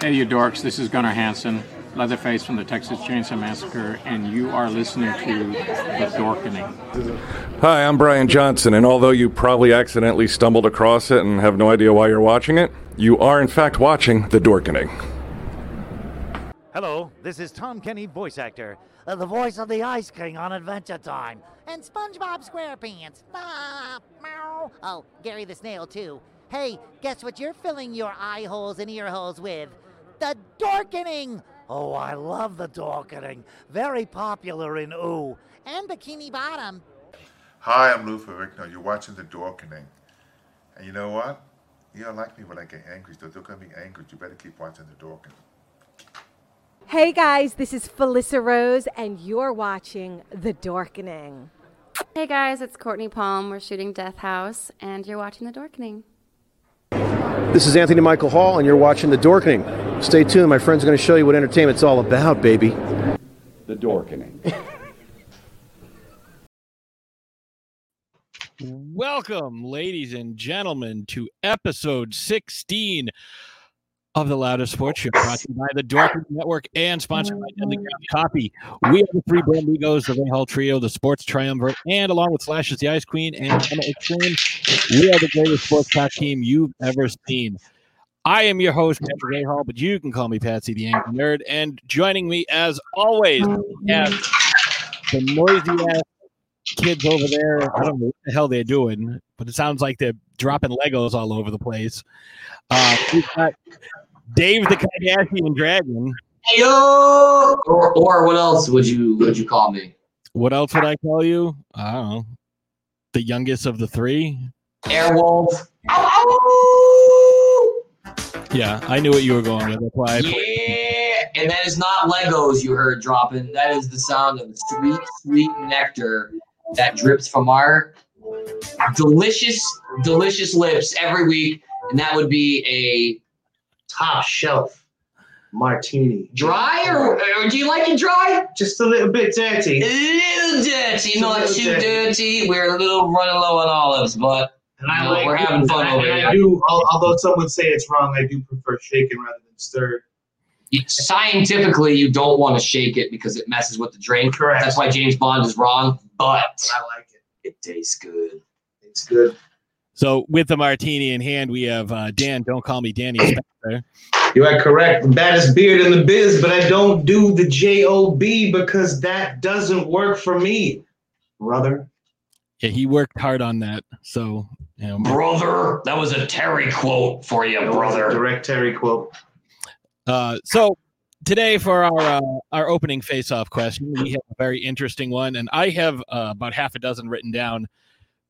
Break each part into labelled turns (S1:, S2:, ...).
S1: Hey, you dorks, this is Gunnar Hansen, Leatherface from the Texas Chainsaw Massacre, and you are listening to The Dorkening.
S2: Hi, I'm Brian Johnson, and although you probably accidentally stumbled across it and have no idea why you're watching it, you are in fact watching The Dorkening.
S3: Hello, this is Tom Kenny, voice actor, uh, the voice of the Ice King on Adventure Time.
S4: And SpongeBob SquarePants. Ah, meow. Oh, Gary the Snail, too. Hey, guess what you're filling your eye holes and ear holes with? The Dorkening!
S3: Oh, I love the Dorkening. Very popular in Ooh.
S4: And Bikini Bottom.
S5: Hi, I'm Lou Ferrigno. You're watching The Dorkening. And you know what? You don't like me when I get angry, so don't get me angry. You better keep watching The Dorkening.
S6: Hey guys, this is Felissa Rose, and you're watching The Dorkening.
S7: Hey guys, it's Courtney Palm. We're shooting Death House, and you're watching The Dorkening.
S8: This is Anthony Michael Hall, and you're watching The Dorkening. Stay tuned, my friend's going to show you what entertainment's all about, baby.
S9: The Dorkening.
S10: Welcome, ladies and gentlemen, to episode 16 of the Loudest Sports Show, brought to you by the Dorkman Network and sponsored by Deadly Ground Copy. We are the three brand amigos, the Van Hall Trio, the Sports Triumvirate, and along with Slash is the Ice Queen and Emma Extreme, we are the greatest sports talk team you've ever seen. I am your host, Patrick A. Hall, but you can call me Patsy the Angry Nerd. And joining me, as always, we have the noisy ass kids over there. I don't know what the hell they're doing, but it sounds like they're dropping Legos all over the place. Uh, we've got Dave the Kardashian Dragon.
S11: Heyo! Or, or what else would you would you call me?
S10: What else would I call you? I don't know. The youngest of the three.
S11: Airwolf. Ow,
S10: Yeah, I knew what you were going with. That's why.
S11: ow!
S10: I put-
S11: Yeah, and that is not Legos you heard dropping. That is the sound of sweet, sweet nectar that drips from our delicious, delicious lips every week, and that would be a
S12: top shelf martini.
S11: dry or, or do you like it dry?
S12: Just a little bit
S11: A
S12: dirty.
S11: little dirty, not
S12: Little
S11: too
S12: dirty.
S11: dirty. We're a little running low on olives, but
S12: And I
S11: No,
S12: like
S11: we're having fun
S12: and I,
S11: over
S12: and
S11: here.
S12: I do, al- although some would say it's wrong, I do prefer shaken rather than stirred.
S11: scientifically you don't want to shake it because it messes with the drink.
S12: Correct.
S11: That's why James Bond is wrong, but
S12: I like it.
S11: it tastes good.
S12: It's good.
S10: So, with the martini in hand, we have uh, Dan. Don't call me Danny. Spencer.
S12: You are correct. The baddest beard in the biz, but I don't do the J-O-B because that doesn't work for me, brother.
S10: Yeah, he worked hard on that. So, you know,
S11: Brother, that was a Terry quote for you, brother.
S12: Direct Terry quote.
S10: Uh, so today for our uh, our opening face-off question, we have a very interesting one, and I have uh, about half a dozen written down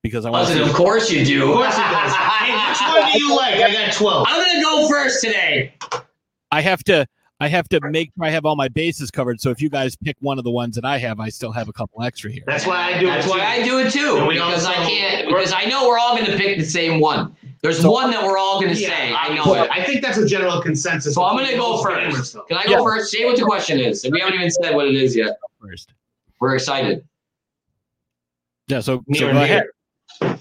S10: because I want
S11: Listen, of
S10: to.
S11: course you do.
S12: Of course it does. Hey, which one do you like? I got 12.
S11: I'm gonna go first today.
S10: I have to. I have to make sure I have all my bases covered. So if you guys pick one of the ones that I have, I still have a couple extra here.
S12: That's why I do
S11: That's
S12: it.
S11: why I do it too.
S12: And we
S11: Because I
S12: also-
S11: can't because I know we're all gonna pick the same one. There's one that we're all gonna say. I know it.
S12: I think that's a general consensus.
S11: So I'm gonna go
S12: Most gamers,
S11: first.
S12: though.
S11: Can I go
S10: Yeah.
S11: first? Say what the question is. We haven't even said what it is yet.
S10: First,
S11: We're excited.
S10: yeah. So, so
S12: Near
S10: go
S12: and
S10: ahead.
S12: dear.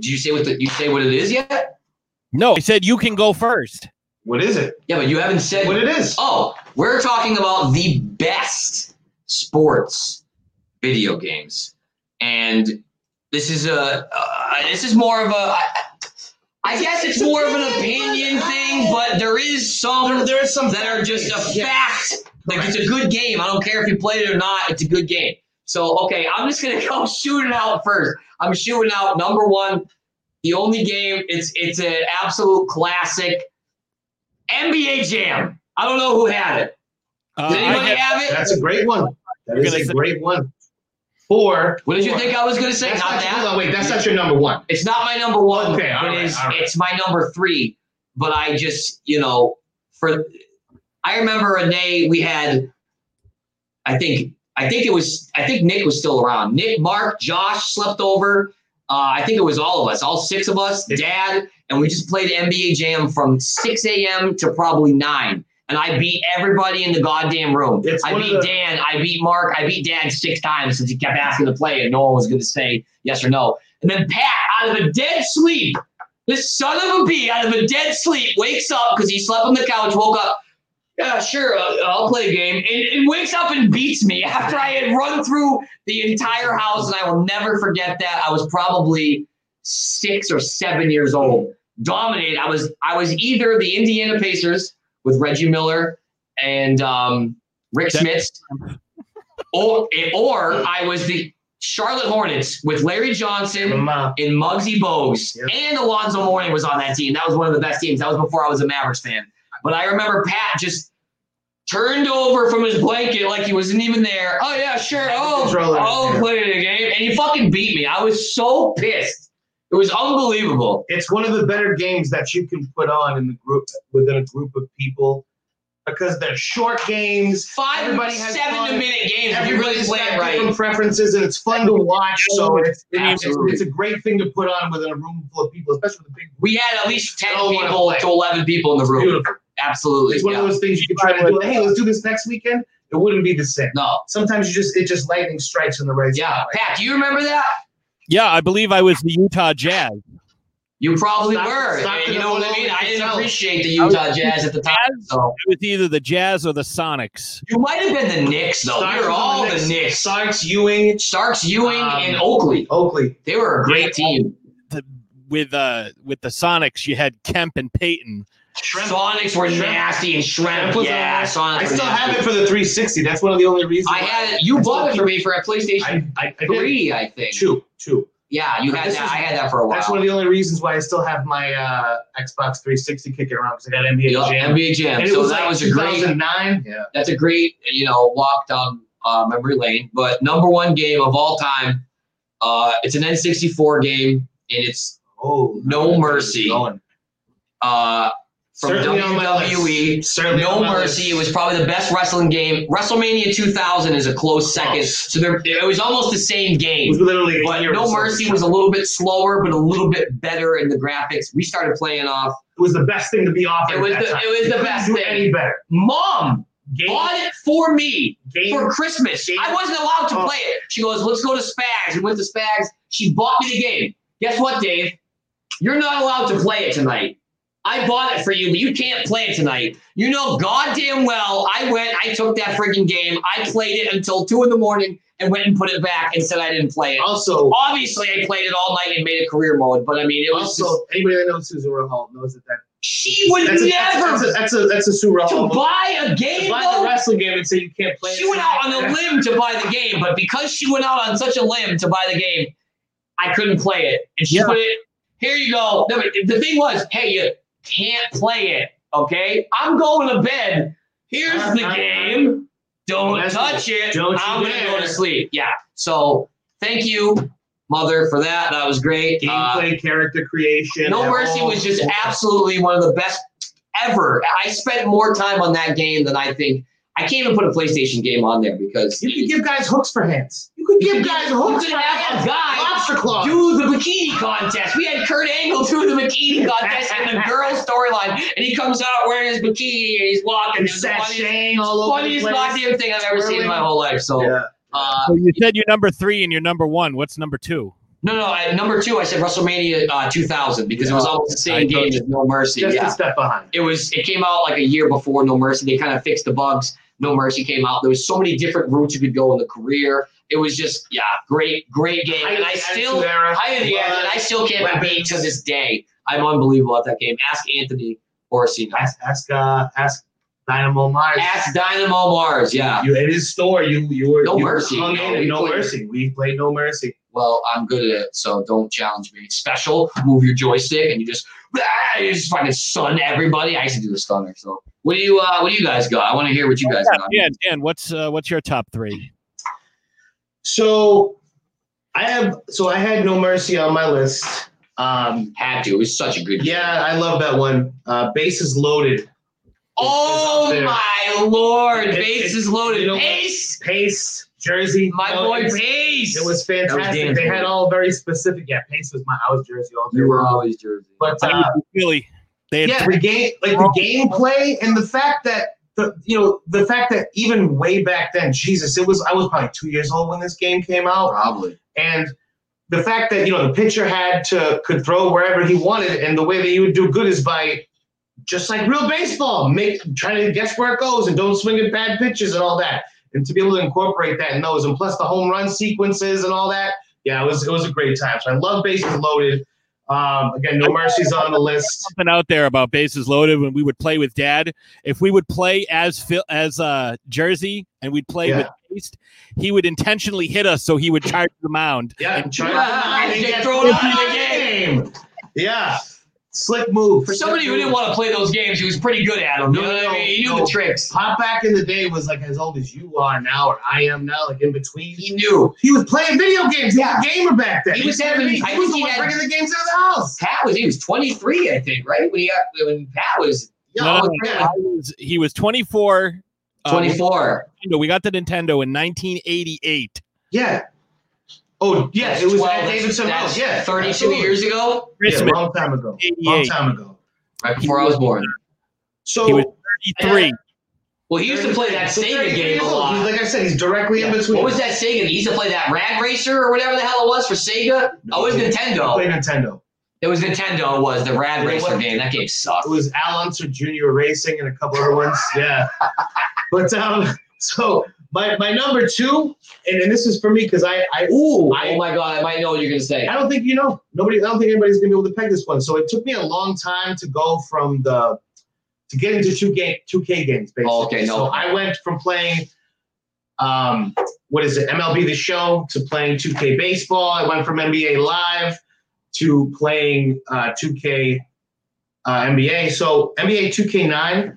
S11: Did you say what the, you say what it is yet?
S10: No, I said you can go first.
S12: What is it?
S11: Yeah, but you haven't said
S12: What it is?
S11: Oh, we're talking about the best sports video games, and this is a uh, this is more of a. I, I guess it's more of an opinion thing, but there is some
S12: There- there is some
S11: that are just a
S12: Yeah.
S11: fact. Like it's a good game. I don't care if you played it or not. It's a good game. So okay, I'm just gonna go shoot it out first. I'm shooting out number one. The only game. It's it's an absolute classic. NBA Jam. I don't know who had it.
S10: Uh,
S11: Did
S10: I
S11: anybody
S10: have-
S11: have it?
S12: That's a great one. That is
S10: gonna
S12: a
S10: say-
S12: great one. Four.
S11: What did you
S12: four.
S11: think I was gonna say?
S12: That's
S11: Not
S12: not,
S11: that.
S12: hold on, wait, that's not your number one.
S11: It's not my number one.
S12: Okay,
S11: but
S12: all right,
S11: it's,
S12: all right.
S11: it's my number three. But I just, you know, for I remember a day we had. I think I think it was I think Nick was still around. Nick, Mark, Josh slept over. Uh, I think it was all of us, all six of us,
S12: It-
S11: Dad, and we just played NBA Jam from 6 a.m. to probably nine. And I beat everybody in the goddamn room.
S12: It's
S11: I
S12: one of
S11: beat
S12: the-
S11: Dan. I beat Mark. I beat Dad six times because he kept asking to play, and no one was going to say yes or no. And then Pat, out of a dead sleep, this son of a bee, out of a dead sleep, wakes up because he slept on the couch, woke up. yeah, sure, uh, I'll play a game. And it wakes up and beats me after I had run through the entire house, and I will never forget that. I was probably six or seven years old. Dominated. I was I was either the Indiana Pacers with Reggie Miller and um, Rick Smith, or eh, or I was the Charlotte Hornets with Larry Johnson and Muggsy Bogues, and Alonzo Mourning was on that team. That was one of the best teams. That was before I was a Mavericks fan. But I remember Pat just turned over from his blanket like he wasn't even there. Oh yeah, sure. Oh,
S12: Controller.
S11: oh, play the game, and he fucking beat me. I was so pissed. It was unbelievable.
S12: It's one of the better games that you can put on in the group within a group of people because they're short games.
S11: Five,
S12: everybody has
S11: seven
S12: fun.
S11: minute games. If you really
S12: Everybody's
S11: play
S12: got
S11: it right.
S12: different preferences, and it's fun to watch. So it's, it's,
S11: Absolutely.
S12: it's a great thing to put on within a room full of people, especially with a big.
S11: We had at least ten
S12: They all wanna
S11: people
S12: play.
S11: to eleven people in the room.
S12: Beautiful.
S11: Absolutely.
S12: It's one
S11: yeah.
S12: of those things you can try to do. Hey, let's do this next weekend. It wouldn't be the same.
S11: No.
S12: Sometimes you just it just lightning strikes in the right.
S11: Yeah, Pat, do you remember that?
S10: Yeah, I believe I was the Utah Jazz.
S11: You probably
S12: Stop-
S11: were.
S12: stop
S11: and
S12: it
S11: you know what I
S12: all
S11: mean?
S12: over
S11: I didn't
S12: yourself.
S11: appreciate the
S10: I was
S11: Utah Jazz at the time. So
S10: It was either the Jazz or the Sonics.
S11: you might have been the Knicks though.
S12: Starks
S11: we were
S12: was on
S11: all
S12: the
S11: the
S12: Knicks.
S11: Knicks.
S12: Starks, Ewing,
S11: Starks, Ewing,
S12: um,
S11: and Oakley.
S12: Oakley.
S11: They were a great team.
S10: The, with uh with the Sonics, you had Kemp and Peyton.
S11: Sonics were nasty and shrimp.
S12: Shrimp was
S11: yeah,
S12: on there.
S11: Sonics.
S12: I
S11: were
S12: still
S11: nasty.
S12: have it for the 360. That's one of the only reasons.
S11: I had it. You bought it for me for a PlayStation
S12: I, I, I did.
S11: Three, I think.
S12: Two, two.
S11: Yeah, you had
S12: This
S11: that.
S12: is-
S11: I had that for a while.
S12: That's one of the only reasons why I still have my uh, Xbox 360 kicking around because I got NBA
S11: Yup,
S12: Jam.
S11: NBA Jam.
S12: And it
S11: So
S12: was
S11: that
S12: like
S11: was a great
S12: 2009. Yeah.
S11: that's a great you know walk down uh, memory lane. But number one game of all time, uh, it's an N64 game, and it's
S12: Oh,
S11: No Mercy.
S12: Going.
S11: uh, from
S12: Certainly on my
S11: WWE.
S12: list. Certainly
S11: no
S12: on my
S11: Mercy.
S12: list.
S11: It was probably the best wrestling game. WrestleMania 2000 is a close second.
S12: Close.
S11: So there, it was almost the same
S12: It was
S11: game.
S12: literally. a
S11: But
S12: year or
S11: No
S12: so.
S11: Mercy was a little bit slower, but a little bit better in the graphics. We started playing off.
S12: It was the best thing to be offered.
S11: It was
S12: at that
S11: the-
S12: time.
S11: it was the
S12: You couldn't
S11: best
S12: do
S11: thing.
S12: Any better?
S11: Mom
S12: Game,
S11: bought it for me.
S12: game
S11: for Christmas.
S12: Game-
S11: I wasn't allowed to
S12: Oh.
S11: play it. She goes, let's go to Spags. We went to Spags. She bought me the game. Guess what, Dave? You're not allowed to play it tonight. I bought it for you, but you can't play it tonight. You know goddamn well I went, I took that freaking game, I played it until two in the morning and went and put it back and said I didn't play it.
S12: Also,
S11: Obviously, I played it all night and made it career mode, but I mean, it was
S12: also anybody that knows Susan Rahal knows that that
S11: just, she would
S12: that's a,
S11: never
S12: that's a that's a that's a Sue Rahal.
S11: to
S12: moment.
S11: buy a
S12: To
S11: game
S12: buy
S11: though.
S12: the wrestling game and say you can't play.
S11: She
S12: it.
S11: went out on a limb to buy the game, but because she went out on such a limb to buy the game, I couldn't play it. And she
S10: Yeah.
S11: put it, here you go. No, but The thing was, hey, you can't play it, okay? I'm going to bed. Here's the game. Don't
S12: That's
S11: touch it.
S12: Uh-huh. Don't you
S11: I'm going to go
S12: dare.
S11: to sleep. Yeah. So thank you, mother, for that. That was great. Uh,
S12: Gameplay, character creation.
S11: no
S12: and
S11: Mercy
S12: all-
S11: was just absolutely one of the best ever. I spent more time on that game than I think. I can't even put a PlayStation game on there because
S12: You could give guys hooks for hands. You could give guys hooks
S11: You
S12: for
S11: could have
S12: hands.
S11: a guy
S12: Lobster claws.
S11: do the bikini contest. We had Kurt Angle do the bikini contest in the girls storyline, and he comes out wearing his bikini and he's walking.
S12: and
S11: It's the funniest,
S12: sashaying all over the
S11: funniest
S12: place.
S11: goddamn thing I've ever seen in my whole life. So,
S12: Yeah.
S11: uh,
S10: So you said you're number three and you're number one. What's number two?
S11: no, no. I, number two, I said WrestleMania uh, 2000 because it was almost the
S10: I
S11: same game
S10: thought-
S11: as No Mercy.
S12: Oh, Just
S11: yeah.
S12: a step behind.
S11: it was it came out like a year before No Mercy. They kind of fixed the bugs. No Mercy came out. There was so many different routes you could go in the career. It was just yeah, great, great game. And I still I am the end, and I still can't beat to this day. I'm unbelievable at that game. Ask Anthony Orsino.
S12: ask ask uh, ask Dynamo Mars.
S11: Ask Dynamo Mars. Yeah.
S12: You, it is store. You you were
S11: No
S12: you were
S11: Mercy.
S12: Hung
S11: No,
S12: in at
S11: we
S12: no
S11: played-
S12: mercy. We played no mercy.
S11: Well, I'm good at it, so don't challenge me. Special, move your joystick, and you just ah, you just fucking stun everybody. I used to do the stunner. So what do you uh, what do you guys got? I want to hear what you guys got.
S10: Yeah, Dan. What's uh, what's your top three?
S12: So I have so I had no mercy on my list. Um,
S11: Had to. It was such a good game.
S12: yeah, I love that one. Uh, bases loaded.
S11: Oh
S12: It's out
S11: my lord!
S12: It-
S11: Base
S12: it-
S11: is loaded.
S12: you know-
S11: Pace,
S12: Pace, Jersey.
S11: my
S12: No,
S11: boy,
S12: it's-
S11: Pace.
S12: It was
S11: That was
S12: fantastic.
S11: Dan's
S12: they had
S11: favorite.
S12: all very specific. Yeah, Pace was my. I was Jersey all day.
S11: you were always Jersey.
S12: But
S10: I
S12: uh,
S10: was Philly. They had
S12: yeah,
S10: three.
S12: the game, like
S10: Oh.
S12: the gameplay, and the fact that the you know the fact that even way back then, Jesus, it was I was probably two years old when this game came out,
S11: Probably.
S12: and the fact that you know the pitcher had to could throw wherever he wanted, and the way that you would do good is by
S11: just like real baseball, make try to guess where it goes and don't swing at bad pitches and all that. And to be able to incorporate that in those, and plus the home run sequences and all that, yeah, it was it was a great time. So I love bases loaded. Um, again, no mercies on the list.
S12: something out there about bases loaded when we would play with dad. If we would play as Phil, as uh, Jersey and we'd play with East, he would intentionally hit us so he would charge the mound.
S11: Yeah,
S12: And-
S11: try to and get thrown out of the game. Yeah, slick move.
S10: For somebody who didn't want to play those games, he was pretty good at them. You know what I mean? He knew the tricks.
S11: Pop back in the day was like as old as you are now, or I am now, like in between.
S10: He knew.
S11: He was playing video games. He was a gamer back then.
S10: He was having.
S11: He
S10: I think
S11: was the
S10: he
S11: one
S10: had,
S11: bringing the games out of the house.
S10: Pat was. He was 23, I think, right? When he got when Pat was.
S12: No,
S10: No,
S12: no,
S11: oh,
S10: I was-
S12: no, I was- he was 24. uh,
S10: 24.
S12: Nintendo. we got the Nintendo in 1988.
S11: Yeah. Oh, yeah,
S10: That's
S11: it was
S10: 12,
S11: at
S10: that's-
S11: Davidson
S10: that's
S11: House. Yeah,
S10: 32 years ago?
S11: Yeah,
S12: Christmas.
S11: long time ago. Long
S12: 88.
S11: time ago.
S10: right before I was born.
S11: So
S12: He was 33.
S10: Well, he used to play that
S11: So
S10: Sega
S11: 33
S10: game
S11: years
S10: a
S11: old. He's-
S10: lot.
S11: Like I said, he's directly in between.
S10: What was that Sega? He used to play that Rag Racer or whatever the hell it was for Sega. Oh, it was
S11: Play
S10: Nintendo.
S11: Nintendo.
S10: It was Nintendo. It was the Rad
S11: You know
S10: Racer
S11: what?
S10: game. That game sucked.
S11: It was Al Unser Jr. Racing and a couple other ones. Yeah. but um, so my, my number two, and, and this is for me because I, I
S10: Ooh,
S11: I-
S10: oh my god, I might know what you're gonna say.
S11: I don't think you know. Nobody. I don't think anybody's gonna be able to peg this one. So it took me a long time to go from the to get into two game two K games. Basically.
S10: Oh, okay, no.
S11: So I went from playing um what is it MLB the Show to playing two K baseball. I went from NBA Live to playing uh two K uh, NBA. So NBA two K nine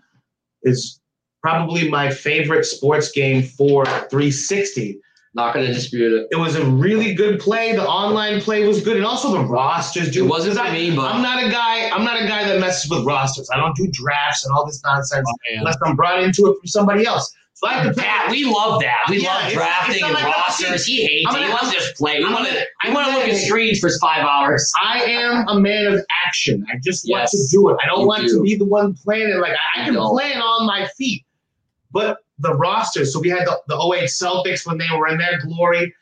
S11: is probably my favorite sports game for 360
S10: Not gonna dispute it.
S11: it was a really good play. The online play was good, and also the rosters. Dude,
S10: It wasn't for
S11: I-
S10: me, but-
S11: I'm not a guy. I'm not a guy that messes with rosters. I don't do drafts and all this nonsense
S12: Oh, man.
S11: unless I'm brought into it from somebody else. So I have to.
S10: Pat, we love that. We
S11: Yeah,
S10: love
S11: it's-
S10: drafting
S11: it's not
S10: and
S11: my cup of tea.
S10: rosters. He hates
S11: I'm
S10: it. He
S11: gonna-
S10: wants to just play. We
S11: I'm
S10: want to.
S11: gonna-
S10: We want to
S11: I'm
S10: look at
S11: gonna-
S10: screens for five hours.
S11: I am a man of action. I just want
S10: Yes,
S11: to do it. I don't
S10: you
S11: want
S10: do.
S11: to be the one playing it. Like I, I
S10: You
S11: can
S10: don't.
S11: plan on my feet, but the rosters. So we had the, the 08 Celtics when they were in their glory.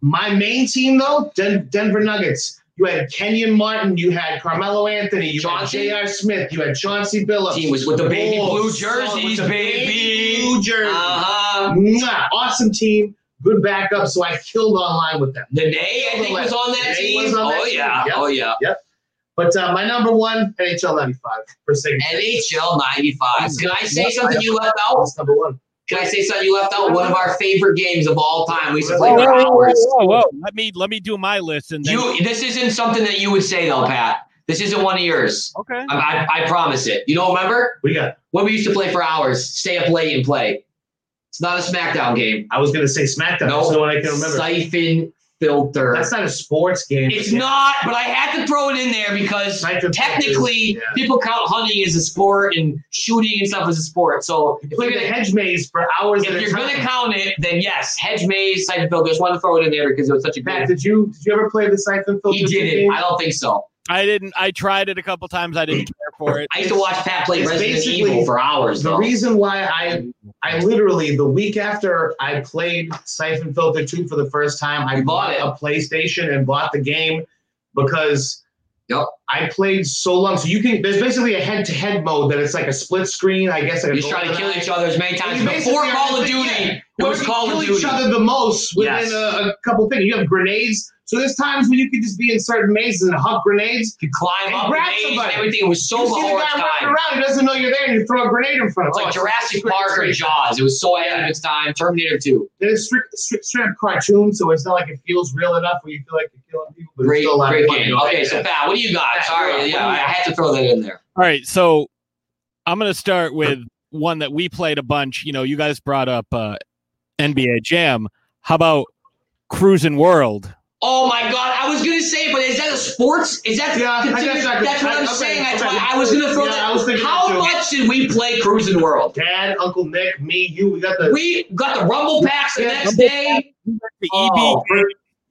S11: My main team though, Den- Denver Nuggets. You had Kenyon Martin. You had Carmelo Anthony. You
S10: Chauncey?
S11: had J.R. Smith. You had Chauncey Billups.
S10: Team was with the baby
S11: Oh,
S10: blue
S11: son, with
S10: jerseys,
S11: the
S10: baby.
S11: blue jerseys.
S10: Uh-huh.
S11: Mwah. Awesome team. Good backup. So I killed online with them.
S10: Nene, I think, was on that
S11: Nene
S10: team.
S11: was on that
S10: oh,
S11: team.
S10: yeah.
S11: Yep.
S10: oh yeah.
S11: But uh, my number one, NHL 95 for Signature.
S10: NHL '95. Can I say
S11: Yep,
S10: something
S11: I-
S10: you left out?
S11: That's number one.
S10: Can I say something you left out? One of our favorite games of all time. We used to play
S12: Whoa,
S10: for
S12: whoa, whoa,
S10: hours.
S12: whoa, whoa. Let me let me do my list and then
S10: You. This isn't something that you would say though, Pat. This isn't one of yours.
S12: okay.
S10: I, I, I promise it. You don't remember
S11: We got.
S10: when we used to play for hours, stay up late and play. It's not a SmackDown game.
S11: I was gonna say SmackDown.
S10: No.
S11: That's the one I can remember.
S10: Siphon filter.
S11: That's not a sports game.
S10: It's
S11: Yeah.
S10: not, but I had to throw it in there because
S11: Siphon
S10: technically
S11: filters, yeah.
S10: people count hunting as a sport and shooting and stuff as a sport. So if
S11: You
S10: you're
S11: played a
S10: gonna,
S11: hedge maze for hours.
S10: if
S11: at a
S10: you're
S11: time.
S10: gonna count it, then yes, hedge maze, siphon filter. Just wanted to throw it in there because it was such a
S11: Matt,
S10: good.
S11: did you did you ever play the Siphon Filter?
S10: He didn't.
S11: game?
S10: I don't think so.
S12: I didn't. I tried it a couple times. I didn't care for it.
S10: I used to watch Pat play
S11: it's
S10: Resident
S11: basically
S10: Evil for hours.
S11: The
S10: though.
S11: reason why I I literally the week after I played Siphon Filter 2 for the first time, I
S10: You bought
S11: bought
S10: it.
S11: a PlayStation and bought the game because
S10: Yep.
S11: I played so long. So you can there's basically a head-to-head mode that it's like a split screen, I guess. Like
S10: You just try to kill each other as many times
S11: You
S10: before
S11: basically
S10: Call
S11: are
S10: of
S11: just-
S10: Duty.
S11: yeah,
S10: It was
S11: whoever
S10: Call
S11: can
S10: of
S11: kill
S10: Duty.
S11: each other the most within
S10: Yes.
S11: a, a couple things. You have grenades, so there's times when you could just be in certain mazes and huck grenades.
S10: You climb
S11: And
S10: up the
S11: grab
S10: maze and
S11: somebody.
S10: everything. It was so
S11: you see the
S10: before its
S11: guy running
S10: time.
S11: around who doesn't know you're there, and you throw a grenade in front of
S10: It's
S11: him.
S10: like
S11: Oh,
S10: Jurassic
S11: it's
S10: Park or
S11: crazy.
S10: Jaws. It was so ahead of its time. Terminator 2.
S11: It is strict, strict, straight up cartoon, so it's not like it feels real enough where you feel like you're killing people. But it's
S10: Great,
S11: still a lot
S10: great
S11: of fun.
S10: game.
S11: Go
S10: Okay,
S11: ahead.
S10: so Pat, what do you got?
S11: Pat, you're
S10: Sorry,
S11: up.
S10: yeah,
S11: What
S10: I
S11: do you
S10: had to throw that in there.
S12: All right, so I'm gonna start with one that we played a bunch. You know, you guys brought up uh, NBA Jam. How about Cruisin' World?
S10: Oh my God, I was gonna say, but is that a sports? Is that
S11: Yeah, I guess
S10: considered-
S11: I could-
S10: that's what
S11: I-
S10: I'm
S11: okay,
S10: saying? That's
S11: okay.
S10: why I was gonna throw
S11: Yeah, I was
S10: that.
S11: thinking that
S10: How
S11: too.
S10: much did we play Cruising World?
S11: Dad, Uncle Nick, me, you, we got the
S10: We got the Rumble packs the
S11: Yeah,
S10: next
S11: Rumble
S10: day.
S12: The
S10: Oh,
S12: EB.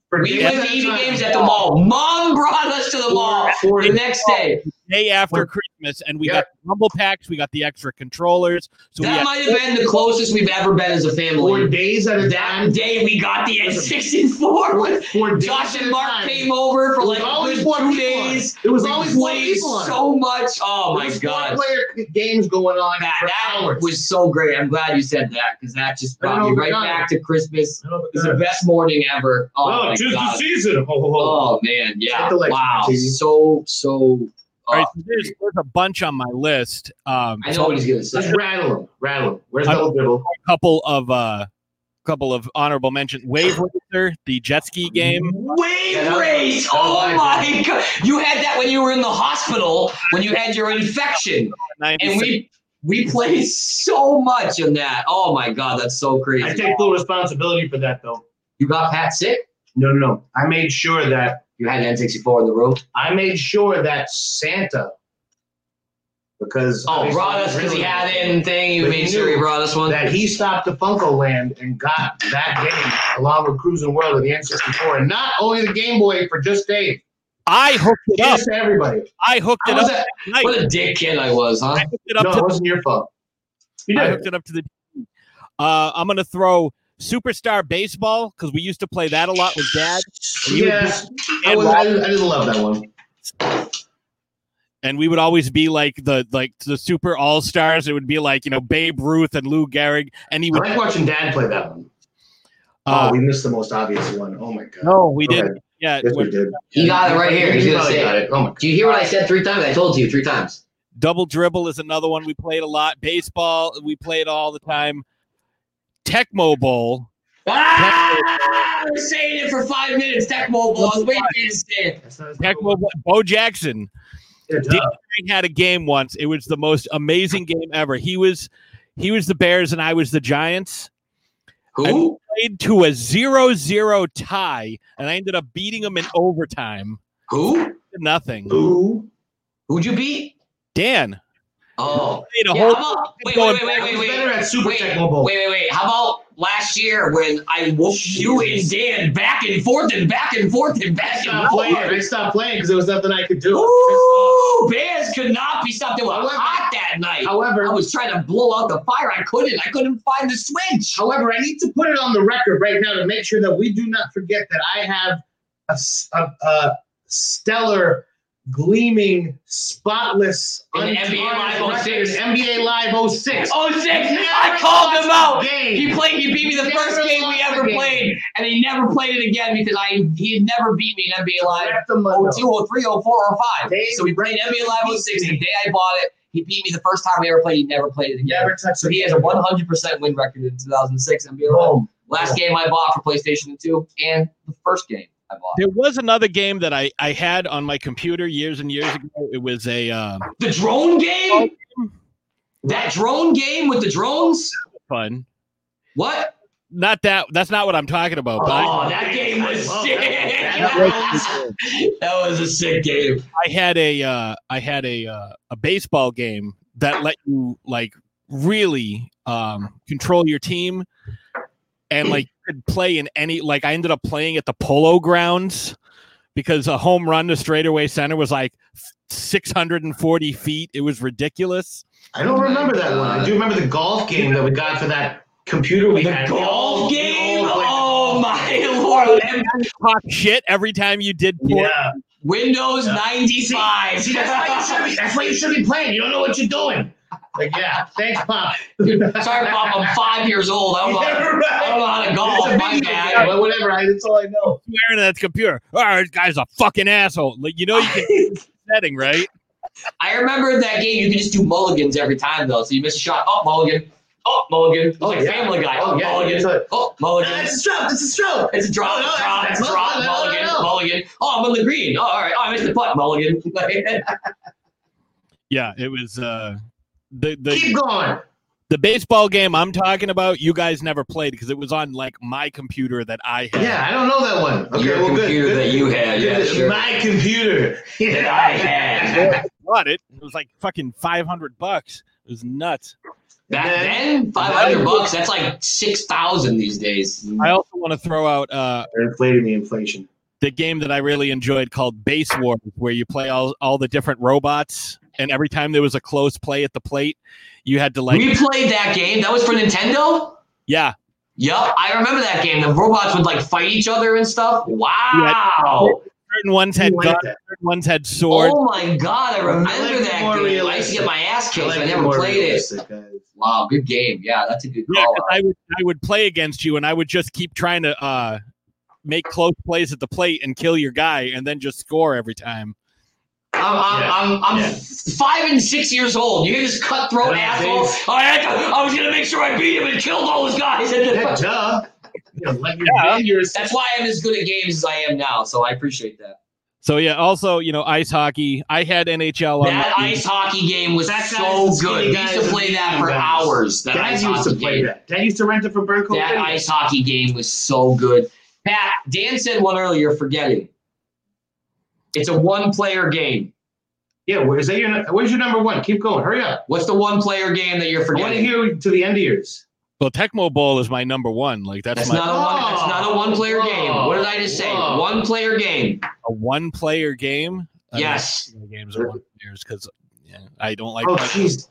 S11: for
S10: we
S11: days
S10: went
S11: at
S10: to
S11: a
S10: EV
S11: time.
S10: games at the mall. Mom brought us to the mall
S11: Four-
S10: Oh, the next day.
S12: day after Christmas, and we
S11: Yeah.
S12: got the rumble packs, we got the extra controllers. So
S10: That
S12: we
S10: might have been the closest we've ever been as a
S11: Four
S10: family.
S11: days at a
S10: That
S11: time.
S10: day we got the N64.
S11: Four days
S10: Josh
S11: at
S10: and
S11: a
S10: Mark
S11: time.
S10: came over for
S11: It was
S10: like a
S11: always
S10: good
S11: one
S10: two
S11: people.
S10: days.
S11: It was
S10: We
S11: always one
S10: played
S11: is so much. Oh my
S12: There's
S11: god!
S12: four-player games going on
S11: That,
S12: for
S11: that
S12: hours.
S11: was so great. I'm glad you said that because that just
S12: Been
S11: brought me right
S12: overdone.
S11: back to Christmas.
S12: Been overdone.
S11: It's the best morning ever. Oh,
S12: Oh,
S11: my
S12: tis the
S11: God.
S12: season. Oh, oh,
S11: Oh
S12: oh.
S11: man, yeah.
S12: Take the legs,
S11: Wow,
S12: Monty.
S11: so so.
S10: All right, so there's, there's a bunch on my list. Um,
S11: I know what he's gonna say.
S12: Let's rattle them. Rattle them. Where's the
S10: a
S12: dribble?
S10: couple of uh, couple of honorable mentions. Wave Racer, the jet ski game.
S11: Wave
S12: Yeah, that-
S11: race!
S12: that
S11: Oh
S12: was-
S11: my god! You had that when you were in the hospital when you had your infection, and we we played so much in that. Oh my god, that's so crazy!
S12: I take full responsibility for that, though.
S11: You got Pat sick.
S12: No, no, no. I made sure that
S11: You had an N64 in the room.
S12: I made sure that Santa, because
S11: Oh, brought us because he had it and thing. You
S12: But he
S11: made sure he
S12: knew
S11: brought us one.
S12: that he stopped the Funko Land and got that game along with Cruising World and the N64, and not only the Game Boy for just Dave,
S10: I hooked it up.
S12: just to everybody.
S10: I hooked
S11: I
S10: it
S11: was
S10: up.
S11: a-
S10: tonight.
S11: what a dick kid I was, huh?
S10: I hooked it up
S12: no,
S10: to
S12: it wasn't your fault. You
S10: I
S12: did.
S10: hooked it up to the. TV. Uh, I'm gonna throw Superstar Baseball because we used to play that a lot with Dad, and, you would
S12: yeah,
S10: be-
S12: I, was, I, didn't- I didn't love that one.
S10: and we would always be like the like the Super All Stars. It would be like you know Babe Ruth and Lou Gehrig, and he
S12: I
S10: would.
S12: like watching Dad play that one.
S10: uh,
S12: oh, we missed the most obvious one. Oh my god.
S10: no, we
S12: Go
S10: didn't. Yeah,
S12: Yes, we did.
S11: He got it right here. He's
S12: You
S11: gonna
S12: probably
S11: say
S12: got
S11: it.
S12: it. Oh my god.
S11: Do you hear what I said three times? I told you three times.
S10: Double dribble is another one we played a lot. Baseball we played all the time. Tecmo Bowl.
S11: Ah! We're saying it for five minutes. Tech Mobile. I was waiting for you to say it.
S12: That's not his number
S10: Tecmo
S12: one.
S10: Bowl. Bo Jackson.
S12: Yeah,
S10: Dan
S12: duh.
S10: Crane had a game once. It was the most amazing game ever. He was he was the Bears and I was the Giants.
S11: Who?
S10: Played to a 0-0 tie, and I ended up beating him in overtime.
S11: Who?
S10: Nothing.
S12: Ooh.
S11: Who'd you beat?
S10: Dan
S11: Oh.
S10: played a
S11: Yeah,
S10: whole.
S11: how about, wait, wait, wait, wait, wait,
S12: He's
S11: wait.
S12: better at Super
S11: wait,
S12: Tecmo Bowl.
S11: Wait, wait, wait. How about last year when I whooped you and Dan back and forth and back and forth and
S12: I
S11: back and
S12: stopped playing. I
S11: forth?
S12: stopped playing because there was nothing I could do.
S11: Ooh, Bears could not be stopped. They were
S12: However-
S11: hot that night.
S12: However,
S11: I was trying to blow out the fire. I couldn't. I couldn't find the switch.
S12: however, I need to put it on the record right now to make sure that we do not forget that I have a, s- a- a stellar, gleaming, spotless,
S11: In the NBA
S12: untarnished
S11: Live
S12: record in
S11: 06.
S12: NBA Live 06.
S11: Oh six! I
S12: Never
S11: called him
S12: lost
S11: out.
S12: a game.
S11: He played. He beat me the
S12: Never
S11: first game we
S12: lost a
S11: ever
S12: game.
S11: played, and he never played it again because I he had never beat me in NBA Live
S12: Wrap them up.
S11: 02, 03, 04, or 05.
S12: They
S11: So we played NBA Live 06 the
S12: beat
S11: day I bought it. He beat me the first time we ever played. He never played it again.
S12: Never touched
S11: So he has a 100% win record in 2006 NBA Live.
S12: Boom.
S11: Last game I bought for PlayStation 2 and the first game I bought.
S10: There was another game that I I had on my computer years and years ago. It was a um,
S11: The drone game? That drone game with the drones?
S10: fun.
S11: What?
S10: Not that. That's not what I'm talking about. but I-
S11: Oh, that game was
S12: Oh,
S11: sick.
S12: that-
S11: That was, a sick game.
S10: I had a uh, I had a uh, a baseball game that let you like really um, control your team and like you could play in any like I ended up playing at the polo grounds because a home run to straightaway center was like 640 feet. It was ridiculous.
S12: I don't remember that one. I do remember the golf game that we got for that computer we
S11: The
S12: had.
S11: golf
S12: We all- we
S11: game?
S12: all played-
S11: Oh my lord. And
S10: Talk shit every time you did port-
S12: Yeah.
S11: Windows
S12: Yeah.
S11: 95.
S12: See, that's why you should be. That's why you should be playing. You don't know what you're doing. Like, yeah. Thanks, Pop.
S11: Sorry, Pop. I'm five years old. I don't know,
S12: Yeah, right.
S11: I don't know how to
S12: It's
S11: golf.
S12: a
S11: My
S12: video
S11: bad.
S12: game, but whatever. I, that's all I know.
S10: swearing at that computer. Oh, this guy's a fucking asshole. Like you know you can setting, right?
S11: I remember that game. You could just do mulligans every time, though. So you miss a shot. Oh, mulligan. Oh, mulligan. It's like
S12: yeah.
S11: Family Guy. Oh,
S12: Oh, yeah. It's
S11: mulligan.
S12: a-
S11: Oh, mulligan.
S12: That's a stroke. That's a stroke. Oh,
S11: It's a drop,
S12: No, no,
S11: drop,
S12: that's- that's
S11: drop,
S12: not- no, no,
S11: mulligan,
S12: no, no.
S11: mulligan. Oh, I'm on the green. Oh, all right. Oh, I missed the putt, mulligan.
S10: Yeah, it was uh the the
S12: Keep going.
S10: the baseball game I'm talking about, you guys never played because it was on like my computer that I had.
S12: Yeah, I don't know that one. Okay,
S11: Your
S12: well, good,
S11: computer
S12: good.
S11: that you had, yeah,
S12: Good.
S11: sure.
S12: My computer
S11: that I had.
S10: I bought it. It was like fucking 500 bucks. It was nuts.
S11: Back then, 500 bucks, that's like 6,000 these days.
S10: I also want to throw out uh,
S12: They're inflating the inflation.
S10: the game that I really enjoyed called Base Wars, where you play all, all the different robots. And every time there was a close play at the plate, you had to like,
S11: we played that game. That was for Nintendo?
S10: yeah,
S11: Yup, I remember that game. The robots would like fight each other and stuff. Wow.
S10: certain ones had
S12: You like
S10: guns,
S12: that.
S10: certain ones had swords.
S11: Oh my god, I remember
S12: like the
S11: that
S12: more
S11: game. I used to
S12: realistic.
S11: get my ass kicked.
S12: I
S11: I,
S12: like the
S11: never
S12: more
S11: played it.
S12: realistic, guys.
S11: Wow, good game. Yeah, that's a good
S10: Yeah,
S11: call.
S10: 'cause I would I would play against you, and I would just keep trying to uh, make close plays at the plate and kill your guy, and then just score every time.
S11: I'm, I'm, I'm, I'm five and six years old. You're this cutthroat asshole. I, had to, I was going to make sure I beat him and killed all those guys.
S12: Yeah, duh.
S11: Yeah. That's why I'm as good at games as I am now. So I appreciate that.
S10: So yeah, also you know ice hockey. I had NHL. on
S11: That
S10: my team.
S11: ice hockey game was
S12: That
S11: so
S12: guy's
S11: good. We used to play that for hours. That
S12: Dad
S11: ice
S12: used
S11: hockey
S12: to play
S11: game.
S12: that. Dad used to rent it from Burnco.
S11: That ice hockey game was so good. Pat, Dan said one earlier, forgetting. It's a one player game.
S12: Yeah, where is that your? Where's your number one? Keep going. Hurry up.
S11: What's the one player game that you're
S12: I want to
S11: forgetting?
S12: hear to the end of yours.
S10: Well, Tecmo Bowl is my number one. Like that's,
S11: That's
S10: my
S11: not a one that's not a one player game. What did I just say?
S12: Oh, Whoa.
S11: One player game.
S10: a one player game. I mean,
S11: Yes.
S10: my games are one players because yeah, I don't like.
S12: Oh, jeez.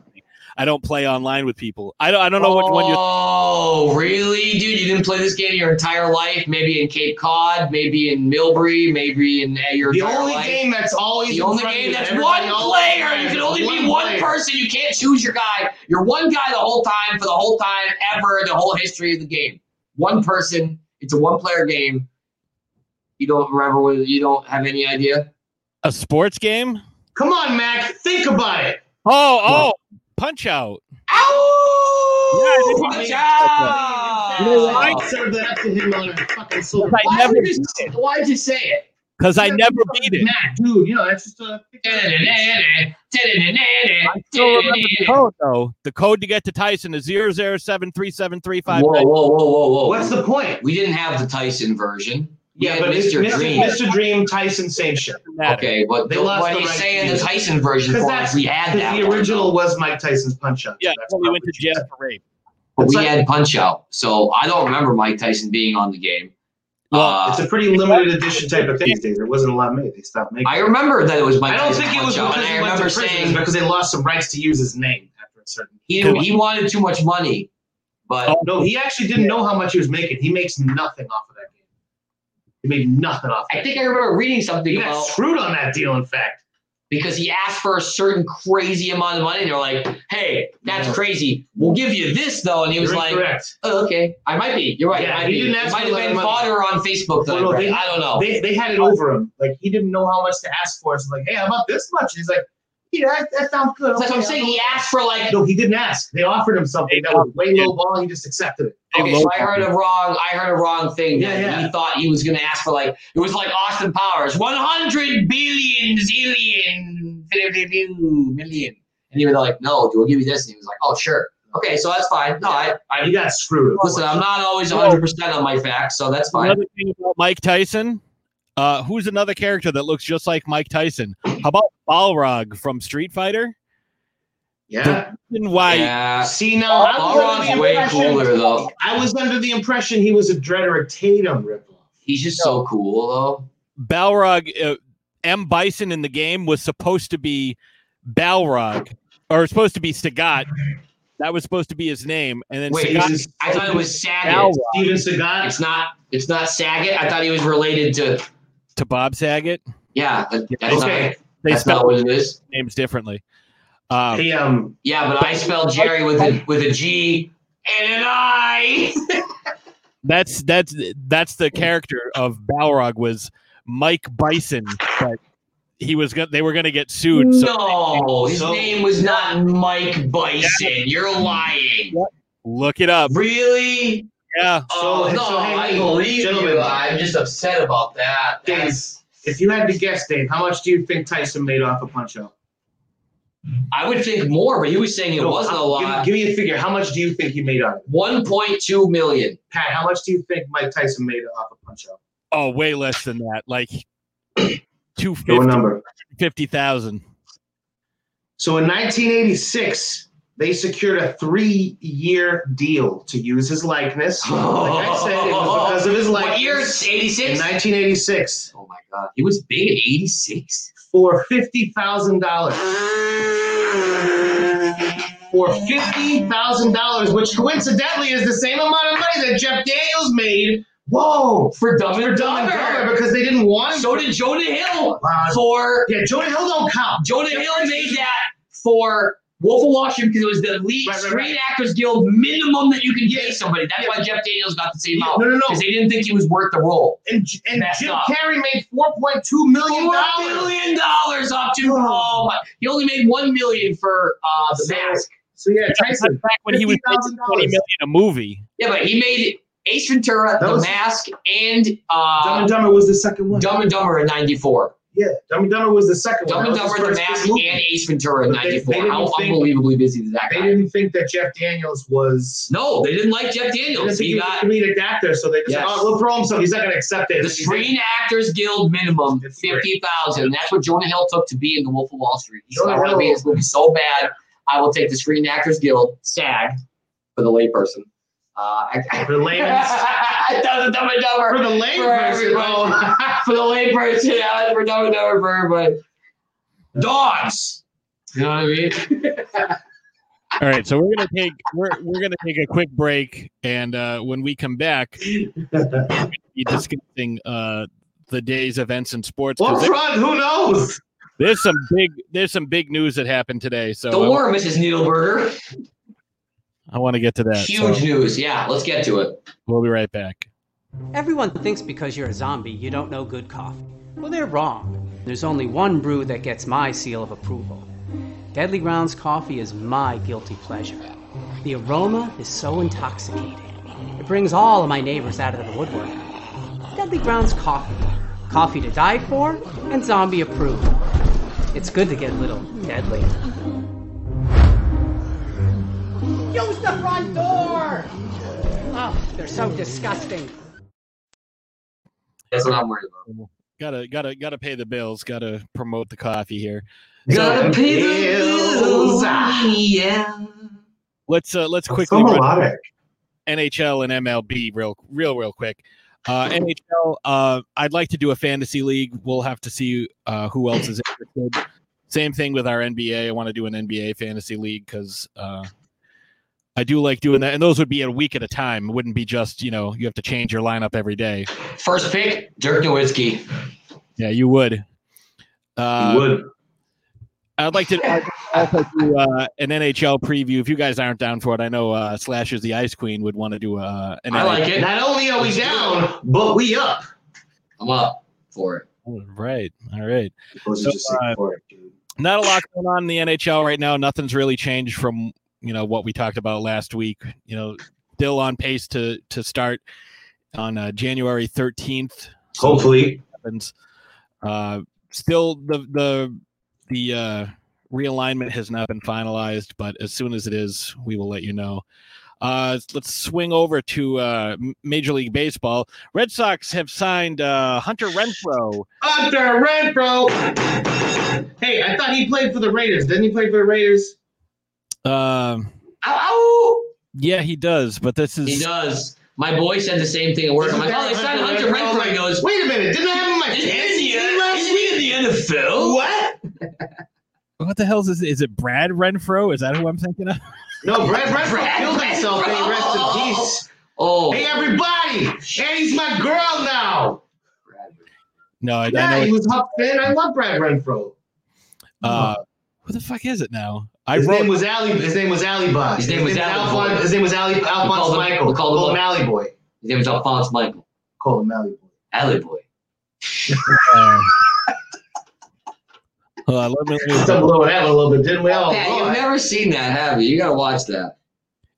S10: I don't play online with people. I don't. I don't know which one you.
S11: Oh, really, dude? You didn't play this game your entire life? Maybe in Cape Cod, maybe in Milbury, maybe in uh, your
S12: The
S11: entire
S12: only
S11: life.
S12: game that's always
S11: the
S12: in
S11: only
S12: front of
S11: game
S12: you,
S11: that's
S12: everybody
S11: one
S12: all
S11: player.
S12: plays,
S11: You can only
S12: one
S11: be one
S12: player.
S11: person. You can't choose your guy. You're one guy the whole time for the whole time ever. The whole history of the game. One person. It's a one-player game. You don't remember what you don't have any idea.
S10: A sports game?
S12: Come on, Mac. Think about it.
S10: Oh, oh, punch out. Yeah,
S11: Ow!
S10: I
S11: Watch
S10: think-
S11: out!
S10: You know
S12: I served that up to him on a fucking silver.
S10: I
S11: Why
S10: never
S11: would you, why'd you say it?
S10: Because I never beat it.
S12: Mac, dude, you know that's just a.
S10: I still remember the code though. Oh, The code to get to Tyson is zero zero seven three seven three five.
S11: Whoa, whoa, whoa, whoa, whoa.
S12: What's the point?
S11: We didn't have the Tyson version. We
S12: Yeah,
S11: had
S12: but it's
S11: Mr.
S12: Mr.
S11: Green.
S12: Mr. Dream, Tyson, same shit.
S11: Okay, but
S12: They
S11: the,
S12: lost
S11: what
S12: the
S11: he's
S12: right
S11: saying
S12: to
S11: the
S12: use it.
S11: Tyson version
S12: Because
S11: for us,
S12: that's
S11: we had that.
S12: the
S11: one.
S12: original was Mike Tyson's punch out.
S10: Yeah,
S12: That's
S10: well, we
S12: probably
S10: went to jail for rape.
S11: But we
S12: It's like-
S11: had Punch Out, so I don't remember Mike Tyson being on the game.
S10: Well,
S11: Uh,
S12: It's a pretty limited edition type of thing these days. There wasn't a lot made. They stopped making.
S11: I
S12: it.
S11: remember that it was Mike.
S12: I don't
S11: Tyson
S12: think it was
S11: Punch-Out,
S12: because
S11: and
S12: he
S11: I
S12: went to
S11: remember
S12: prison. It was
S11: saying
S12: because they lost some rights to use his name after a certain.
S11: he, he wanted too much money, but
S12: No, he actually didn't know how much he was making. He makes nothing off of that game. He made nothing off. Of
S11: I
S12: it.
S11: think I remember reading something
S12: He got
S11: about
S12: screwed on that deal. In fact,
S11: because he asked for a certain crazy amount of money. And they're like, "Hey, that's
S12: No.
S11: crazy. We'll give you this though." And he was
S12: You're
S11: like,
S12: incorrect.
S11: oh, "Okay, I might be. You're right.
S12: Yeah,
S11: I might
S12: he
S11: be.
S12: didn't
S11: It
S12: ask for
S11: might have
S12: a lot
S11: been
S12: of money.
S11: fodder on Facebook that I
S12: Well, no,
S11: read.
S12: they-
S11: I don't know."
S12: They, they had it over him. Like he didn't know how much to ask for. So like, hey, how about this much? He's like, yeah, that, that sounds good.
S11: that's
S12: Okay,
S11: what I'm
S12: I'll
S11: saying.
S12: do
S11: He asked for like
S12: No, he didn't ask. They offered him something that was way low ball. He just accepted it.
S11: Okay, so I heard a wrong. I heard a wrong thing.
S12: Yeah,
S11: that
S12: yeah.
S11: He thought he was going to ask for like it was like Austin Powers, one hundred billion zillion blah, blah, blah, million, and he was like, "No, we'll give you this," and he was like, "Oh, sure, okay, so that's fine." No, I, I
S12: He got screwed.
S11: listen. I'm not always one hundred percent on my facts, so that's fine.
S10: Another thing about Mike Tyson. Uh, who's another character that looks just like Mike Tyson? How about Balrog from Street Fighter?
S12: Yeah.
S10: And why?
S11: Yeah,
S12: See now, Oh, I was,
S11: Balrog's
S12: under the
S11: way
S12: impression-
S11: cooler though.
S12: I was under the impression he was a Dread or a Tatum ripoff.
S11: He's just so cool though.
S10: Balrog, uh, M. Bison in the game was supposed to be Balrog, or supposed to be Sagat. That was supposed to be his name, and then
S11: Wait,
S10: Sagat
S12: he's-
S11: I thought it was Saget.
S10: Balrog
S12: Steven Sagat.
S11: It's not. It's not Saget. I thought he was related to.
S10: to Bob Saget.
S11: Yeah, that- that's
S12: Okay.
S11: not.
S10: They
S11: That's not
S10: spelled
S11: what it is.
S10: names differently. Um,
S12: Hey, um,
S11: Yeah, but I spelled Jerry with a with a G and an I.
S10: That's that's that's the character of Balrog was Mike Bison, but he was gonna, they were going to get sued. So
S11: no, his
S12: So-
S11: name was not Mike Bison. You're lying.
S10: look it up.
S11: Really?
S10: Yeah,
S11: Oh
S12: So-
S11: no,
S12: so hang
S11: I
S12: on,
S11: believe
S12: gentlemen.
S11: you. I'm just upset about that.
S12: Dave,
S11: That's-
S12: if you had to guess, Dave, how much do you think Tyson made off of Punch Out?
S11: I would think more, but he was saying it wasn't a lot.
S12: Give, give me a figure. How much do you think he made on it?
S11: One point two million.
S12: Pat, how much do you think Mike Tyson made off of Punch Out?
S10: oh, way less than that, like two
S12: Throw a
S10: fifty
S12: number.
S10: fifty thousand.
S12: So in 1986, they secured a three-year deal to use his likeness. Like I said, it was because of his
S11: What year?
S12: likeness.
S11: Eighty
S12: In
S11: six.
S12: 1986,
S11: Oh my god, he was big in eighty six.
S12: for fifty thousand dollars. For fifty thousand dollars, which coincidentally is the same amount of money that Jeff Daniels made
S11: Whoa! For Dumb and
S5: For Dumb and Dumber, because they didn't want him.
S11: So did Jonah Hill
S5: Wow.
S11: for.
S5: Yeah, Jonah Hill don't count.
S11: Jonah
S5: Yeah,
S11: Hill made that for Wolf of Wall Street because it was the lead
S5: Right, right,
S11: Screen
S5: right.
S11: Actors Guild minimum that you can pay somebody. That's why Jeff Daniels got the same
S5: Yeah,
S11: amount.
S5: no, no, no.
S11: Because they didn't think he was worth the role.
S5: And, and
S11: Messed
S5: Jim
S11: up.
S5: Carrey made four point two million
S11: Four
S5: dollars.
S11: million dollars off to oh my! He only made one million for uh, the
S5: So-
S11: mask.
S5: So yeah,
S13: That's
S5: Tyson.
S13: back when he was making
S5: $50,000.
S13: twenty million a movie.
S11: Yeah, but he made Ace Ventura,
S5: That
S11: The
S5: was-
S11: Mask, and uh,
S5: Dumb and Dumber was the second one.
S11: Dumb and Dumber in '94.
S5: yeah, Dumb and Dumber was the second
S11: Dumb
S5: one.
S11: and
S5: That was
S11: Dumber, The
S5: his first
S11: Mask,
S5: big movie.
S11: and Ace Ventura in
S5: But they- they
S11: '94.
S5: didn't
S11: How
S5: think-
S11: unbelievably busy is that
S5: They
S11: guy?
S5: didn't think that Jeff Daniels was.
S11: No, they didn't like Jeff Daniels.
S5: He
S11: He
S5: was
S11: got
S5: a comedic actor, so they just
S11: Yes.
S5: oh, we'll throw him some. He's not going to accept it.
S11: the Screen Actors Guild minimum
S5: It's great.
S11: fifty thousand. That's what Jonah Hill took to be in The Wolf of Wall Street. He said,
S5: Jonah
S11: "I want to be in
S5: Hill.
S11: this movie so bad. I will take the Screen Actors Guild SAG for the layperson." Uh, I,
S5: For the layman's-
S11: That was Dumb and Dumber.
S5: for the layperson.
S11: everybody.
S5: though.
S11: for the layperson, yeah, we're done with that for everybody. Dogs. You know what I mean?
S13: All right, so we're gonna take we're we're gonna take a quick break, and uh, when we come back, be discussing uh, the day's events in sports. 'cause
S5: What
S13: there-
S5: front? Who knows?
S13: there's some big there's some big news that happened today. So
S11: The
S13: I,
S11: war, Mrs. Needleberger.
S13: want to get to that. so
S11: Huge news. Yeah, let's get to it.
S13: we'll be right back.
S12: Everyone thinks because you're a zombie, you don't know good coffee. Well, they're wrong. There's only one brew that gets my seal of approval. Deadly Grounds coffee is my guilty pleasure. The aroma is so intoxicating. It brings all of my neighbors out of the woodwork. Deadly Grounds coffee. Coffee to die for and zombie approved. It's good to get a little deadly. Use the front door! Oh, they're so disgusting.
S11: That's what I'm worried about.
S13: Gotta gotta gotta pay the bills. Gotta promote the coffee here.
S11: Gotta pay the
S5: Bills.
S11: bills. Yeah.
S13: Let's uh, let's quickly
S5: So
S13: run
S5: melodic.
S13: NHL and MLB real real real quick. Uh, NHL, uh, I'd like to do a fantasy league. We'll have to see uh, who else is interested. Same thing with our NBA. I want to do an NBA fantasy league because uh, I do like doing that. And those would be a week at a time. It wouldn't be just you know you have to change your lineup every day.
S11: First pick, Dirk Nowitzki.
S13: Yeah, you would. Uh,
S5: You would.
S13: I'd like to I'd also do uh, an NHL preview. If you guys aren't down for it, I know uh, Slashers the Ice Queen would want to do uh, an
S11: I like
S13: NHL.
S11: it.
S5: Not only are we down, but we up.
S11: I'm up for it.
S13: All Oh, right, all right.
S5: Those
S13: are just So, uh, not a lot going on in the NHL right now. Nothing's really changed from you know what we talked about last week. You know, still on pace to to start on uh, January thirteenth.
S5: Hopefully.
S13: happens. Uh, still, the the the uh, realignment has not been finalized, but as soon as it is, we will let you know. Uh, let's swing over to uh, M- Major League Baseball. Red Sox have signed uh, Hunter Renfro.
S5: Hunter Renfro. Hey, I thought he played for the Raiders. Didn't he play for the Raiders?
S13: Um,
S11: Ow!
S13: yeah, he does, but this is
S11: He does. My boy said the same thing at work. I'm like, oh, they signed Hunter Renfro. He goes,
S5: Wait a minute, didn't I have him in my
S11: Isn't
S5: fantasy
S11: he
S5: team last
S11: isn't he in the NFL?
S5: What?
S13: What the hell is this? Is it Brad Renfro? Is that who I'm thinking of?
S5: No, Brad Renfro
S11: Brad
S5: killed himself. Hey, rest in
S11: Renfro.
S5: peace.
S11: Oh,
S5: Hey, everybody! And he's my girl now.
S13: No, I, I
S5: Yeah,
S13: know.
S5: he
S13: It,
S5: was Huck Finn. I love Brad Renfro.
S13: uh, who the fuck is it now? I
S5: His
S13: wrote.
S5: name was Ali. His name was Ali Boy.
S11: His name was Ali Boy.
S5: Alphonse. His name was Ali
S11: called
S5: Alphonse
S11: him-
S5: Michael.
S11: we called
S5: Call
S11: him
S5: him
S11: Ali.
S5: Ali Boy.
S11: his name is Alphonse Michael.
S5: Call him Ali Boy.
S11: Alley boy.
S13: uh, hold
S10: Uh,
S13: on, let me- let me-
S5: Double over that one a little bit, didn't we? Oh,
S11: Pat, you've
S5: boy.
S11: never seen that, have you? You gotta watch that.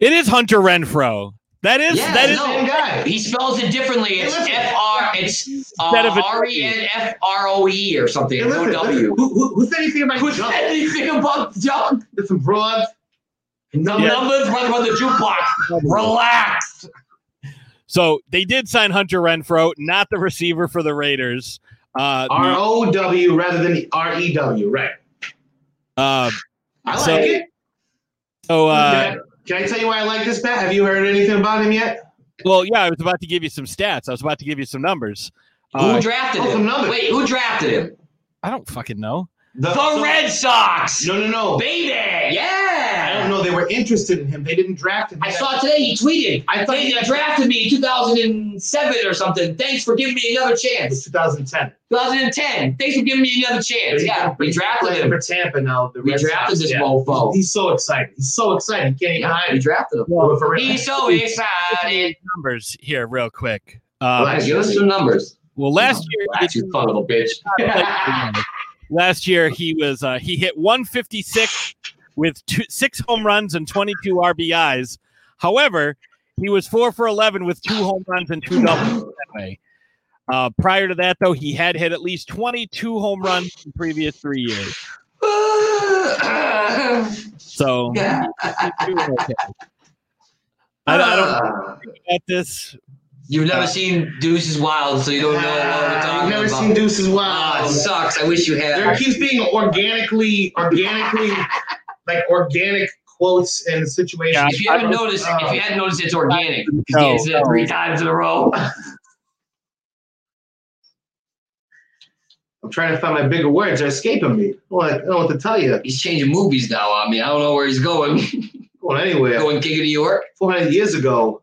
S13: it is Hunter Renfro. That is
S11: Yeah,
S13: that is
S11: no.
S5: Same guy.
S11: He spells it differently. It's
S5: Hey, listen.
S11: F R. It's
S13: Instead of a
S11: uh,
S13: W.
S11: R E N F R O E or something.
S5: Hey,
S11: No
S5: listen, listen.
S11: W.
S5: Who, who, who said anything about
S11: Who's
S5: junk?
S11: anything about junk?
S5: There's some broad.
S11: The
S13: Yeah.
S11: numbers run on the jukebox. Relax.
S13: so they did sign Hunter Renfro, not the receiver for the Raiders. Uh,
S5: R O W rather than R E W, right?
S13: uh,
S5: I
S13: So-
S5: like it.
S13: so uh,
S5: Can I- can I tell you why I like this bet? Have you heard anything about him yet?
S13: well, yeah, I was about to give you some stats. I was about to give you some numbers. Uh,
S11: who drafted
S5: oh, some
S11: him?
S5: numbers.
S11: Wait, who drafted him?
S13: I don't fucking know.
S11: The Red Sox.
S5: No, no, no.
S11: Baby. Yeah.
S12: don't know they were interested in him. They didn't draft him.
S11: I saw today he tweeted.
S12: I thought
S11: they
S12: he-
S11: drafted me in 2007 or something. Thanks for giving me another chance.
S12: 2010.
S11: 2010. Thanks for giving me another chance. Yeah, we
S12: he's
S11: drafted
S12: playing
S11: him.
S12: for Tampa now. The
S11: We
S12: Red
S11: drafted
S12: Sox,
S11: this mofo.
S12: He's, he's so excited. He's so excited. He can't even
S11: Yeah,
S12: hide.
S11: we
S12: it.
S11: drafted him.
S12: Well, for real.
S11: He's so excited.
S10: numbers here real quick.
S11: Last year, some numbers.
S10: Uh, Well, last year,
S11: Last you son of a bitch.
S10: last year he was uh, he hit 156 with two, six home runs and 22 RBIs. However, he was four for 11 with two home runs and two doubles. That way. Uh, prior to that, though, he had hit at least 22 home runs in the previous three years. So he's doing okay. I, I
S11: Uh,
S10: don't at this.
S11: You've never seen Deuce is Wild, so you don't know what we're talking
S12: Uh, I've never
S11: about.
S12: seen Deuces
S11: Oh,
S12: Wild.
S11: it sucks. I wish you had.
S12: There keeps being organically, organically, like organic quotes and situations.
S11: If you haven't noticed, if you hadn't noticed, it's organic. Because he answered that three times in a row.
S12: I'm trying to find my bigger words. They're escaping me. Well, I don't know what to tell you.
S11: He's changing movies now. I mean, I don't know where he's going.
S12: Going anywhere.
S11: Going King of New York.
S12: 400 years ago.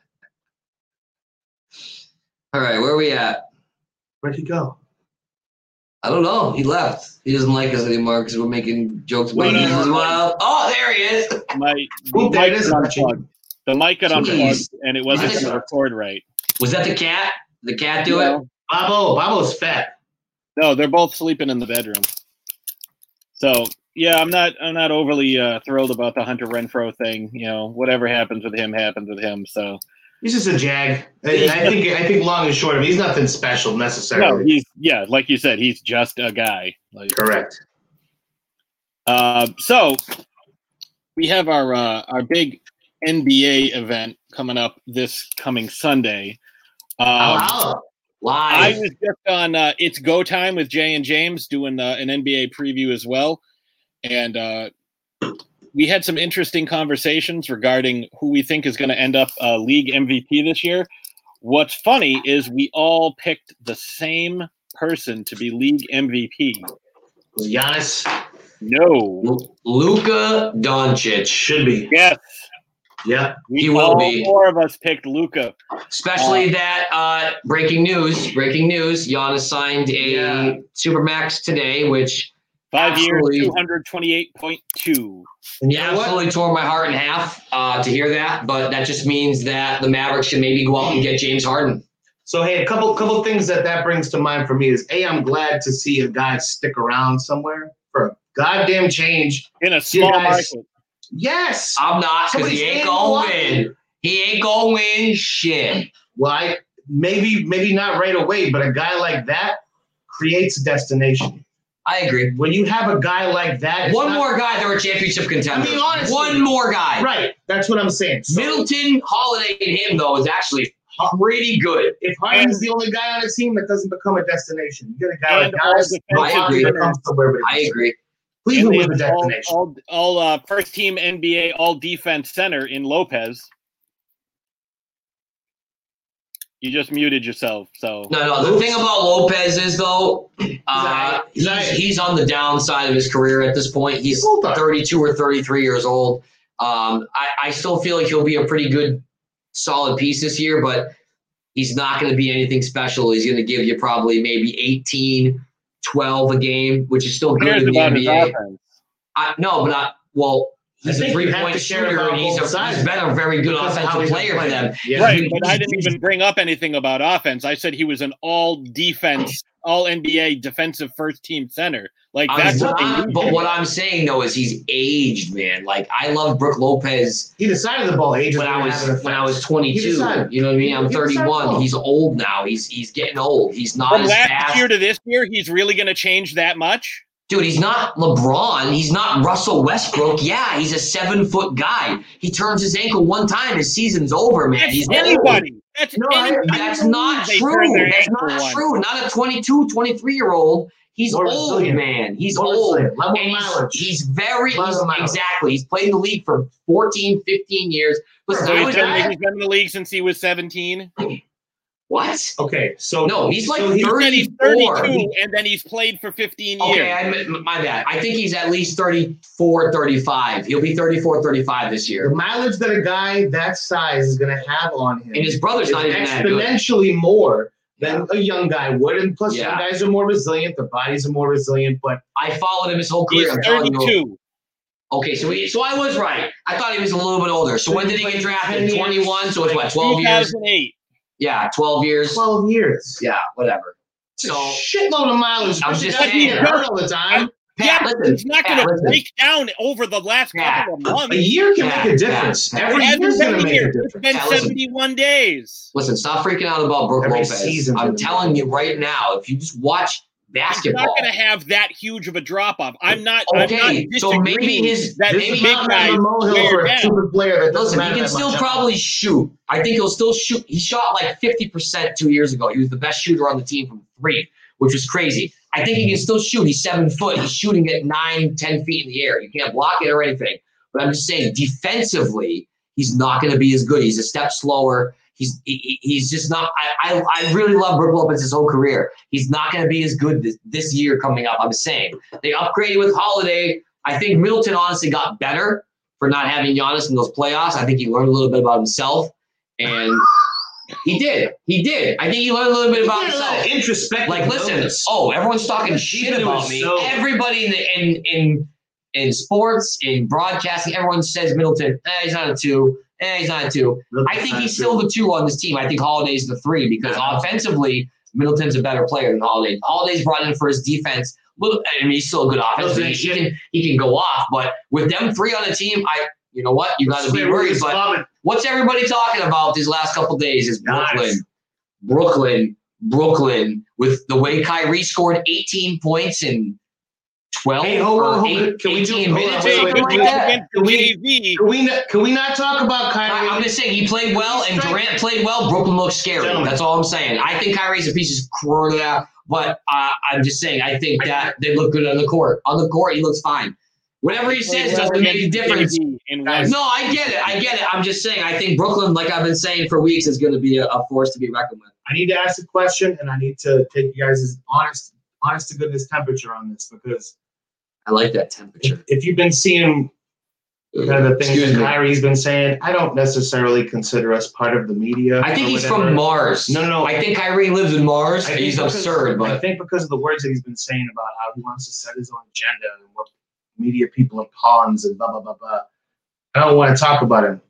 S11: All right, where are we at?
S12: Where'd he go?
S11: I don't know. He left. He doesn't like us anymore because we're making jokes about
S13: Wait,
S11: Deuce
S13: no,
S11: is
S13: no.
S11: Wild. Oh, there he is.
S13: My the
S12: Ooh, there it
S13: mic
S12: is,
S13: got
S12: Richie.
S13: unplugged. The mic got unplugged
S11: Jeez.
S13: and it wasn't going to record right.
S11: Was that the cat? The cat do it?
S13: No.
S12: Bobo. Bobo's fat.
S13: No, they're both sleeping in the bedroom. So yeah, I'm not I'm not overly uh, thrilled about the Hunter Renfro thing. You know, whatever happens with him happens with him. So
S12: He's just a jag. I, I think. I think long and short of it, he's nothing special
S13: no,
S12: necessarily.
S13: he's yeah, like you said, he's just a guy. Like,
S12: Correct.
S13: Uh, so we have our uh, our big NBA event coming up this coming Sunday. Um,
S12: Hello.
S13: I
S11: Live.
S13: was just on uh, It's Go Time with Jay and James doing uh, an NBA preview as well. And uh, we had some interesting conversations regarding who we think is going to end up uh, league MVP this year. What's funny is we all picked the same person to be league MVP.
S12: Giannis.
S13: No.
S11: Luka Doncic should be.
S13: Yes.
S12: Yeah.
S13: We
S11: He will
S13: all
S11: be.
S13: Four of us picked Luca.
S11: Especially
S13: Uh,
S11: that uh, breaking news, breaking news. Giannis signed a supermax today, which
S13: Five years,
S11: absolutely-
S13: two hundred twenty-eight point two.
S11: Yeah, absolutely tore my heart in half uh, to hear that, but that just means that the Mavericks should maybe go out and get James Harden.
S12: So hey, a couple couple things that that brings to mind for me is a I'm glad to see a guy stick around somewhere for a goddamn change
S13: in a
S11: small market.
S12: Yes,
S11: I'm not because
S12: Somebody's
S11: he ain't
S12: staying
S11: gonna
S12: in
S11: win. He ain't gonna win shit.
S12: Well, I, maybe maybe not right away, but a guy like that creates a destination.
S11: I agree.
S12: When you have a guy like that, it's
S11: One
S12: not-
S11: more guy, they're a championship contender.
S12: I mean, honestly,
S11: one more guy.
S12: Right, that's what I'm saying. So
S11: Middleton, Holiday, and him though is actually pretty good.
S12: If Harden's the only guy on a team that doesn't become a destination, you get a guy
S13: And
S12: like Giannis,
S13: all
S11: I agree.
S12: that comes to wherever it
S11: I
S12: is.
S11: agree.
S12: Cleveland
S13: And
S12: was a
S13: they have all-
S12: destination.
S13: All, all, uh, first team NBA all defense center in Lopez. You just muted yourself, so
S11: No, no. The thing about Lopez is though, uh, he's, he's on the downside of his career at this point. He's 32 or 33 years old. Um, I, I still feel like he'll be a pretty good, solid piece this year, but he's not going to be anything special. He's going to give you probably maybe 18, 12 a game, which is still good
S13: cares
S11: in the
S13: about his
S11: NBA.
S13: offense.
S11: I, no, but I, well,
S12: I
S11: he's a
S12: think you
S11: three
S12: have to
S11: point
S12: care
S11: shooter,
S12: about
S11: and he's,
S12: both
S11: a,
S12: sides.
S11: he's been a very good
S12: Because how
S11: offensive
S12: he's been
S11: player for
S12: playing.
S11: them.
S12: Yeah.
S13: Right, but I didn't even bring up anything about offense. I said he was an all defense, all NBA defensive first team center. Like
S11: I'm
S13: that's what
S11: not-
S13: they need.
S11: but what I'm saying though is he's aged, man. Like I love Brooke Lopez.
S12: He decided the ball ages
S11: when I
S12: ago, having
S11: was
S12: a
S11: when I was
S12: He
S11: 22.
S12: decided.
S11: You know what I mean? I'm
S12: He decided the
S11: 31.
S12: ball.
S11: He's old now. He's he's getting old. He's not
S13: From
S11: as
S13: last
S11: fast.
S13: year to this year, he's really going to change that much.
S11: Dude, he's not LeBron. He's not Russell Westbrook. Yeah, he's a seven foot guy. He turns his ankle one time, his season's over, man.
S13: That's
S11: he's old.
S13: anybody. That's
S11: No, I-
S13: anybody.
S11: that's not
S13: They
S11: true.
S13: turn their
S11: That's
S13: ankle
S11: not
S13: once.
S11: true. Not a 22, 23 year old. He's
S12: More
S11: old,
S12: resilient.
S11: man. He's
S12: More
S11: old.
S12: resilient. Level
S11: And he's,
S12: mileage.
S11: he's very,
S12: Level
S11: he's-
S12: mileage.
S11: exactly. He's played in the league for 14, 15 years. Listen,
S13: So
S11: I
S13: he's
S11: was
S13: been,
S11: at-
S13: he's been in the league since he was 17.
S11: What?
S12: Okay, so
S11: No, he's like
S12: so he-
S11: 34.
S13: and then he's played for 15 years.
S11: Okay, I, admit- my bad. I think he's at least 34, 35. He'll be 34, 35 this
S12: The
S11: year.
S12: mileage that a guy that size is going to have on him,
S11: And his brother's
S12: is
S11: not even that good.
S12: exponentially more than a young guy would. And plus,
S11: Yeah.
S12: young guys are more resilient. Their bodies are more resilient. But
S11: I followed him his whole career.
S12: He's
S11: I'm telling you.
S12: 32.
S11: Okay, so he, so I was right. I thought he was a little bit older. So when did he get drafted? 21. So it's what, 12 years?
S13: 2008.
S11: Yeah, 12 years.
S12: 12 years.
S11: Yeah, whatever.
S12: It's a
S11: So
S12: shitload of mileage.
S11: I'm
S12: especially
S11: just
S12: guys
S11: saying.
S12: get hurt all the time.
S11: Pat,
S13: yeah,
S11: listen,
S13: it's not
S11: Pat,
S13: going to
S11: listen.
S13: break down over the last couple of months.
S12: A year can make a difference. Every
S13: Every
S12: year's going to make
S13: year.
S12: a
S13: It's
S12: difference.
S13: been
S11: Pat, listen.
S13: 71 days.
S11: Listen, stop freaking out about Brooke
S12: Every
S11: Lopez.
S12: season's
S11: I'm
S12: gonna be
S11: telling you right now, if you just watch
S13: He's
S11: basketball,
S13: not going to have that huge of a drop off. I'm not.
S11: Okay,
S13: I'm not
S11: so maybe
S13: disagreeing
S11: his-
S13: that
S11: this is
S13: big
S11: not
S13: guys
S12: Matt Mohill
S13: wear
S12: for a
S13: down.
S12: super player that doesn't
S11: Listen,
S12: matter
S11: he can
S12: that much.
S11: still probably shoot. I think he'll still shoot. He shot like 50% two years ago. He was the best shooter on the team from three, which was crazy. I think he can still shoot. He's seven foot. He's shooting at nine, 10 feet in the air. You can't block it or anything. But I'm just saying, defensively, he's not going to be as good. He's a step slower. He's he- he, he's just not. I, I I really love Brook Lopez his whole career. He's not going to be as good this, this year coming up. I'm saying they upgraded with Holiday. I think Middleton honestly got better for not having Giannis in those playoffs. I think he learned a little bit about himself, and he did. He did. I think he learned a little bit about
S12: He did a lot
S11: himself.
S12: of introspective
S11: Like, listen.
S12: moments.
S11: Oh, everyone's talking shit
S12: Even
S11: about
S12: though
S11: me.
S12: it's so-
S11: Everybody in the, in in in sports, in broadcasting, everyone says Middleton. Eh, he's not a two. Eh, he's not a two. I think he's still the two on this team. I think Holiday's the three because offensively, Middleton's a better player than Holiday. Holiday's brought in for his defense. Little, I mean, he's still a good offense. He, he can he can go off, but with them three on the team, I you know what you got to be worried. But what's everybody talking about these last couple days is Brooklyn, Brooklyn, Brooklyn. With the way Kyrie scored 18 points in 12
S12: Hey, hold on,
S11: or
S12: hold on.
S11: eight-
S12: Can we do-
S11: 18
S12: hold on,
S11: minutes,
S12: wait,
S11: or
S12: wait,
S11: something
S12: wait,
S11: like that.
S12: Can we, can we not, can we not talk about Kyrie?
S11: I, am just saying he played well, and Durant played well. Brooklyn looks scary.
S12: Gentlemen.
S11: That's all I'm saying. I think Kyrie's a piece of crap, but uh, I'm just saying I think that they look good on the court. On the court, he looks fine. Whatever he says doesn't make a difference. No, I get it. I get it. I'm just saying. I think Brooklyn, like I've been saying for weeks, is going to be a, a force to be reckoned with.
S12: I need to ask a question, and I need to take you guys' honest, honest to goodness temperature on this because
S11: I like that temperature.
S12: if you've been seeing kind of the things
S11: Excuse
S12: that
S11: me.
S12: Kyrie's been saying, I don't necessarily consider us part of the media.
S11: I think
S12: or
S11: he's
S12: whatever.
S11: from Mars.
S12: No, no, no.
S11: I think Kyrie lives in Mars.
S12: I think
S11: He's
S12: because-
S11: absurd,
S12: I
S11: but
S12: think because of the words that he's been saying about how he wants to set his own agenda and what media people are pawns and blah blah blah blah. I don't want to talk about him.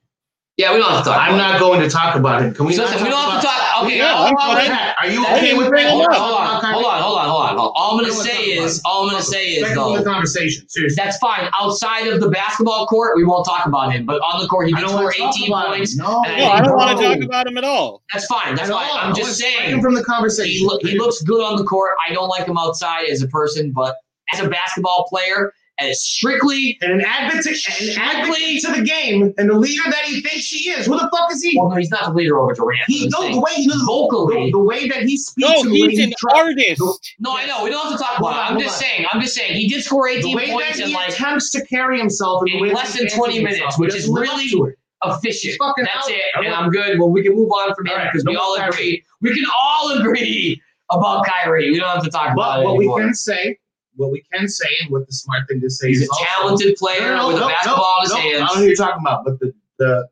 S11: yeah, we don't have to talk.
S12: I'm
S11: about
S12: not
S11: it.
S12: going to talk about him. Can we?
S11: Listen,
S12: not
S11: we don't have to talk. Okay,
S12: Yeah,
S11: all-
S12: I'm
S11: all-
S12: fine. Pat, are you
S11: Hey,
S12: okay with that?
S11: Hold on,
S12: We're
S11: hold on,
S12: talking about
S11: hold on, hold on, hold on. hold on. All I'm gonna
S12: Come on,
S11: say
S12: come on.
S11: is, all I'm gonna say is,
S12: Back into the
S11: though,
S12: conversation. Seriously.
S11: that's fine. Outside of the basketball court, we won't talk about him. But on the court, he
S12: I
S11: did
S12: don't wanna
S11: score
S12: talk
S11: 18
S12: about him.
S11: points.
S12: No.
S11: and
S13: No, I don't
S11: think-
S13: want to talk about him at all.
S11: That's fine. That's
S12: At
S11: fine.
S12: all. I
S11: I'm
S12: was
S11: just
S12: breaking
S11: saying.
S12: from the conversation.
S11: He, lo- he looks good on the court. I don't like him outside as a person, but as a basketball player, as strictly
S12: and an advocate, an advocate to the game, and the leader that he thinks he is. Who the fuck is he?
S11: Well, no, he's not the leader over Durant.
S12: He
S11: I'm
S12: no,
S11: saying.
S12: the way he looks,
S11: Vocally.
S12: the, the way that he speaks.
S13: No,
S12: and the way
S13: he's
S12: he
S13: an
S12: dri-
S13: artist.
S12: the-
S11: No, I know. We don't have to talk
S12: Hold
S11: about
S12: on,
S11: it. I'm
S12: hold
S11: just
S12: on.
S11: saying. I'm just saying. He did score
S12: The
S11: 18
S12: way that
S11: points in
S12: he
S11: like
S12: attempts to carry himself and the
S11: in
S12: way that
S11: less
S12: he
S11: than 20
S12: handles
S11: minutes,
S12: himself,
S11: which
S12: he
S11: is
S12: doesn't live up
S11: really-
S12: to it.
S11: efficient.
S12: Fucking
S11: That's
S12: out.
S11: it. And I'm good. Well, we can move on from him
S12: All right,
S11: because
S12: no
S11: we
S12: more
S11: all
S12: Kyrie.
S11: agree. We can all agree about Kyrie. We don't have to talk about
S12: But
S11: it
S12: what we
S11: anymore.
S12: can say, what we can say, and what the smart thing to say
S11: He's
S12: is
S11: a
S12: also-
S11: talented player
S12: No, no,
S11: with
S12: no, no,
S11: a basketball in his
S12: no, I don't know
S11: hands.
S12: who you're talking about, but the the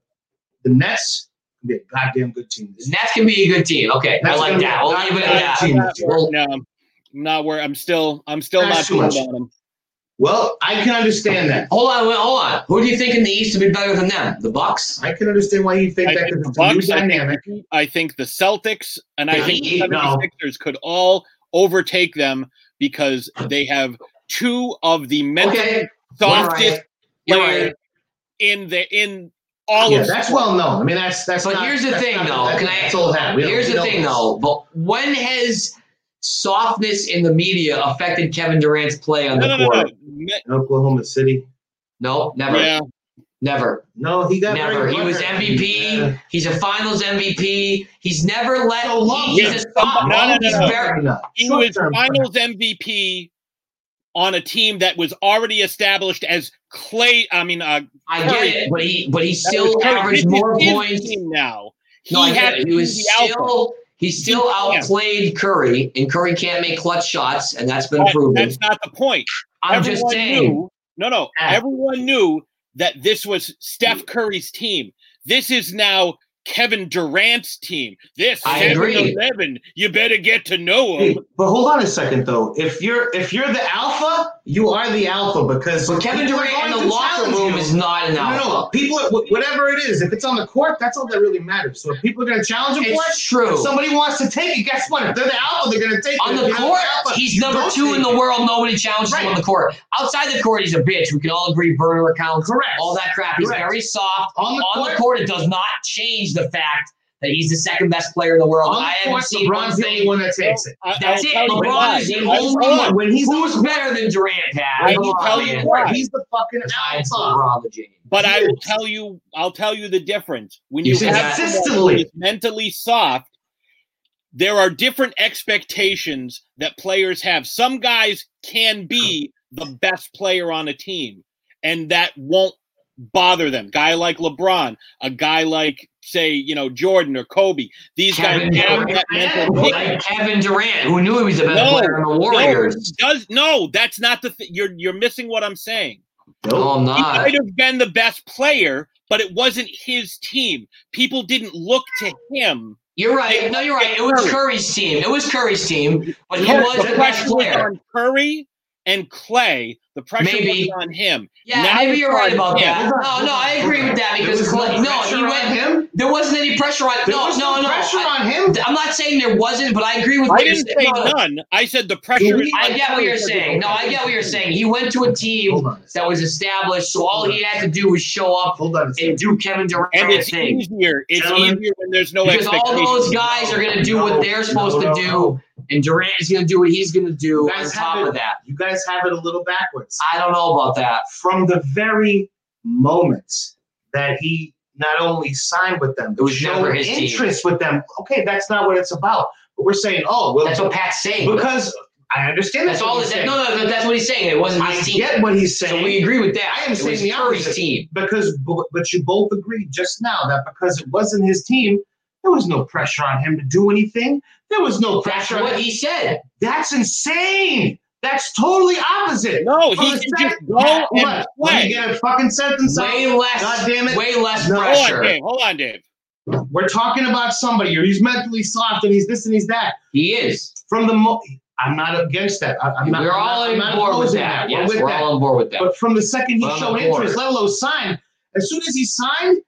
S12: the Nets can be a goddamn good team. This year.
S11: Nets can be a good team. Okay, I
S12: Nets
S11: like
S12: gonna be
S11: that.
S12: a
S11: We'll leave it at
S12: goddamn
S11: that.
S12: team.
S13: I'm not,
S11: Well-
S13: no, I'm not where I'm still. I'm still
S12: That's
S13: not
S12: too
S13: sold on
S12: much.
S13: him.
S12: Well, I can understand that.
S11: Hold on, wait, hold on. Who do you think in the East would be better than them? The Bucks?
S12: I can understand why you think
S13: I
S12: that
S13: think
S12: because
S13: the
S12: it's a new
S13: Bucks. I
S12: dynamic.
S13: think, I think the Celtics and I
S11: Yeah,
S13: think the
S11: he- no.
S13: 76ers could all overtake them because they have two of the mentally
S11: Okay,
S13: softest
S11: right. you're
S13: players
S11: right.
S13: in the in all
S12: Oh, Yeah,
S13: of
S12: that's
S13: sports.
S12: well known. I mean, that's that's.
S11: But
S12: not-
S11: here's the
S12: that's
S11: thing,
S12: not-
S11: though.
S12: that's-
S11: Can I?
S12: That's old hat. We don't-
S11: here's
S12: we
S11: the
S12: know
S11: thing,
S12: this.
S11: though. But when has softness in the media affected Kevin Durant's play on
S13: No, no,
S11: the
S13: no,
S11: court?
S13: no. Ne-
S12: In Oklahoma City.
S11: No, never,
S13: Yeah,
S11: never.
S12: No, he got
S11: Never.
S12: very
S11: He was
S12: lucky.
S11: MVP.
S12: Yeah.
S11: He's a Finals MVP. He's never let.
S12: So long-
S11: he- he's a
S13: No,
S11: soft.
S13: no, no,
S11: he's
S13: no.
S11: very-
S13: he was
S12: Short-term
S13: Finals MVP on a team that was already established as Clay. I mean, uh,
S11: I get it, but he but he still
S13: That was Curry.
S11: averaged
S13: This is
S11: more
S13: his
S11: points.
S13: team now. He
S11: No, I
S13: had
S11: get
S13: to
S11: it.
S13: be
S11: He was
S13: the alpha.
S11: still He still outplayed Curry, and Curry can't make clutch shots, and that's been
S13: That-
S11: proven.
S13: that's not the point.
S11: I'm just saying.
S13: Knew, no, no. Everyone knew that this was Steph Curry's team. This is now Kevin Durant's team. This
S12: I
S13: Kevin
S12: agree.
S13: Eleven. You better get to know him.
S12: Hey, but hold on a second though. If you're if you're the alpha, you are the alpha because
S11: But Kevin
S12: people are
S11: Durant in
S12: going
S11: the
S12: to
S11: locker
S12: challenge
S11: room
S12: you.
S11: is not an
S12: No, No, no,
S11: alpha.
S12: people, wh- whatever it is, if it's on the court, that's all that really matters. So if people are going to challenge him,
S11: It's
S12: for it,
S11: true.
S12: If somebody wants to take it, guess what? If they're the alpha, they're going to take it.
S11: On
S12: If
S11: the
S12: you're not
S11: court,
S12: alpha,
S11: he's
S12: you
S11: number
S12: don't
S11: two in
S12: take
S11: the
S12: it.
S11: world. Nobody challenges
S12: Right.
S11: him on the court. Outside the court, he's a bitch. We can all agree burner accounts,
S12: Correct.
S11: all that crap. He's
S12: Correct.
S11: very soft.
S12: On the court-
S11: it does not change the fact that he's the second best player in the world.
S12: On the
S11: I haven't
S12: court,
S11: seen
S12: LeBron's
S11: one
S12: the
S11: thing-
S12: only one that takes it.
S13: I-
S11: That's
S13: I'll
S11: it.
S13: tell you why.
S11: LeBron is the
S13: I'll
S11: only
S13: tell you
S11: one.
S12: when he's
S11: Who's better than Durant, Pat?
S13: I
S11: Come
S13: will
S11: on,
S13: tell you
S11: man.
S13: why.
S12: He's the fucking
S11: Besides
S12: alpha.
S11: LeBron James.
S13: But I will tell you, I'll tell you the difference. When
S12: You
S13: you
S12: said
S13: have someone
S12: consistently.
S13: who is mentally soft, there are different expectations that players have. Some guys can be the best player on a team, and that won't bother them. Guy like LeBron, a guy like say, you know, Jordan or Kobe. These
S11: Kevin
S13: guys have
S11: Durant.
S13: that mental
S11: Like Kevin Durant, who knew he was the best player in the
S13: no,
S11: Warriors.
S13: does no, that's not the thing. You're you're missing what I'm saying.
S11: No, I'm
S13: He
S11: not.
S13: might have been the best player, but it wasn't his team. People didn't look to him.
S11: You're right. No, you're right. It was Curry's team. It was Curry's team, but he
S13: Yes,
S11: was
S13: the
S11: the best
S13: pressure was
S11: player.
S13: on Curry and Clay. The pressure
S11: Maybe.
S13: was on him.
S11: Yeah,
S13: Now
S11: maybe
S13: it's
S11: you're right
S13: on
S11: about
S13: him.
S11: that. No, no, I agree with that
S12: There
S11: because
S12: was no
S11: Clay- no,
S12: pressure
S11: he
S12: on
S11: went.
S12: him?
S11: There wasn't any pressure on.
S12: There
S11: no,
S12: was
S11: no,
S12: no
S11: no.
S12: pressure
S11: I-
S12: on him?
S11: I'm not saying there wasn't, but I agree with.
S13: I
S11: what you're
S13: didn't
S11: saying.
S13: say
S11: No, no.
S13: none. I said the pressure. is
S11: I
S13: on
S11: get what
S13: Curry
S11: you're
S13: for the
S11: saying. No, I get what you're saying. He went to a team that was established, so all he had to do was show up and do Kevin Durant
S13: And it's
S11: thing.
S13: easier. It's
S11: Gentlemen,
S13: easier when there's no
S11: because all
S13: expectation.
S11: those guys are going to do what they're supposed
S12: No, no,
S11: to do,
S12: no.
S11: and Durant is going to do what he's going to do
S12: You
S11: on
S12: guys
S11: top
S12: have
S11: of
S12: it.
S11: that.
S12: You guys have it a little backwards.
S11: I don't know about that.
S12: From the very moment that he not only signed with them,
S11: It was
S12: showed
S11: never his team.
S12: interest with them. Okay, that's not what it's about. But we're saying, oh, well,
S11: That's what Pat's saying.
S12: because I understand
S11: that's all.
S12: what
S11: That,
S12: he's
S11: no,
S12: saying.
S11: no, no, that's what he's saying. It wasn't
S12: I
S11: his team.
S12: get what he's saying.
S11: So we agree with that.
S12: I am
S11: it
S12: saying
S11: was
S12: the
S11: Curry's
S12: opposite
S11: team.
S12: because, bu- but you both agreed just now that because it wasn't his team, there was no pressure on him to do anything. There was no
S11: That's
S12: pressure. on
S11: what
S12: him.
S11: he said.
S12: That's insane. That's totally opposite.
S13: No,
S12: From
S13: he can
S12: the sec-
S13: just go
S12: Yeah,
S13: and
S12: look, When
S13: play.
S12: you get a fucking sentence out,
S11: Way less.
S12: God damn it.
S11: Way less
S12: No.
S13: Hold on,
S11: pressure.
S13: Dave. Hold on, Dave.
S12: We're talking about somebody. or He's mentally soft and he's this and he's that.
S11: He is.
S12: From the mo- I'm not against that. I, am not,
S11: we're
S12: I'm
S11: all
S12: not, I'm not
S11: on board with
S12: opposing
S11: that.
S12: We're
S11: Yes,
S12: with
S11: we're
S12: that.
S11: all on board with that.
S12: But from the second he
S11: Well,
S12: showed
S11: of course.
S12: interest, let alone sign, as soon as he signed,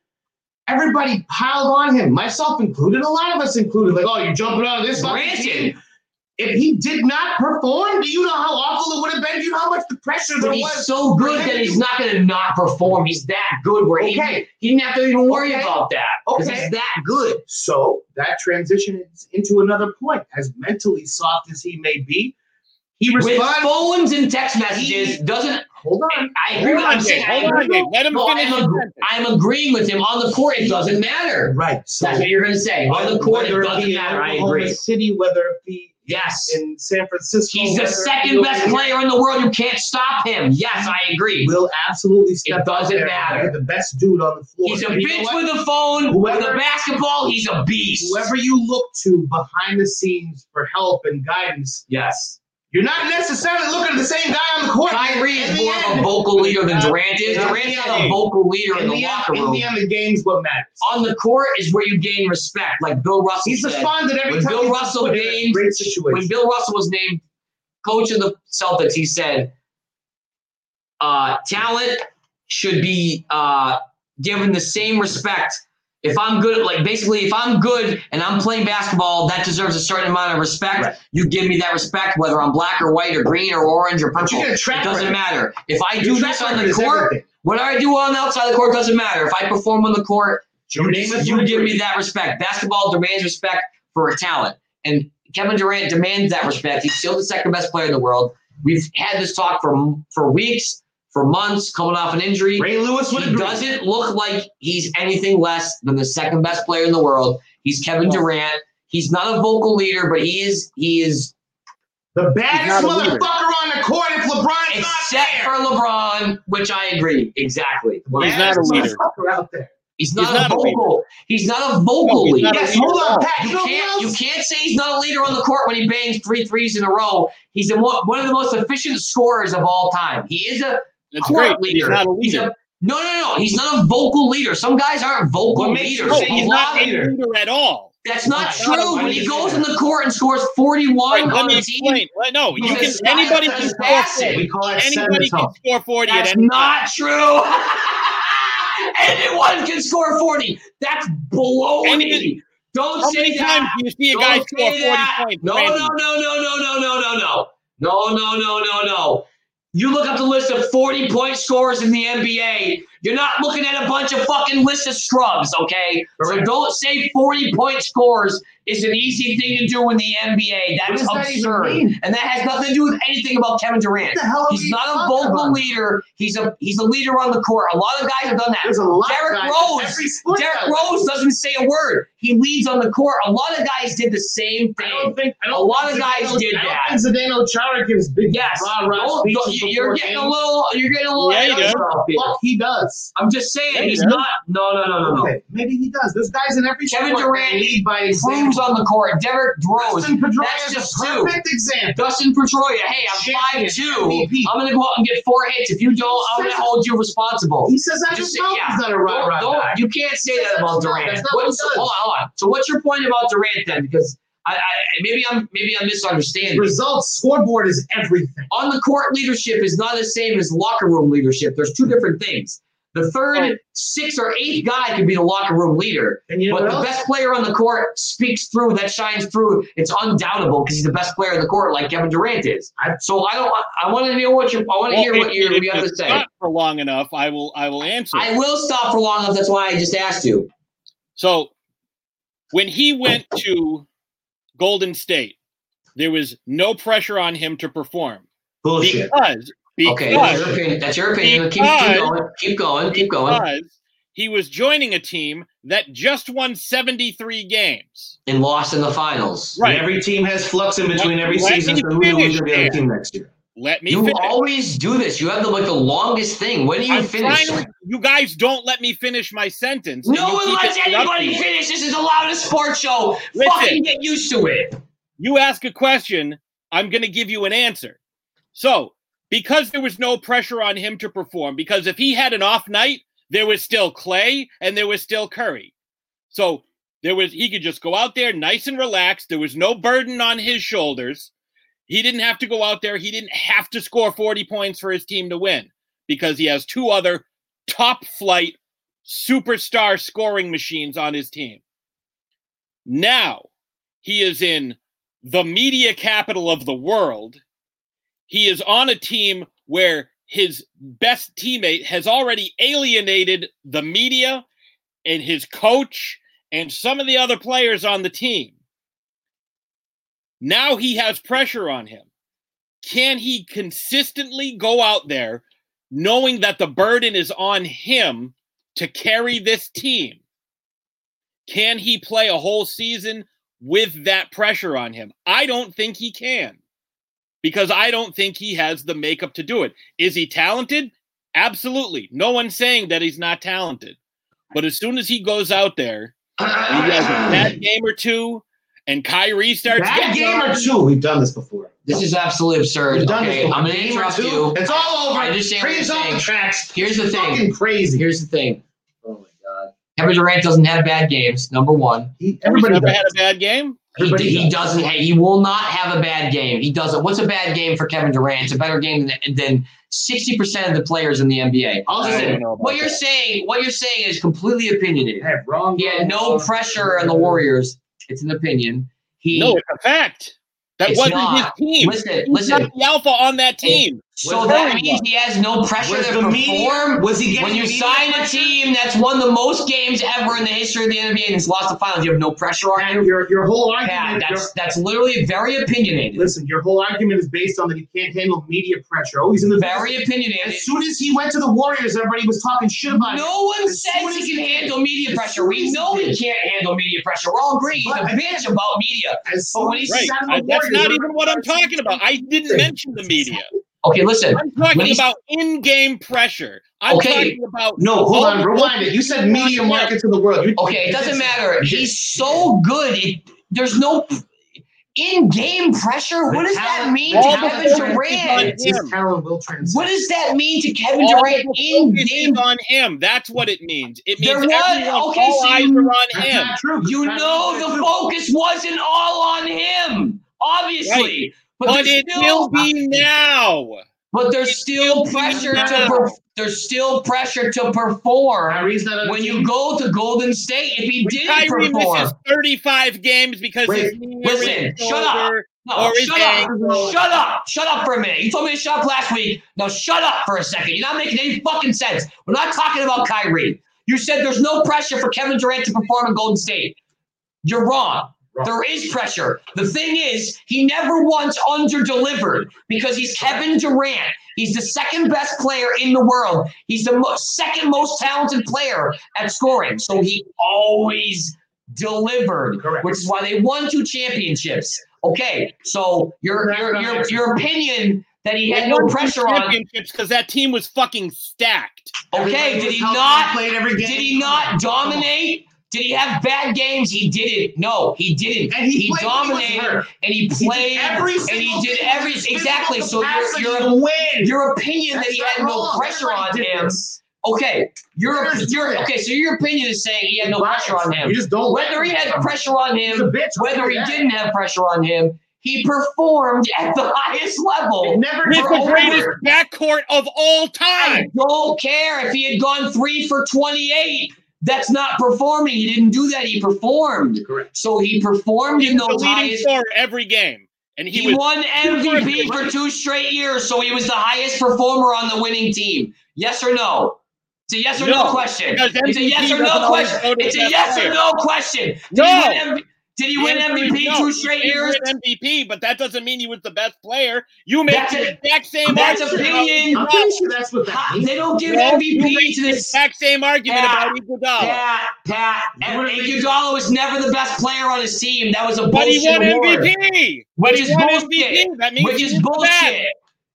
S12: everybody piled on him, myself included, a lot of us included. Like, oh, you jumping on this fucking
S11: Granted.
S12: team. If he did not perform, do you know how awful it would have been? Do you know how much the pressure there
S11: But he's
S12: was?
S11: so good that he's not going to not perform. He's that good where
S12: Okay.
S11: he, he didn't have to even worry
S12: Okay.
S11: about that because
S12: Okay.
S11: he's that good.
S12: So that transitions into another point. As mentally soft as he may be, he
S11: With
S12: responds.
S11: phones and text messages, doesn't.
S12: Hold on.
S11: I agree
S13: Hold
S11: with what
S13: on,
S11: I'm
S13: Dave.
S11: saying. I
S13: Hold on,
S11: agree-
S13: Dave. Let him
S11: No,
S13: finish.
S11: I'm,
S13: his
S11: ag-
S13: sentence.
S11: I'm agreeing with him. On the court, it doesn't matter.
S12: Right. So
S11: That's what you're going to say. On the court, it
S12: whether
S11: doesn't
S12: be in
S11: matter. I
S12: Oklahoma
S11: agree.
S12: City, whether it be
S11: Yes.
S12: in San Francisco,
S11: He's the
S12: whether it
S11: second
S12: be
S11: best
S12: over here,
S11: player in the world. You can't stop him. Yes, I agree.
S12: Will absolutely step
S11: It doesn't
S12: out there
S11: matter.
S12: and be The best dude on the floor.
S11: He's a
S12: And you know
S11: bitch
S12: what?
S11: with a phone. With a
S12: Whoever-
S11: basketball, he's a beast.
S12: Whoever you look to behind the scenes for help and guidance,
S11: Yes.
S12: you're not necessarily looking at the same guy on the court. In
S11: Kyrie is
S12: the
S11: more of a
S12: end-
S11: vocal leader than Durant is.
S12: In the
S11: Durant's not a
S12: end-
S11: vocal leader in
S12: in
S11: the
S12: the,
S11: locker
S12: end, in
S11: room.
S12: the end, the game's what matters.
S11: On the court is where you gain respect, like Bill Russell.
S12: He's
S11: said.
S12: responded every
S11: When
S12: time.
S11: Bill
S12: he's
S11: Russell
S12: put in a
S11: gained,
S12: great situation.
S11: when Bill Russell was named coach of the Celtics, he said, uh, "Talent should be uh, given the same respect." If I'm good, like basically, if I'm good and I'm playing basketball, that deserves a certain amount of respect.
S12: Right.
S11: You give me that respect, whether I'm black or white or green or orange or
S12: But
S11: purple.
S12: you get a
S11: It
S12: track
S11: doesn't
S12: record.
S11: matter. If I
S12: Your
S11: do
S12: track
S11: this on
S12: record
S11: the
S12: is
S11: court,
S12: everything.
S11: what I do on the outside of the court doesn't matter. If I perform on the court,
S12: Your
S11: you,
S12: name is
S11: you
S12: what
S11: give
S12: it
S11: me
S12: is.
S11: that respect. Basketball demands respect for a talent. And Kevin Durant demands that respect. He's still the second best player in the world. We've had this talk for for weeks, for months, coming off an injury.
S12: Ray Lewis would
S11: He
S12: agree.
S11: doesn't look like he's anything less than the second best player in the world. He's Kevin Durant. He's not a vocal leader, but he is he is
S12: The
S13: He's
S12: baddest
S13: not a leader.
S12: motherfucker on the court if LeBron's not
S11: except
S12: there.
S11: for LeBron, which I agree exactly.
S13: He's not a
S12: Baddest
S13: leader.
S12: motherfucker out there.
S11: He's
S13: He's
S11: not,
S13: not
S11: a
S13: a leader.
S11: vocal. he's not a vocal
S13: No, he's
S11: leader.
S13: not a
S11: Yes,
S13: leader.
S11: hold on, Pat. You
S13: You know
S11: can't, you can't say he's not a leader on the court when he bangs three threes in a row. He's the mo- one of the most efficient scorers of all time. He is a
S13: That's
S11: court
S13: great, but
S11: leader.
S13: he's not a
S11: He's
S13: leader.
S11: no, no, no. He's not a vocal leader. Some guys aren't vocal
S13: What makes you
S11: leaders.
S13: say he's
S11: A
S13: not a
S11: lot of-
S13: leader at all?
S11: That's not
S13: Right.
S11: true. When he goes on the court and scores 41
S13: Right, let
S11: on
S13: me
S11: the team,
S13: explain. Let- No, you
S11: he's
S13: can.
S11: a-
S13: Anybody
S11: that's
S13: can
S11: an
S13: score
S11: assassin.
S13: forty.
S11: We call that
S13: Anybody can
S11: semitone.
S13: score forty
S11: That's
S13: at any
S11: not true. Anyone can score 40. That's baloney. Don't
S13: How
S11: say
S13: many
S11: that.
S13: times do you see a
S11: Don't
S13: guy score 40
S11: say that.
S13: points,
S11: No,
S13: Randy?
S11: no, no, no, no, no, no, no, no. No, no, no, no, no. You look up the list of 40 point scorers in the NBA. You're not looking at a bunch of fucking list of scrubs, okay? So don't say 40 point scores is an easy thing to do in the NBA.
S12: What
S11: That's
S12: does that even
S11: absurd.
S12: mean?
S11: and that has nothing to do with anything about Kevin Durant.
S12: What the hell are
S11: he's
S12: you
S11: not a
S12: talking
S11: vocal
S12: about?
S11: leader. He's a he's a leader on the court. A lot of guys have done that.
S12: There's a lot of
S11: Derrick
S12: guys. Every
S11: Rose.
S12: sport
S11: Derrick
S12: does.
S11: Rose doesn't say a word. He leads on the court. A lot of guys did the same thing. a lot of guys did that.
S12: I don't think Zdeno Chara gives big
S11: Yes.
S12: rah rah
S11: Don't-
S12: speeches
S11: don't- you're
S12: before
S11: getting a
S12: games.
S11: little. You're getting a little.
S12: Yeah, he
S11: anxious
S12: does.
S11: about it.
S12: Fuck, he does.
S11: I'm just saying,
S12: Yeah, he
S11: he's
S12: does.
S11: not. No, no, no, no, no.
S12: Okay, maybe he does. This guy's in every
S11: Kevin
S12: sport
S11: Durant
S12: that lead by
S11: proves
S12: example.
S11: on the court. Derrick Rose.
S12: Dustin Pedroia
S11: that's
S12: is a
S11: just
S12: perfect
S11: two.
S12: example.
S11: Dustin Pedroia. Hey, I'm
S12: Champion,
S11: 5'2".
S12: MVP.
S11: I'm gonna go out and get four hits. If you don't, I'm gonna hold you responsible.
S12: He says that
S11: Just
S12: just
S11: say-
S12: mouth
S11: yeah.
S12: is not a rah
S11: Don't-
S12: rah
S11: don't-
S12: guy.
S11: You can't say that about Durant.
S12: That's not what
S11: What's,
S12: he does.
S11: hold on, hold on. So what's your point about Durant then? Because I, I maybe I'm maybe I'm misunderstanding.
S12: Results scoreboard is everything.
S11: On the court leadership is not the same as locker room leadership. There's two different things. The third, sixth, or eighth guy could be the locker room leader.
S12: And you know
S11: but
S12: what
S11: the
S12: else?
S11: best player on the court speaks through, that shines through. It's undoubtable because he's the best player on the court, like Kevin Durant is. so I don't. I want to know what you. I want to
S13: Well,
S11: hear what
S13: if-
S11: you
S13: if
S11: we have to say.
S13: stop for long enough, I will. I will answer.
S11: I will stop for long enough. That's why I just asked you.
S13: So, when he went to Golden State, there was no pressure on him to perform
S12: Bullshit.
S13: because because
S11: Okay, that's your opinion. That's your opinion. Keep, keep going. Keep going. Keep going.
S13: because he was joining a team that just won seventy three games.
S11: And lost in the finals.
S13: Right.
S12: And every team has flux in between
S13: Let-
S12: every
S13: let
S12: season,
S13: me
S12: so who will
S13: finish
S12: lose to the other
S13: there.
S12: team next year?
S13: Let me
S11: You
S13: finish.
S11: always do this. You have the like the longest thing. When do you
S13: I'm
S11: finish?
S13: trying to- you guys don't let me finish my sentence. and
S11: No
S13: you
S11: one
S13: keep
S11: lets anybody
S13: interrupting me.
S11: finish. This is the loudest sports show.
S13: Listen.
S11: Fucking get used to it.
S13: You ask a question, I'm going to give you an answer. So, because there was no pressure on him to perform, because if he had an off night, there was still Clay and there was still Curry. So, there was he could just go out there nice and relaxed. There was no burden on his shoulders. He didn't have to go out there. He didn't have to score 40 points for his team to win because he has two other top flight superstar scoring machines on his team. Now he is in the media capital of the world. He is on a team where his best teammate has already alienated the media and his coach and some of the other players on the team. Now he has pressure on him. Can he consistently go out there knowing that the burden is on him to carry this team? Can he play a whole season with that pressure on him? I don't think he can because I don't think he has the makeup to do it. Is he talented? Absolutely. No one's saying that he's not talented. But as soon as he goes out there, he has a bad game or two, and Kyrie starts
S12: Bad
S13: getting
S12: game
S13: on
S12: or two. We've done this before.
S11: This is absolutely absurd.
S12: We've done
S11: Okay,
S12: this before.
S11: I'm gonna
S12: Game or
S11: interrupt
S12: two.
S11: you.
S12: It's all over.
S11: I understand what
S12: Trees
S11: you're
S12: off
S11: saying.
S12: the tracks.
S11: Here's the thing.
S12: Fucking crazy.
S11: Here's the thing.
S12: Oh my god.
S11: Kevin Durant doesn't have bad games. Number one.
S12: He,
S13: Everybody
S12: everybody
S13: ever
S12: does.
S13: had a bad game?
S11: He,
S12: Everybody
S11: he
S12: does.
S11: doesn't. Hey, he will not have a bad game. He doesn't. What's a bad game for Kevin Durant? It's a better game than than sixty percent of the players in the NBA.
S12: I'll just
S13: I
S12: say,
S13: don't know about
S11: What you're
S13: that.
S11: saying, what you're saying, is completely opinionated.
S12: hey, wrong.
S11: He had
S12: wrong,
S11: no
S12: wrong.
S11: pressure on the Warriors. It's an opinion. He
S13: No, it's a fact. That
S11: It's
S13: wasn't
S11: not.
S13: his team.
S11: Listen,
S13: He's
S11: listen.
S13: not the alpha on
S11: Oh.
S13: that team.
S11: So
S13: Where's
S11: that
S13: Curry
S11: means
S13: at?
S11: he has no pressure
S12: Was
S11: to
S12: the
S11: perform.
S12: media- was he getting
S11: when you
S12: media
S11: sign
S12: pressure?
S11: a team that's won the most games ever in the history of the NBA and has lost the finals, you have no pressure on
S12: Pat,
S11: you.
S12: your, your whole
S11: Pat,
S12: argument.
S11: that's that's literally very
S12: your-
S11: opinionated.
S12: listen, your whole argument is based on that he can't handle media pressure. Oh, he's in the
S11: Very opinionated.
S12: As soon as he went to the Warriors, everybody was talking shit about him.
S11: No one
S12: As soon
S11: says
S12: as
S11: he can
S12: he-
S11: handle media
S12: as
S11: pressure.
S12: soon
S11: We
S12: as
S11: know
S12: he
S11: he
S12: did.
S11: can't handle media pressure. We're all agreed. He's a
S12: But again-
S11: bitch about media.
S12: As
S11: But
S12: soon
S11: when
S12: as
S11: he
S13: Right.
S12: he's out of the
S13: I-
S12: Warriors,
S13: that's not even
S12: everybody
S13: what I'm
S12: starts
S13: talking about. I didn't
S12: saying-
S13: mention the media.
S11: Okay, listen.
S13: I'm talking
S11: When he's-
S13: about in-game pressure. I'm
S11: okay.
S13: talking about
S11: no, hold
S13: all
S11: on.
S13: the
S11: Rewind it. You said media markets
S8: in the world. You-
S11: okay, it doesn't matter. He's so good. It, there's no in-game pressure. What does that mean to
S12: All the
S11: Kevin
S12: focus is
S11: Durant?
S12: on him. Talent will translate.
S11: What does that mean to Kevin
S13: All
S11: Durant
S13: the
S11: in
S13: focus
S11: game?
S13: is on him. That's what it means. It
S11: There
S13: means
S11: was
S13: everyone,
S11: okay,
S13: all
S11: so
S13: eyes
S11: you,
S13: are on him.
S11: You
S13: That's
S11: know
S13: not
S11: the
S13: true.
S11: focus wasn't all on him, obviously.
S13: Right. But
S11: there's
S13: it will be now.
S11: But there's still pressure to
S13: now.
S11: per, there's still pressure to perform
S12: not on the
S11: when you
S12: team.
S11: go to Golden State. If he
S13: When
S11: didn't
S13: Kyrie
S11: perform,
S13: misses 35 games because his
S11: Wait,
S13: knee or
S11: listen,
S13: his
S11: shut up.
S13: shoulder
S11: No,
S13: or his
S11: shut up.
S13: ankle-
S11: Shut up. Shut up for a minute. You told me to shut up last week. Now shut up for a second. You're not making any fucking sense. We're not talking about Kyrie. You said there's no pressure for Kevin Durant to perform in Golden State. You're wrong. There is pressure. The thing is, he never once underdelivered because he's Kevin Durant. He's the second best player in the world. He's the mo- second most talented player at scoring. So he always delivered, which is why they won two championships. Okay, so your your your, your opinion that he had
S13: They
S11: no
S13: won two
S11: pressure on
S13: championships because that team was fucking stacked.
S11: Okay, did he not? Did he not dominate? Did he have bad games? He didn't. No, he didn't.
S12: And he
S11: he
S12: played when he was
S11: dominated
S12: hurt.
S11: and he
S12: did
S11: played
S12: every
S11: and he
S12: single
S11: did
S12: thing in
S11: every
S12: his
S11: exactly.
S12: physical
S11: So your
S12: capacity
S11: your,
S12: to win.
S11: your opinion that
S12: That's
S11: he
S12: not
S11: had no
S12: wrong.
S11: pressure on
S12: Everybody did
S11: him.
S12: this.
S11: Okay, your
S12: There's
S11: your
S12: difference.
S11: okay. So your opinion is saying he had no
S12: You're biased.
S11: pressure on him.
S12: You just don't like
S11: Whether he
S12: him.
S11: had pressure on him,
S12: He's a bitch. I'll
S11: whether
S12: tell
S11: he
S12: you that.
S11: didn't have pressure on him, he performed at the highest level.
S12: never
S11: for
S13: With the
S11: over-
S13: greatest backcourt of all time.
S11: don't care if he had gone three for 28. That's not performing. He didn't do that. He performed. Correct. So he performed in
S13: He's the
S11: those
S13: leading
S11: highest.
S13: scorer every game. And he,
S11: He,
S13: was
S11: won MVP for two straight years, so he was the highest performer on the winning team. Yes or no? It's a yes or no,
S13: No,
S11: question.
S13: because
S11: It's a
S13: MVP
S11: yes or
S13: doesn't
S11: no
S13: always
S11: question.
S13: go to
S11: It's
S13: the
S11: a
S13: best
S11: yes or
S13: player.
S11: no question. Did
S13: No.
S11: he win, M- did he win
S13: Andrew,
S11: MVP
S13: no,
S11: two
S13: he
S11: straight
S13: didn't
S11: years?
S13: win MVP, but that doesn't mean he was the best player. You make
S11: That's
S13: the
S11: it.
S13: exact same
S11: That's
S13: argument.
S11: opinion.
S13: about
S11: I'm pretty
S12: sure that's what
S11: Ha- They don't give
S13: No, you
S11: MVP
S13: make
S11: to
S13: the
S11: this
S13: exact same argument
S11: Yeah.
S13: about Iguodala.
S11: Pat, Pat, and Iguodala was never the best player on his team. That was a
S13: But he
S11: bullshit
S13: won
S11: award.
S13: MVP.
S11: Which
S13: He
S11: is
S13: won
S11: bullshit.
S13: MVP. That means
S11: Which
S13: he
S11: is
S13: is the best.
S11: bullshit.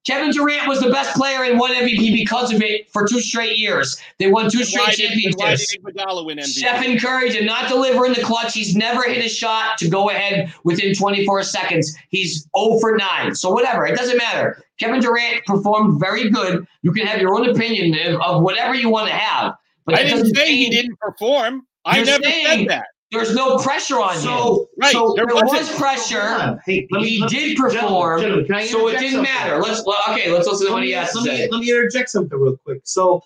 S11: Kevin Durant was the best player and won MVP because of it for two straight years. They won two
S13: Then why
S11: straight
S13: did- then Why did
S11: championships.
S13: Iguodala win MVP?
S11: Stephen Curry did not deliver in the clutch. He's never hit a shot to go ahead within 24 seconds. He's 0 for 9. So whatever, it doesn't matter. Kevin Durant performed very good. You can have your own opinion of- of whatever you want to
S13: I
S11: have. that
S13: didn't
S11: doesn't
S13: say he
S11: mean-
S13: didn't perform. I
S11: You're
S13: never
S11: saying
S13: said that.
S11: There's no pressure on
S12: So-
S11: him.
S13: Right,
S11: So
S13: there
S11: there,
S13: wasn't.
S11: was pressure.
S12: Hey, let me-
S11: he
S12: let-
S11: did
S12: gentlemen,
S11: perform.
S12: gentlemen, can I
S11: so it
S12: interject
S11: didn't
S12: something?
S11: matter. Let's well, okay. Let's listen to what he
S12: let
S11: has to
S12: me,
S11: say.
S12: Let me interject something real quick. So,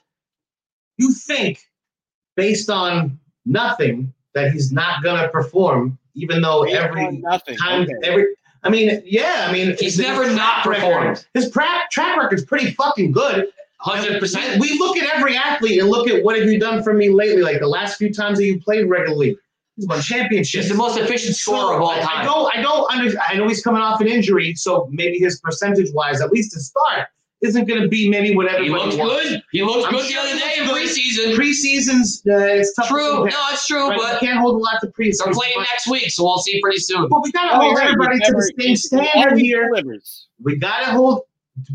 S12: you think, based on nothing, that he's not going to perform, even though
S13: He
S12: every
S13: won nothing.
S12: time,
S13: Okay.
S12: every. I mean, yeah. I mean,
S11: He's
S12: his
S11: never not
S12: track record-
S11: performed.
S12: His pra- track record's pretty fucking good.
S11: Hundred
S12: And
S11: percent.
S12: We look at every athlete and look at what have you done for me lately? Like the last few times that you played regularly, he's won championships.
S11: He's the most efficient scorer of all
S12: I- I
S11: time.
S12: don't, I don't under, I know he's coming off an injury, so maybe his percentage wise, at least to start, isn't going to be maybe what
S11: He
S12: everybody
S11: looked
S12: wants.
S11: good. He looked
S12: I'm
S11: good
S12: sure
S11: the
S12: he
S11: other day in
S12: looks
S11: preseason.
S12: Preseason's uh, it's tough. to
S11: True. No,
S12: compare,
S11: it's true.
S12: right?
S11: But
S12: you can't hold a lot to preseason.
S11: they're playing
S12: but-
S11: next week, so we'll see pretty soon.
S12: But we gotta
S13: Oh,
S12: hold
S13: you're right.
S12: everybody
S13: He
S12: to
S13: never-
S12: the same
S13: he
S12: standard
S13: always
S12: here.
S13: delivers.
S12: We gotta hold.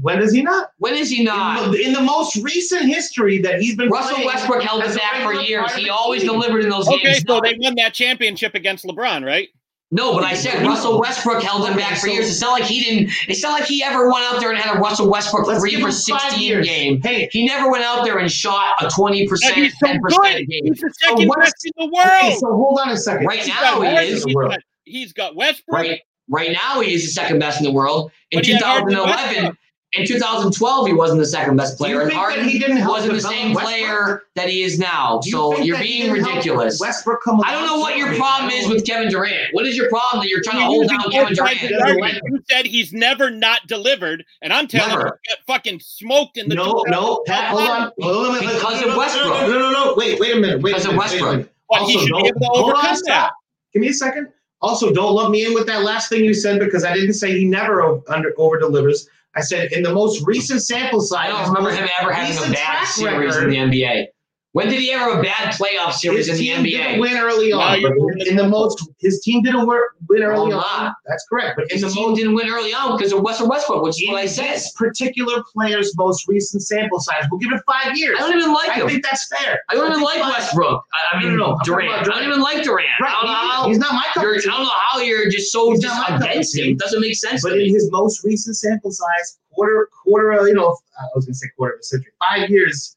S12: When does he not?
S11: When is he
S12: In
S11: not?
S12: the, in the most recent history that he's been
S11: Russell
S12: playing
S11: Westbrook held
S12: as
S11: him
S12: a
S11: back
S12: regular
S11: for
S12: part
S11: years.
S12: of
S11: He
S12: the
S11: always
S12: team.
S11: delivered in those
S13: Okay,
S11: games.
S13: so Oh, they won that championship against LeBron, right?
S11: No, but I said Russell Westbrook held him back for years. It's not like he didn't. It's not like he ever went out there and had a Russell Westbrook
S12: Let's
S11: three
S12: give
S11: for
S12: him five
S11: sixteen
S12: years.
S11: game.
S12: Hey,
S11: He never went out there and shot a twenty
S13: And
S11: percent,
S13: he's so
S11: ten
S13: good.
S11: percent game.
S13: He's the second
S12: what is-
S13: best in the
S12: okay,
S13: world.
S12: so hold on a second.
S11: Right
S12: He's
S11: now
S12: got
S11: he
S12: Westbrook
S11: is.
S12: in the world.
S13: He's got Westbrook.
S11: Right, right now he is the second best in the world. In
S13: But he had Harden and
S11: 2011,
S13: Westbrook.
S11: in 2012, he wasn't the second best player,
S12: you
S11: and
S12: think that
S11: Harden
S12: he didn't help
S11: wasn't the
S12: develop
S11: same
S12: Westbrook?
S11: player that he is now.
S12: Do you
S11: so
S12: think
S11: you're
S12: that he
S11: being
S12: didn't help
S11: ridiculous.
S12: Westbrook come
S11: I don't know what your
S12: along?
S11: problem is with Kevin Durant. What is your problem that you're trying to
S13: You're
S11: hold
S13: using
S11: down
S13: both
S11: Kevin
S13: sides of
S11: Durant?
S13: the argument. You said he's never not delivered, and I'm telling you,
S11: Never.
S13: he got fucking smoked in the.
S12: No, no, Pat, hold on. Hold on. wait, wait,
S11: Because
S12: wait,
S11: of
S12: no, no,
S11: Westbrook.
S12: No, no, no, no, wait, wait a minute. Wait
S11: Because
S12: a
S11: of
S12: minute, wait a
S11: Westbrook.
S12: minute.
S13: But he should be
S12: don't-
S13: able to
S12: hold on,
S13: overcome
S12: stop.
S13: that.
S12: Give me a second. Also, don't let me in with that last thing you said because I didn't say he never o- under over delivers. I said in the most recent sample size.
S11: I don't remember him ever having a
S12: recent
S11: bad
S12: track
S11: series in
S12: record,
S11: the NBA. When did he ever have a bad playoff series
S12: His
S11: in
S12: team
S11: the NBA?
S12: didn't win early
S11: Now
S12: on.
S11: you're-
S12: but in the most, his team didn't wor- win early
S11: Well,
S12: on.
S11: not.
S12: That's correct. But in
S11: his
S12: the
S11: team
S12: most,
S11: didn't win early on because of Russell Westbrook, which is what I said.
S12: this particular player's most recent sample size, we'll give it five years.
S11: I don't even like
S12: I
S11: him.
S12: think that's fair.
S11: I don't even
S12: think
S11: like
S12: five-
S11: Westbrook. I, I
S12: No,
S11: mean,
S12: no, no. I'm talking
S11: Durant.
S12: about
S11: I don't even like Durant.
S12: Right.
S11: I don't know how,
S12: He's not my cup of
S11: you're- I
S12: tea.
S11: don't know how you're just so
S12: He's
S11: just
S12: not my cup of
S11: against
S12: tea.
S11: him. Doesn't make sense
S12: But
S11: to me.
S12: in his most recent sample size, quarter, quarter, of, you know, I was going to say quarter of a century, five years,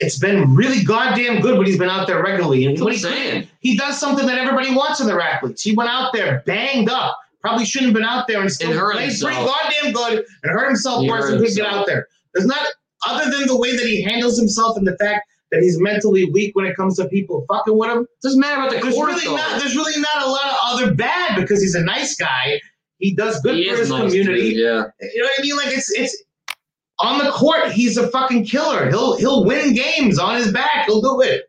S12: it's been really goddamn good when he's been out there regularly. And
S11: That's what
S12: when
S11: I'm
S12: he,
S11: saying.
S12: he does something that everybody wants in their athletes. He went out there banged up, probably shouldn't have been out there and still
S11: And hurt
S12: played pretty
S11: himself.
S12: goddamn good and hurt himself
S11: He
S12: worse
S11: hurt
S12: than he get
S11: himself.
S12: out there. There's not, other than the way that he handles himself and the fact that he's mentally weak when it comes to people fucking with him,
S11: Doesn't matter about the
S12: there's
S11: court
S12: really
S11: though.
S12: not there's really not a lot of other bad because he's a nice guy. He does good
S11: He
S12: for
S11: is
S12: his
S11: nice,
S12: community.
S11: dude, yeah.
S12: You know what I mean? Like it's it's on the court, he's a fucking killer. He'll he'll win games on his back. He'll do it.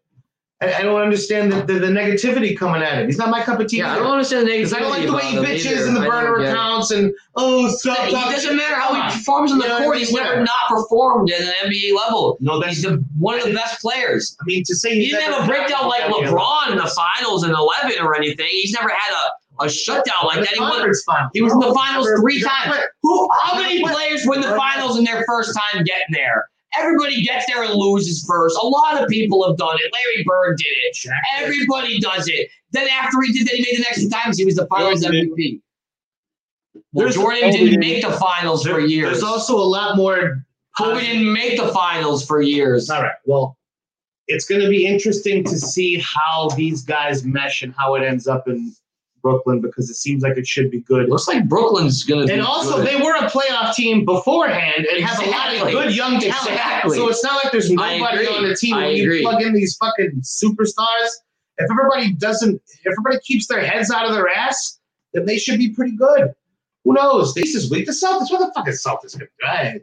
S12: I, I don't understand the, the, the negativity coming at him. He's not my cup of tea.
S11: Yeah, I
S12: either.
S11: don't understand the
S12: 'Cause I don't like the way he
S11: negativity about him
S12: bitches
S11: either.
S12: and the
S11: I don't
S12: burner
S11: get it.
S12: accounts and oh stop.
S11: It
S12: stop.
S11: doesn't matter how
S12: Come
S11: he
S12: on.
S11: performs on the
S12: You know what I
S11: court.
S12: mean?
S11: He's never
S12: Whatever.
S11: not performed at an NBA level.
S12: No, that's
S11: He's the, one of the best players.
S12: I mean to say
S11: He
S12: he's
S11: didn't
S12: never-
S11: have a breakdown like LeBron in the finals in 11 or anything. He's never had a, a shutdown like
S12: The
S11: that. He, won,
S12: conference finals.
S11: he was in the finals three times. Who? How many
S12: What?
S11: players win the finals in their first time getting there? Everybody gets there and loses first. A lot of people have done it. Larry Bird did it. Everybody does it. Then after he did that, he made the next two times. He was the finals
S13: Jordan did.
S11: MVP. Well,
S12: There's-
S11: Jordan didn't make the finals for
S12: There-
S11: years.
S12: There's also a lot more
S11: Kobe didn't make the finals for years.
S12: All right. Well, it's going to be interesting to see how these guys mesh and how it ends up in Brooklyn because it seems like it should be good.
S11: Looks like Brooklyn's gonna. be
S12: And also,
S11: good.
S12: they were a playoff team beforehand and have a lot
S11: Exactly.
S12: of good young talent.
S11: Exactly.
S12: So it's not like there's
S11: I
S12: nobody
S11: agree.
S12: on the team.
S11: I
S12: when you
S11: agree.
S12: plug in these fucking superstars, if everybody doesn't, if everybody keeps their heads out of their ass, then they should be pretty good. Who knows? This is weak. The Celtics, what the fuck is Celtics going to do? I,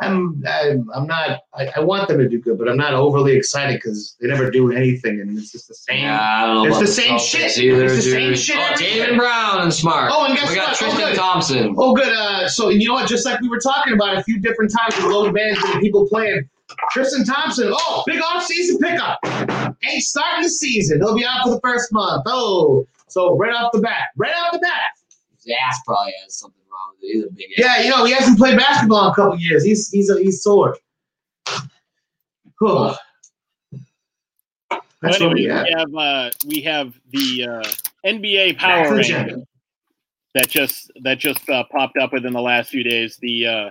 S12: I'm, I'm, I'm not. I, I want them to do good, but I'm not overly excited because they never do anything, and it's just the same.
S11: Yeah, I don't know
S12: It's
S11: about
S12: the same
S11: Celtics
S12: shit.
S11: Either,
S12: It's the
S11: dude.
S12: same shit
S11: Oh,
S12: every
S11: David
S12: year.
S11: Brown and Smart.
S12: Oh, and guess
S11: we got
S12: what? Oh,
S11: Tristan
S12: good.
S11: Thompson.
S12: Oh, good. Uh, so you know what? Just like we were talking about a few different times with load management, and people playing. Tristan Thompson. Oh, big offseason pickup. Ain't starting the season. He'll be out for the first month. Oh, so right off the bat, right off the bat.
S11: His ass probably has something wrong with it. He's a big ass.
S12: Yeah, you know he hasn't played basketball in a couple years. He's he's he's sore. Whew. That's what
S13: Anyway,
S12: we
S13: we
S12: have.
S13: have uh, we have the uh, NBA Power
S12: Next
S13: Rankings
S12: agenda.
S13: that just that just uh, popped up within the last few days. The uh,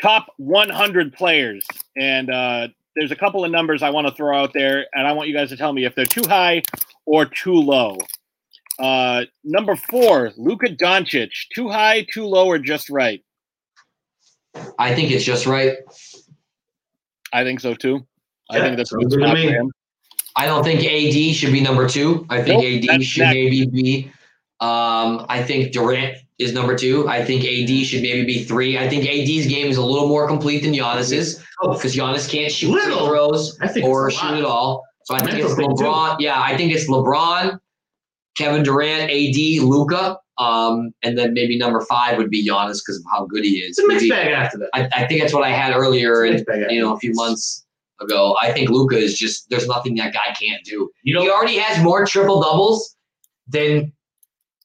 S13: top 100 players, and uh, there's a couple of numbers I want to throw out there, and I want you guys to tell me if they're too high or too low. Uh, number four, Luka Doncic, too high, too low, or just right?
S11: I think it's just right.
S13: I think so too. I
S12: Yeah,
S13: think that's a good
S12: sounds good to
S13: spot for
S12: me.
S13: him.
S11: I don't think AD should be number two. I think
S13: Nope,
S11: AD
S13: that's
S11: should
S13: next.
S11: maybe be. Um, I think Durant is number two. I think AD should maybe be three. I think AD's game is a little more complete than Giannis's because Giannis can't shoot free
S12: Oh. Little?
S11: throws
S12: I think
S11: or
S12: it's a lot.
S11: shoot at all. So I think
S12: Mental
S11: it's
S12: thing, too.
S11: LeBron. Yeah, I think it's LeBron, Kevin Durant, AD, Luca, um, and then maybe number five would be Giannis because of how good he is.
S12: It's a mixed
S11: Maybe-
S12: bag after that.
S11: I, I think that's what I had earlier,
S12: It's a
S11: in,
S12: mixed bag after
S11: you know,
S12: that.
S11: a few months ago. I think Luca is just there's nothing that guy can't do
S12: You know,
S11: he already has more triple doubles than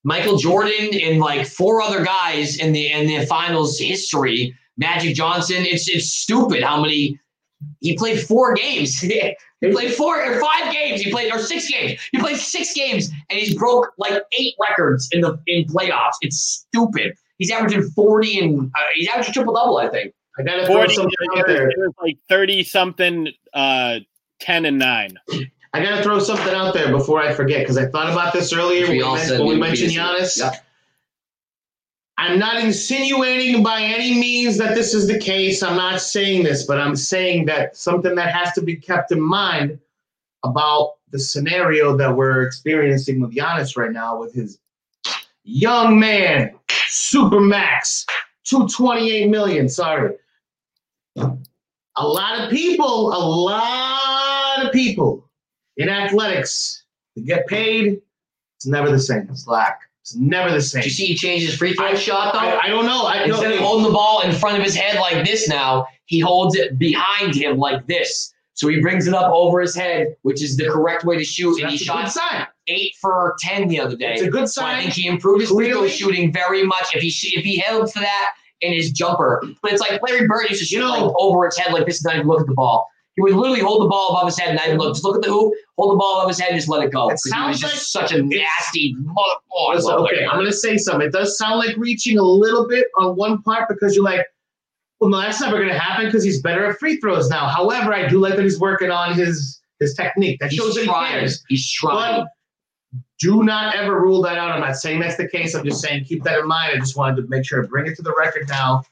S11: Michael Jordan and like four other guys in the in the finals history. Magic Johnson. It's it's stupid how many he played four games. he played four or five games. He played or six games. He played six games and he's broke like eight records in the in playoffs. It's stupid. He's averaging forty and uh, he's averaging triple double. I think.
S12: I gotta throw
S13: 40,
S12: something out there.
S13: there's like 30 something, uh, 10 and 9.
S12: I gotta throw something out there before I forget because I thought about this earlier
S11: Which
S12: when we,
S11: we all
S12: men-
S11: said
S12: when we
S11: we would
S12: mentioned
S11: be-
S12: Giannis.
S11: yeah.
S12: I'm not insinuating by any means that this is the case. I'm not saying this, but I'm saying that something that has to be kept in mind about the scenario that we're experiencing with Giannis right now with his young man, Supermax, 228 million, sorry. A lot of people, a lot of people in athletics, they get paid. It's never the same. It's lack. It's never the same.
S11: Did you see he changed his free throw
S12: I-
S11: shot though?
S12: I, I don't know. I
S11: Instead of
S12: don't
S11: holding the ball in front of his head like this now, he holds it behind him like this. So he brings it up over his head, which is the correct way to shoot. and
S12: that's
S11: he
S12: a good
S11: shot
S12: sign.
S11: eight for ten the other day.
S12: It's a good
S11: So
S12: sign.
S11: I think he improved his free throw
S12: Clearly.
S11: shooting very much. If he sh- if he held for that in his jumper, but it's like Larry Bird used to shoot like over its head like this and not even look at the ball. He would literally hold the ball above his head and not even look. Just look at the hoop, hold the ball above his head, and just let it go.
S12: It
S11: 'Cause he
S12: sounds
S11: was just
S12: like
S11: such a
S12: it's-
S11: nasty mother. Oh, I
S12: Listen,
S11: love
S12: okay,
S11: Larry
S12: I'm
S11: Bird.
S12: going to say something. It does sound like reaching a little bit on one part because you're like, well, no, that's never going to happen because he's better at free throws now. However, I do like that he's working on his his technique. That
S11: He's
S12: shows that he
S11: trying.
S12: cares.
S11: He's trying.
S12: But do not ever rule that out. I'm not saying that's the case. I'm just saying keep that in mind. I just wanted to make sure to bring it to the record now.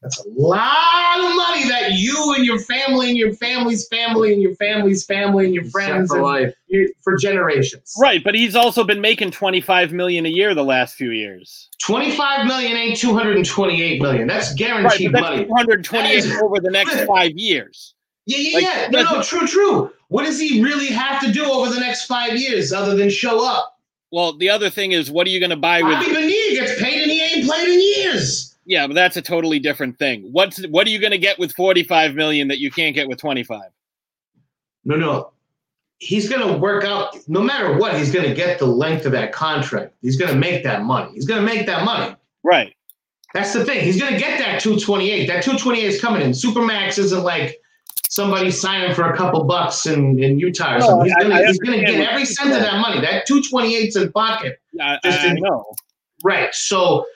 S12: That's a lot of money that you and your family and your family's family and your family's family and your friends
S11: for
S12: and
S11: life.
S12: you- for generations.
S13: Right, but he's also been making twenty five million a year the last few years.
S12: 25 million ain't 228 million. That's
S13: Right,
S12: guaranteed
S13: but that's
S12: money.
S13: two hundred twenty eight
S12: That is-
S13: over the next five years.
S12: Yeah, yeah,
S13: Like,
S12: yeah. No, no,
S13: that's-
S12: true, true. What does he really have to do over the next five years other than show up?
S13: Well, the other thing is, what are you going to buy with?
S12: I don't even need he gets paid and he ain't played in years.
S13: Yeah, but that's a totally different thing. What's what are you going to get with forty five million that you can't get with twenty five?
S12: No, no. He's going to work out, no matter what, he's going to get the length of that contract. He's going to make that money. He's going to make that money.
S13: Right.
S12: That's the thing. He's going to get that 228. That 228 is coming in. Supermax isn't like somebody signing for a couple bucks in, in Utah or
S13: No,
S12: something. He's
S13: I-
S12: going
S13: I
S12: to he's gonna
S13: understand
S12: get
S13: what
S12: every
S13: you're
S12: cent of
S13: saying.
S12: that money. That 228's in pocket.
S13: I,
S12: Just
S13: I
S12: in-
S13: know.
S12: Right. So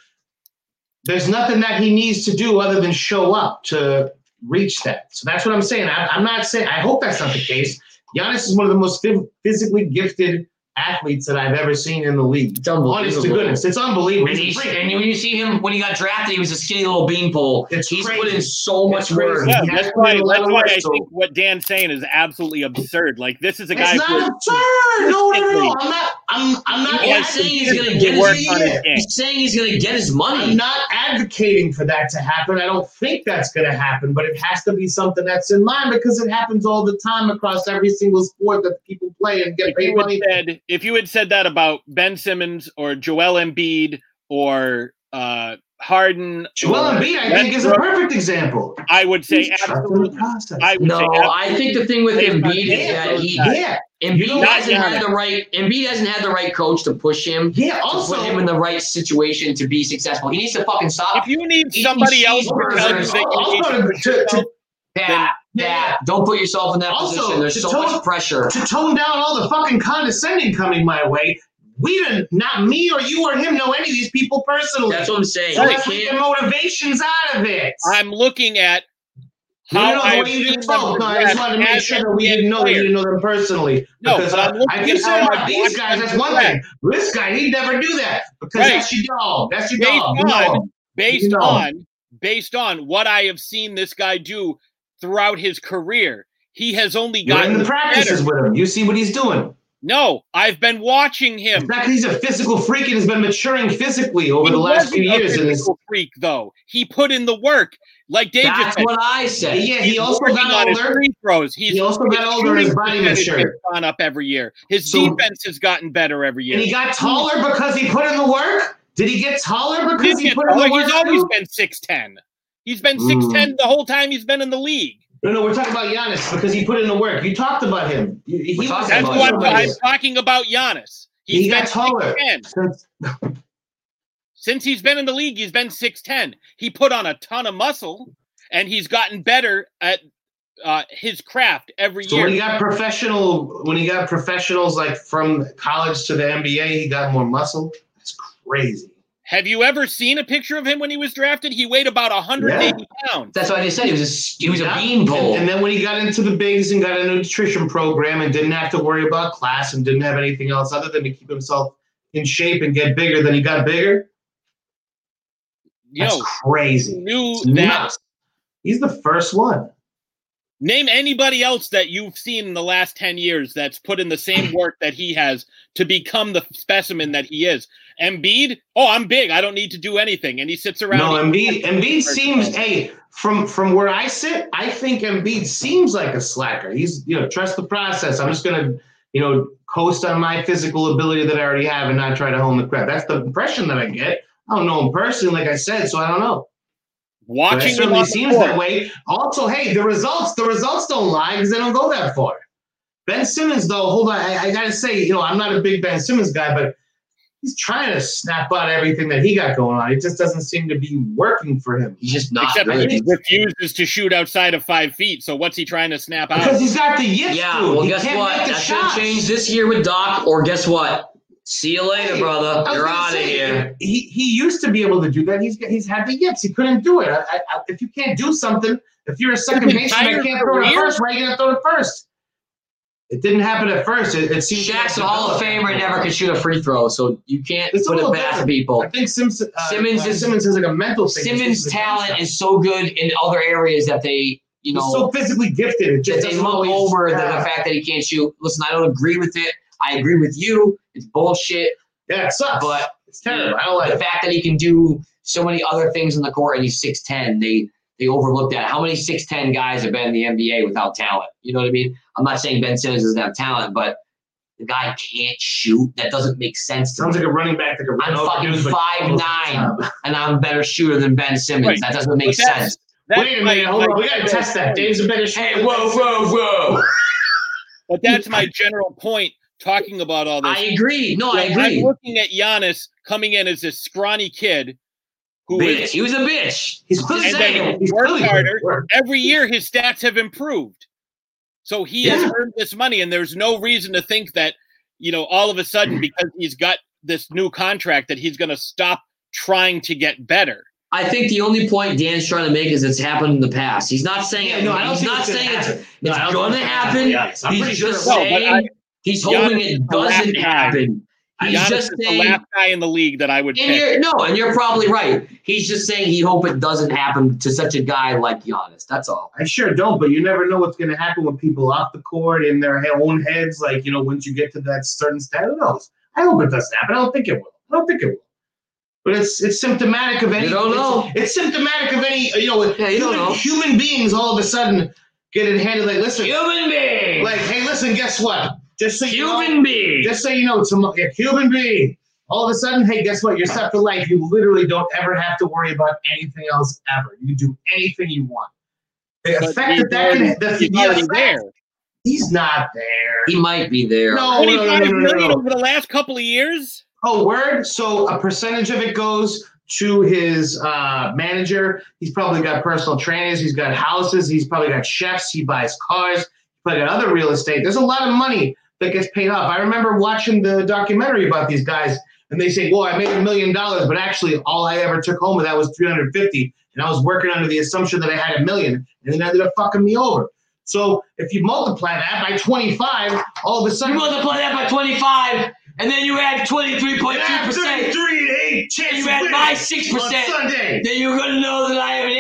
S12: there's nothing that he needs to do other than show up to reach that. So that's what I'm saying. I, I'm not saying, I hope that's not the case. Giannis is one of the most phys- physically gifted athletes that I've ever seen in the league. Honest to
S11: unbelievable.
S12: goodness. It's unbelievable.
S11: And,
S12: He's
S11: he's,
S12: a freak.
S11: and when you see him when he got drafted, he was a skinny little beanpole.
S12: It's
S11: He's
S12: crazy.
S11: put in so
S12: It's
S11: much work.
S12: crazy.
S13: Yeah,
S12: He
S13: that's
S12: hasn't
S13: why.
S12: been a lot
S13: That's
S12: of
S13: why
S12: work,
S13: I
S12: so-
S13: think what Dan's saying is absolutely absurd. Like this is a guy.
S12: It's not
S13: who-
S12: absurd. No, no, no, no. I'm not. I'm. I'm not.
S11: He's
S12: advocating-
S11: saying he's gonna get
S13: He worked
S11: his,
S13: on his game.
S11: he's saying he's gonna get his money.
S12: I'm not advocating for that to happen. I don't think that's going to happen, but it has to be something that's in mind because it happens all the time across every single sport that people play and get
S13: If
S12: paid
S13: you,
S12: money.
S13: had said, if you had said that about Ben Simmons or Joel Embiid or uh, Harden,
S12: Joel
S13: or
S12: Embiid, I think, is a
S13: Westbrook,
S12: perfect example.
S13: I would say
S12: He's trusting the
S13: absolutely.
S12: process.
S13: I would
S11: No,
S13: say
S11: I think the thing with
S13: absolutely
S11: Embiid is
S13: based on
S11: that he-
S13: those guys.
S12: Yeah.
S13: You
S11: Embiid
S13: don't
S11: hasn't
S13: have
S11: had
S13: it.
S11: the right Embiid hasn't had the right coach to push him.
S12: Yeah.
S11: to put him
S12: Also,
S11: in the right situation to be successful. He needs to fucking stop.
S13: If you need
S11: Eating
S13: somebody else to
S11: cheeseburgers.
S13: tell you that you need
S12: also
S13: to
S12: to,
S13: push
S12: to,
S13: yourself,
S12: to,
S11: That, that. Don't put yourself in that
S12: Also,
S11: position. There's
S12: to
S11: so
S12: tell-
S11: much pressure.
S12: to tone down all the fucking condescending coming my way. We didn't, not me or you or him, know any of these people personally.
S11: That's what I'm saying.
S12: So
S11: They
S12: let's get
S11: can't-
S12: the motivations out of it.
S13: I'm looking at
S12: No,
S13: how
S12: no, no, the
S13: I've
S12: way you
S13: seen
S12: just
S13: them
S12: spoke. No, I just
S13: progress
S12: wanted to make
S13: as
S12: sure
S13: an
S12: that we didn't know we
S13: player.
S12: didn't know them personally.
S13: No,
S12: because
S13: but I'm
S12: I-
S13: looking
S12: I keep
S13: at how
S12: saying
S13: I've
S12: about these
S13: watched
S12: guys,
S13: them
S12: that's one
S13: progress.
S12: thing. This guy, he'd never do that because
S13: Right.
S12: that's your dog. That's your
S13: Based
S12: dog. You know
S13: on-
S12: him.
S13: based
S12: You know.
S13: on based on what I have seen this guy do throughout his career. He has only
S12: You're
S13: gotten
S12: in the practices
S13: better.
S12: with him. You see what he's doing.
S13: No, I've been watching
S12: In
S13: him.
S12: fact, he's a physical freak and has been maturing physically over
S13: He
S12: the last
S13: wasn't
S12: few
S13: a
S12: years. In this,
S13: physical freak though. He put in the work, like Dave just
S11: That's
S13: said.
S11: what I
S12: yeah,
S11: said.
S12: he
S13: he's
S12: also
S13: working
S12: got
S13: on his
S12: older.
S13: free throws. He's
S12: He also
S13: his
S12: got older. and His
S13: shooting
S12: body
S13: percentage has
S12: matured,
S13: gone up every year. His
S12: So-
S13: defense has gotten better every year.
S12: and he got taller because he put in the work. Did he get taller because
S13: He's
S12: he put in
S13: taller.
S12: the work?
S13: He's always
S12: too?
S13: been six ten. He's been
S12: Mm.
S13: six ten the whole time he's been in the league.
S12: No, no, we're talking about Giannis because he put in the work. You talked about him. You- He
S11: We're
S12: was
S11: talking
S13: That's
S11: about
S13: what I'm,
S11: Giannis.
S13: I'm talking about. Giannis.
S12: He got
S13: been
S12: taller.
S13: 6'10".
S12: Since-
S13: Since he's been in the league, he's been 6'10. He put on a ton of muscle and he's gotten better at uh, his craft every
S12: So
S13: year.
S12: when he got professional, when he got professionals like from college to the NBA, he got more muscle. That's crazy.
S13: Have you ever seen a picture of him when he was drafted? He weighed about 180 pounds.
S11: That's what I just said. He was a s- he was a
S12: Yeah.
S11: beanpole.
S12: And, and then when he got into the bigs and got a nutrition program and didn't have to worry about class and didn't have anything else other than to keep himself in shape and get bigger, then he got bigger.
S13: You
S12: That's
S13: know,
S12: crazy.
S13: knew
S12: It's
S13: that.
S12: nuts. He's the first one.
S13: Name anybody else that you've seen in the last 10 years that's put in the same work that he has to become the specimen that he is. Embiid, oh, I'm big. I don't need to do anything. And he sits around.
S12: No, Embiid. Embiid seems. Hey, from from where I sit, I think Embiid seems like a slacker. He's you know trust the process. I'm just gonna you know coast on my physical ability that I already have and not try to hone the crap. That's the impression that I get. I don't know him personally, like I said, so I don't know. But
S13: Watching them
S12: it certainly
S13: on the
S12: seems
S13: court.
S12: that way. Also, hey, the results the results don't lie because they don't go that far. Ben Simmons, though, hold on, I, I gotta say, you know, I'm not a big Ben Simmons guy, but he's trying to snap out everything that he got going on. It just doesn't seem to be working for him. He's just
S11: Ah,
S13: Except he refuses to shoot outside of five feet. So what's he trying to snap out?
S12: Because he's got the yips,
S11: Yeah, well, guess what? That should change this year with Doc, or guess what? See you later,
S12: Hey,
S11: brother.
S12: I was
S11: You're
S12: gonna
S11: out of
S12: say,
S11: here.
S12: He he used to be able to do that. He's he's had the yips. He couldn't do it. I, I, I- if you can't do something, if you're a second
S11: His
S12: baseman
S11: entire
S12: that can't throw to
S11: career?
S12: first, why are you gonna throw to first? It didn't happen at first. It, it seems
S11: Shaq's a Hall of Famer and never could shoot a free throw, so you can't
S12: It's a
S11: put it
S12: little
S11: past
S12: different.
S11: people.
S12: I think Simpson, uh,
S11: Simmons
S12: uh,
S11: is-
S12: Simmons has like a mental thing.
S11: Simmons' talent is so good in other areas that they, you know,
S12: He's so physically gifted. It
S11: that
S12: just
S11: they
S12: doesn't
S11: look
S12: always-
S11: over the, the
S12: Yeah.
S11: fact that he can't shoot. Listen, I don't agree with it. I agree with you. It's bullshit.
S12: Yeah, it sucks.
S11: But
S12: It's terrible. I don't like
S11: the
S12: it.
S11: fact that he can do so many other things in the court and he's six ten. They they overlook that. How many six ten guys have been in the NBA without talent? You know what I mean? I'm not saying Ben Simmons doesn't have talent, but the guy can't shoot. That doesn't make sense to
S12: Sounds
S11: me.
S12: like a running back that could run
S11: I'm
S12: over
S11: fucking
S12: dudes, but-
S11: five nine, and I'm a better shooter than Ben Simmons.
S12: Right.
S11: That doesn't make
S12: But that's-
S11: sense.
S12: that's Wait a minute, my- hold on. my- We gotta test that. Dave's a better shooter
S11: Hey,
S12: than
S11: whoa,
S12: Ben
S11: whoa,
S12: Simmons.
S11: whoa!
S13: But that's my general point talking about all this.
S11: I agree. No, I
S13: When
S11: agree.
S13: I'm looking at Giannis coming in as this scrawny kid who
S11: Bitch.
S13: is-
S11: He was a bitch. He's clearly
S13: and then
S11: saying he's
S13: worked
S11: clearly
S13: harder.
S11: worked.
S13: Every year his stats have improved. So he has
S11: Yeah.
S13: earned this money, and there's no reason to think that, you know, all of a sudden because he's got this new contract that he's gonna stop trying to get better.
S11: I think the only point Dan's trying to make is it's happened in the past. He's not saying
S12: Yeah, no, I don't
S11: he's
S12: think
S11: not
S12: it's gonna
S11: saying
S12: happen.
S11: it's,
S12: No, I
S11: it's
S12: don't
S11: gonna
S12: think it's gonna
S11: happen.
S12: happen, to be honest. I'm
S11: he's
S12: pretty sure
S11: just
S12: it will. No,
S13: but
S11: saying
S13: I-
S11: he's hoping
S13: Giannis is
S11: it
S13: the last
S11: doesn't
S13: guy.
S11: happen. He's
S13: Giannis
S11: just
S13: is the
S11: saying
S13: last guy in the league that I would
S11: and
S13: pick.
S11: you're, no, and you're probably right. He's just saying he hope it doesn't happen to such a guy like Giannis. That's all.
S12: I sure don't, but you never know what's going to happen when people off the court in their he- own heads. Like, you know, once you get to that certain stat, who knows? I hope it doesn't happen. I don't think it will. I don't think it will. But it's it's symptomatic of any.
S11: don't
S12: it's-
S11: know.
S12: It's, symptomatic of any. You know,
S11: Yeah, you don't
S12: human,
S11: know.
S12: human beings all of a sudden get it handed like, listen,
S11: Human being.
S12: like, hey, listen, guess what? Just so you
S11: human
S12: know,
S11: being.
S12: Just so you know, tomorrow, a human being. All of a sudden, hey, guess what? You're set for life. You literally don't ever have to worry about anything else ever. You can do anything you want. The
S13: But
S12: effect that that
S13: already-
S12: can, the,
S13: he's
S12: the
S13: already
S12: effect-
S13: there.
S12: He's not there.
S11: he might be there.
S12: No, no, no,
S13: 25
S12: no, no, no,
S13: million
S12: no.
S13: over the last couple of years?
S12: Oh, word. So a percentage of it goes to his uh, manager. He's probably got personal trainers. He's got houses. He's probably got chefs. He buys cars. He's probably got other real estate. There's a lot of money that gets paid off. I remember watching the documentary about these guys, and they say, "Well, I made a million dollars, but actually, all I ever took home of that was 350, and I was working under the assumption that I had a million, and then ended up fucking me over." So if you multiply that by 25, all of a
S11: You
S12: sudden
S11: multiply that by 25, and then you add 23.2%.
S12: Thirty-three to eight chance.
S11: You
S12: of
S11: add
S12: winning
S11: my 6%.
S12: on Sunday.
S11: Then you're going to know that I have an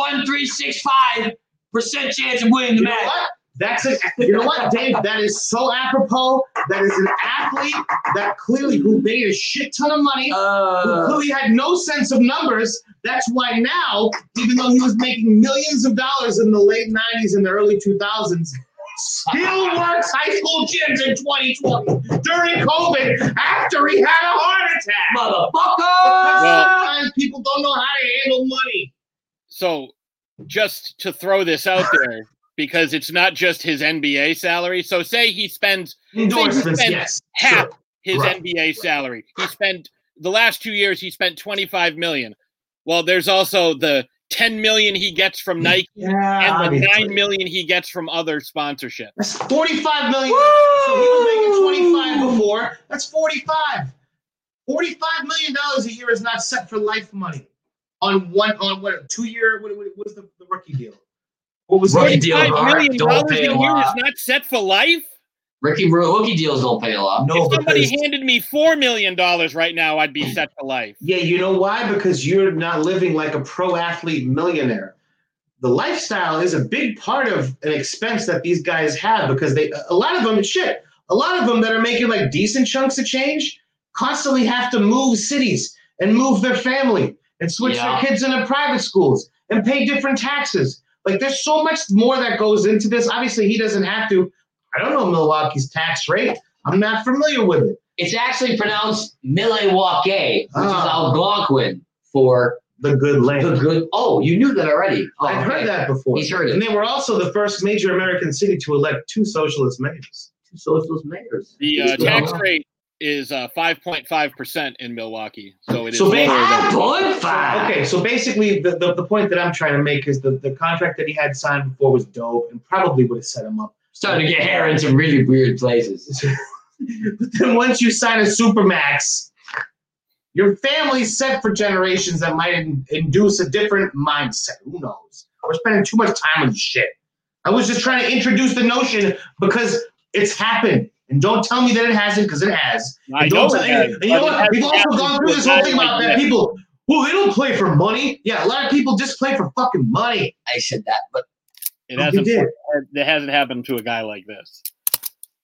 S11: 86.3.21365% chance of winning the
S12: You know
S11: match.
S12: what? That's a, you know what, Dave? That is so apropos. That is an athlete that clearly who made a shit ton of money, who
S11: Uh,
S12: clearly had no sense of numbers. That's why now, even though he was making millions of dollars in the late '90s and the early 2000s, still works high school gyms in 2020 during COVID after he had a heart attack.
S11: motherfucker!
S13: Well-
S12: Sometimes people don't know how to handle money.
S13: So just to throw this out there, because it's not just his NBA salary. So say he spends
S12: Endorsements,
S13: spent
S12: yes.
S13: half
S12: sure.
S13: his
S12: Right.
S13: NBA salary. He spent the last two years he spent 25 million. Well, there's also the 10 million he gets from Nike
S12: Yeah,
S13: and the
S12: obviously.
S13: 9 million he gets from other sponsorship.
S12: That's 45 million. So he was making 25 before. That's 45. 45 million dollars a year is not set for life money. On one on what two year what, what what was the, the rookie deal? What was
S11: Rookie
S12: it?
S11: deal,
S13: 5 million
S11: don't
S13: dollars a
S11: pay
S13: year
S11: a
S13: is
S11: lot.
S13: not set for life.
S11: Ricky rookie deals don't pay a lot.
S12: No,
S13: if somebody
S12: because-
S13: handed me four million dollars right now, I'd be set for life.
S12: Yeah, you know why? Because you're not living like a pro athlete millionaire. The lifestyle is a big part of an expense that these guys have because they a lot of them shit. A lot of them that are making like decent chunks of change constantly have to move cities and move their family and switch
S11: Yeah.
S12: their kids into private schools and pay different taxes. Like there's so much more that goes into this. Obviously, he doesn't have to. I don't know Milwaukee's tax rate. I'm not familiar with it.
S11: It's actually pronounced Milwaukee, which is
S12: Ah.
S11: Algonquin for The Good Land.
S14: The good. Oh, you knew that already. Oh,
S11: I've
S14: okay.
S11: heard that before.
S14: He's heard it.
S11: And they were also the first major American city to elect two socialist mayors.
S14: Two socialist mayors.
S13: The uh, tax rate is uh, 5.5% in Milwaukee. So it is
S11: So
S13: lower
S11: basically,
S13: than-
S11: Okay, so basically, the, the, the point that I'm trying to make is the, the contract that he had signed before was dope and probably would have set him up.
S14: Starting to get hair in some really weird places.
S11: but then once you sign a supermax, your family's set for generations that might in- induce a different mindset. Who knows? We're spending too much time on this shit. I was just trying to introduce the notion because it's happened. And don't tell me that it hasn't, because it has.
S13: I
S11: And don't
S13: know it
S11: tell-
S13: has,
S11: and you know
S13: but it
S11: what? We've
S13: hasn't
S11: also gone
S13: happened
S11: through
S13: to
S11: this
S13: a
S11: whole
S13: guy
S11: thing about
S13: like
S11: that.
S13: that.
S11: People, well, they don't play for money. Yeah, a lot of people just play for fucking money.
S14: I said that, but
S13: It
S11: You
S13: hasn't,
S11: did.
S13: it hasn't happened to a guy like this.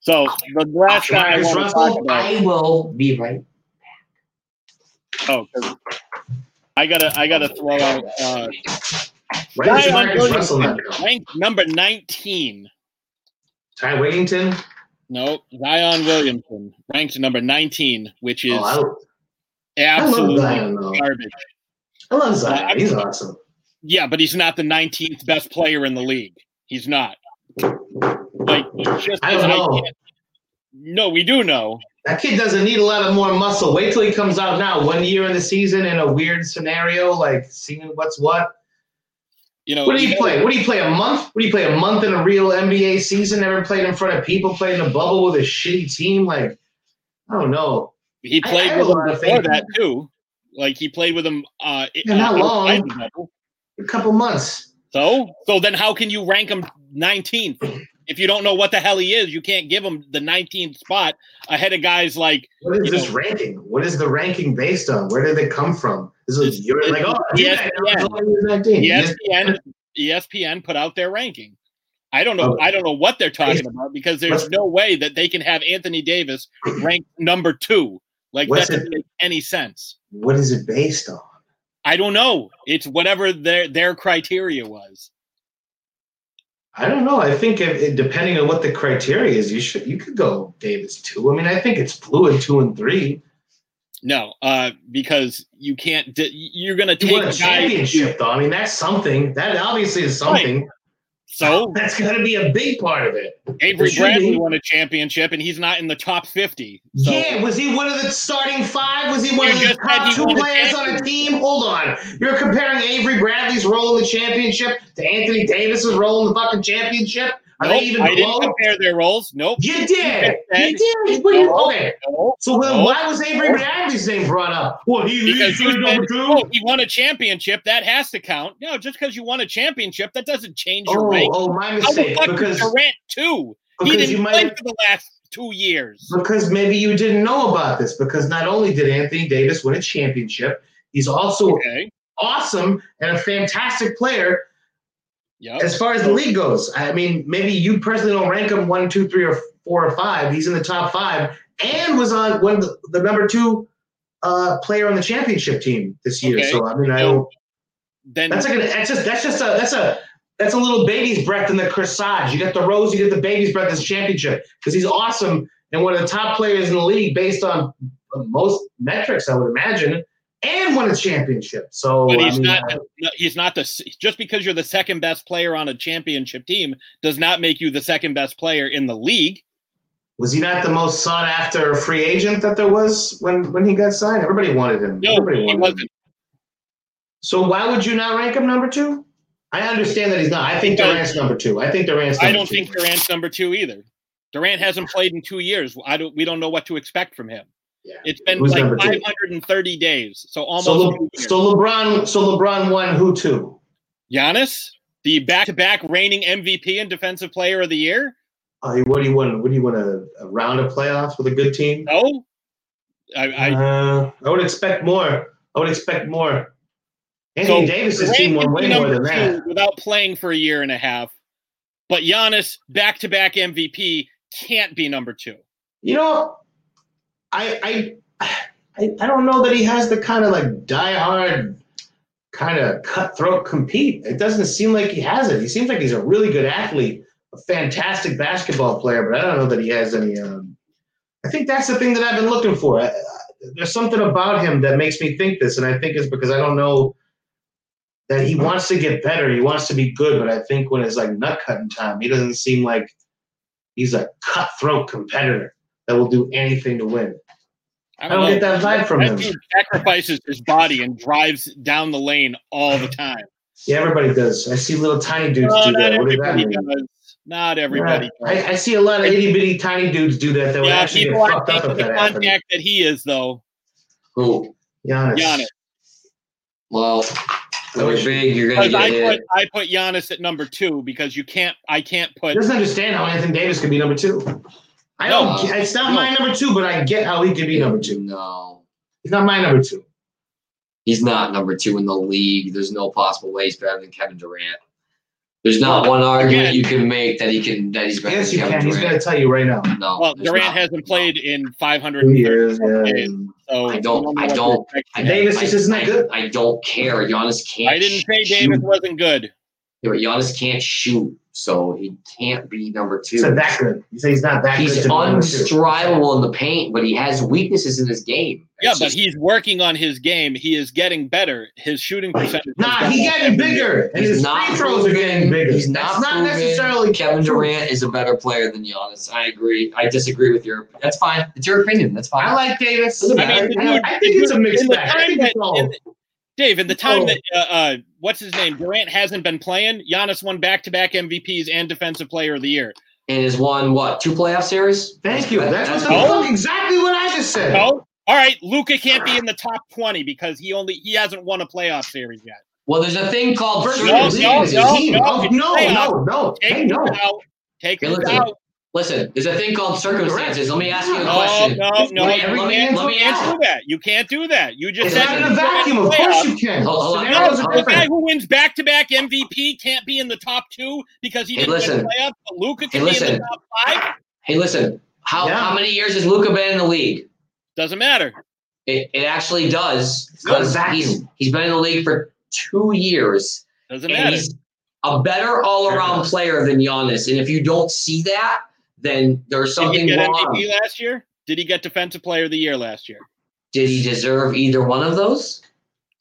S13: So the last guy I
S14: Marcus
S13: want to talk
S14: Russell,
S13: about.
S14: I will be right.
S13: Oh, 'cause I gotta, I gotta throw out. Uh,
S11: Why
S13: guy
S11: does
S13: on
S11: Marcus
S13: voting
S11: Russell not
S13: block, rank number nineteen.
S11: Ty Wigington.
S13: Nope, Zion Williamson ranked number nineteen, which is
S11: Oh,
S13: absolutely
S11: I love Zion, though.
S13: garbage.
S11: I love Zion.
S13: Uh, I
S11: He's
S13: mean-
S11: awesome.
S13: Yeah, but he's not the nineteenth best player in the league. He's not. Like just
S11: I don't know.
S13: can't- no, we do know.
S11: That kid doesn't need a lot of more muscle. Wait till he comes out now, one year in the season in a weird scenario, like seeing what's what.
S13: You know
S11: What do
S13: you
S11: you
S13: know-
S11: play? What do you play a month? What do you play a month in a real NBA season? Never played in front of people, played in a bubble with a shitty team. Like, I don't know.
S13: He
S11: I-
S13: played
S11: I have
S13: with
S11: a
S13: him
S11: lot of
S13: before
S11: faith in
S13: that too. Like he played with him. Uh,
S11: Yeah, not
S13: uh,
S11: long.
S13: outside the bubble.
S11: A couple months.
S13: So, so then how can you rank him 19th if you don't know what the hell he is? You can't give him the 19th spot ahead of guys like
S11: What is
S13: you
S11: this
S13: know,
S11: ranking? What is the ranking based on? Where did they come from? This is you're like, oh,
S13: Yes,
S11: yeah,
S13: yes. E
S11: yes.
S13: ESPN. ESPN put out their ranking. I don't know.
S11: Oh.
S13: I don't know what they're talking about because there's
S11: What's-
S13: no way that they can have Anthony Davis ranked number two. Like that
S11: What's
S13: doesn't
S11: it-
S13: make any sense.
S11: What is it based on?
S13: I don't know. It's whatever their their criteria was.
S11: I don't know. I think if, it, depending on what the criteria is, you should you could go Davis two. I mean, I think it's fluid two and three.
S13: No, uh, because you can't. Di- you're gonna
S11: You
S13: take
S11: won a
S13: guys-
S11: championship, though. I mean, that's something. That obviously is something.
S13: So
S11: That's got to be a big part of it.
S13: Avery
S11: It should
S13: Bradley
S11: be.
S13: won a championship, and he's not in the top fifty. So
S11: yeah, was he one of the starting five? Was he one
S13: You
S11: of the
S13: just said
S11: top
S13: he
S11: two
S13: won a
S11: players on a team? Hold on. You're comparing Avery Bradley's role in the championship to Anthony Davis's role in the fucking championship? Are
S13: Nope,
S11: they even
S13: I
S11: close?
S13: didn't compare their roles. Nope.
S11: You did.
S13: said-
S11: You did. What do you, okay.
S13: No,
S11: So then
S13: no.
S11: why was Avery Bradley's name brought up? Well, he
S13: Because
S11: leads
S13: you
S11: you to
S13: said,
S11: number two.
S13: oh, he won a championship. That has to count. No, just because you won a championship, that doesn't change your
S11: Oh,
S13: rank.
S11: oh, my
S13: How the
S11: mistake,
S13: fuck did
S11: because-
S13: Durant two? He
S11: because
S13: didn't
S11: you might-
S13: play for the last two years.
S11: Because maybe you didn't know about this. Because not only did Anthony Davis win a championship, he's also
S13: Okay.
S11: awesome and a fantastic player
S13: Yep.
S11: as far as the league goes. I mean, maybe you personally don't rank him one, two, three, or four or five. He's in the top five and was on one of the, the number two uh, player on the championship team this year.
S13: Okay.
S11: So I mean, I don't.
S13: Then
S11: That's like an, that's just that's just a that's a that's a little baby's breath in the corsage. You get the rose, you get the baby's breath in this championship because he's awesome and one of the top players in the league based on most metrics, I would imagine, and won a championship. So
S13: But
S11: I
S13: he's
S11: mean,
S13: not.
S11: I-
S13: no, He's not the. s- Just because you're the second best player on a championship team does not make you the second best player in the league.
S11: Was he not the most sought after free agent that there was when, when he got signed? Everybody wanted him.
S13: No,
S11: Everybody
S13: he
S11: wanted him.
S13: wasn't.
S11: So why would you not rank him number two? I understand that he's not. I think
S13: Because-
S11: Durant's number two. I think Durant's number
S13: I don't
S11: two.
S13: think Durant's number two either. Durant hasn't played in two years. I don't. We don't know what to expect from him. It's been
S11: Who's
S13: like
S11: number two?
S13: 530 days, so almost.
S11: so,
S13: two
S11: Le-
S13: years.
S11: so LeBron so LeBron won who two?
S13: Giannis, the back-to-back reigning MVP and Defensive Player of the Year.
S11: Oh, he, what do you want? What do you want a, a round of playoffs with a good team?
S13: No, I, I
S11: Uh, I would expect more. I would expect more. Anthony
S13: So
S11: Davis's
S13: Durant
S11: team
S13: can
S11: won
S13: be
S11: way more
S13: number
S11: than that.
S13: two Without playing for a year and a half, but Giannis back to back MVP can't be number two.
S11: you know, I I I, I don't know that he has the kind of like diehard kind of cutthroat compete. It doesn't seem like he has it. He seems like he's a really good athlete, a fantastic basketball player, but I don't know that he has any. Um, I think that's the thing that I've been looking for. I, I, there's something about him that makes me think this, and I think it's because I don't know.
S12: that he wants to get better. He wants to be good, but I think when it's like nut cutting time, he doesn't seem like he's a cutthroat competitor that will do anything to win. I don't,
S13: know.
S12: get that vibe from
S13: That
S12: him.
S13: dude sacrifices his body and drives down the lane all the time.
S12: Yeah, everybody does. I see little tiny dudes
S13: No,
S12: do
S13: not
S12: that. What does that
S13: everybody
S12: mean?
S13: does. Not everybody.
S12: Yeah. I, I see a lot of itty bitty tiny dudes do that that would
S13: Yeah,
S12: actually get
S13: people are
S12: fucked up
S13: taking
S12: if
S13: the
S12: that happened.
S13: contact that he is, though.
S12: Who? Giannis.
S13: Giannis.
S11: Well, those big, you're gonna
S13: Because I
S11: get
S13: put
S11: hit.
S13: I put Giannis at number two because you can't I can't
S12: He
S13: put.
S12: doesn't understand how Anthony Davis could be number two. I
S13: No.
S12: don't. It's not
S13: No.
S12: my number two, but I get how he could be number two.
S11: No,
S12: He's not my number two.
S11: he's not number two in the league. There's no possible way he's better than Kevin Durant. There's not one argument you can make that he can that he's better
S12: Yes,
S11: than
S12: you
S11: Kevin
S12: can. He's
S11: Durant.
S12: gonna tell you right now.
S11: No,
S13: Well,
S11: there's
S13: Durant
S11: not.
S13: hasn't played in 500
S12: Two years. Yeah.
S13: days, so
S11: I don't. I don't. I,
S12: Davis
S11: I,
S12: just isn't that good.
S11: I, don't care. Giannis can't.
S13: I didn't say
S11: shoot.
S13: Davis wasn't good.
S11: Yeah, but Giannis can't shoot, so he can't be number two.
S12: He's not that good. You say he's not that good.
S11: He's
S12: to be number two.
S11: unstrivable in the paint, but he has weaknesses in his game.
S13: Yeah, but he's working on his game. He is getting better. His shooting percentage.
S12: Nah, he getting bigger, and his free throws are getting bigger.
S11: He's
S12: That's
S11: not,
S12: not
S11: proven.
S12: necessarily
S11: Kevin
S12: true.
S11: Durant is a better player than Giannis. I agree. I disagree with your. That's fine. It's your opinion. That's fine.
S12: I like Davis.
S11: Doesn't
S13: I mean,
S11: matter.
S13: the
S12: I-
S13: dude-
S12: I think it's a mixed
S13: in the
S12: bag. I
S13: time
S12: think
S13: that,
S12: it's all-
S13: in the- Dave, in the time
S12: all.
S13: that uh, uh, what's his name Durant hasn't been playing, Giannis won back-to-back MVPs and Defensive Player of the Year.
S11: And has won what two playoff series?
S12: Thank you. That's, what the
S13: No.
S12: fuck, exactly what I just said.
S13: No, all right, Luca can't be in the top twenty because he only he hasn't won a playoff series yet.
S11: Well, there's a thing called
S12: First
S11: Drew
S12: of all,
S11: Brees.
S12: no,
S11: Is
S12: no,
S11: a team.
S12: no.
S13: It's playoff.
S12: no, no.
S13: Take
S12: Hey, no.
S13: this out. Take
S11: Hey,
S13: this
S11: listen,
S13: out.
S11: listen, there's a thing called circumstances. Let me ask you a
S13: No,
S11: question.
S13: no, no.
S11: Let
S13: you
S11: me, let me,
S13: can't,
S11: let me
S13: you can't
S11: ask.
S13: do that. You can't do that. You just
S12: It's
S13: said
S12: not in
S13: that
S12: a
S13: he's been
S12: vacuum. Of
S13: playoff.
S12: course you can.
S11: Hold- hold on.
S13: No,
S12: Scenarios are
S13: the guy
S12: different.
S13: who wins back-to-back MVP can't be in the top two because he
S11: Hey,
S13: didn't win
S11: listen.
S13: playoffs. But Luca can
S11: Hey,
S13: be in the
S11: listen.
S13: top five.
S11: Hey, listen. How
S12: Yeah.
S11: how many years has Luca been in the league?
S13: Doesn't matter.
S11: It, it actually does
S12: not a
S11: because he's
S12: vacuum.
S11: he's been in the league for two years
S13: Doesn't
S11: and
S13: matter.
S11: he's a better all around player than Giannis. And if you don't see that, then there's
S13: Did he
S11: something
S13: get
S11: wrong.
S13: MVP last year? Did he get Defensive Player of the Year last year?
S11: Did he deserve either one of those?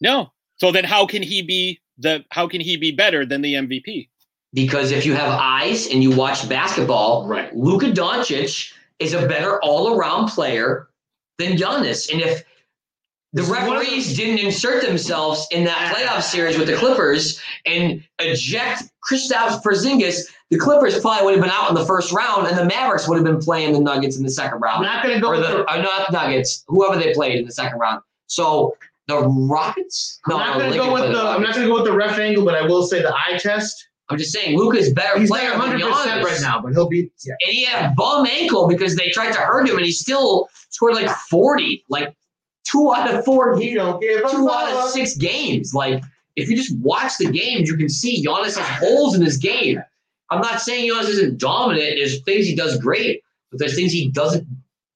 S13: No. So then, how can he be the? How can he be better than the MVP?
S11: Because if you have eyes and you watch basketball,
S12: Right.
S11: Luka Doncic is a better all-around player than Giannis. And if the
S12: This is one of the- Ah.
S11: referees didn't insert themselves in that playoff series with the Clippers and eject Kristaps Porzingis, the Clippers probably would have been out in the first round, and the Mavericks would have been playing the Nuggets in the second
S12: I'm
S11: round,
S12: not gonna go
S11: or
S12: with
S11: the
S12: the.
S11: or not Nuggets, whoever they played in the second round. So the Rockets.
S12: I'm
S11: No,
S12: not
S11: no,
S12: gonna
S11: they
S12: go
S11: could play
S12: with the. I'm not gonna go with the ref angle, but I will say the eye test.
S11: I'm just saying, Luka is better
S12: He's
S11: player
S12: not 100
S11: than Giannis
S12: percent right now, but he'll be. Yeah.
S11: and he had a bum ankle because they tried to hurt him, and he still scored like 40, like two out of four,
S12: He
S11: two
S12: don't give a
S11: out of
S12: fuck.
S11: six games. Like if you just watch the games, you can see Giannis has holes in his game. I'm not saying Giannis isn't dominant. There's things he does great, but there's things he doesn't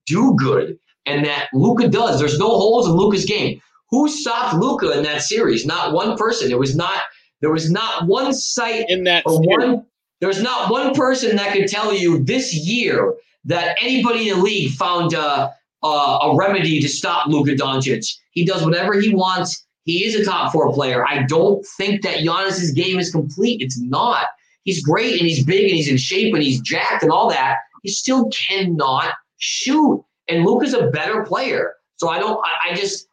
S11: do good, and that Luca does. There's no holes in Luca's game. Who stopped Luca in that series? Not one person. It was not. There was not one sight
S13: In that
S11: or
S13: series.
S11: one there's not one person that could tell you this year that anybody in the league found uh, uh, a remedy to stop Luka Doncic. He does whatever he wants. He is a top four player. I don't think that Giannis's game is complete. It's not. He's great and he's big and he's in shape and he's jacked and all that. He still cannot shoot. And Luka's a better player. So I don't. I, I just.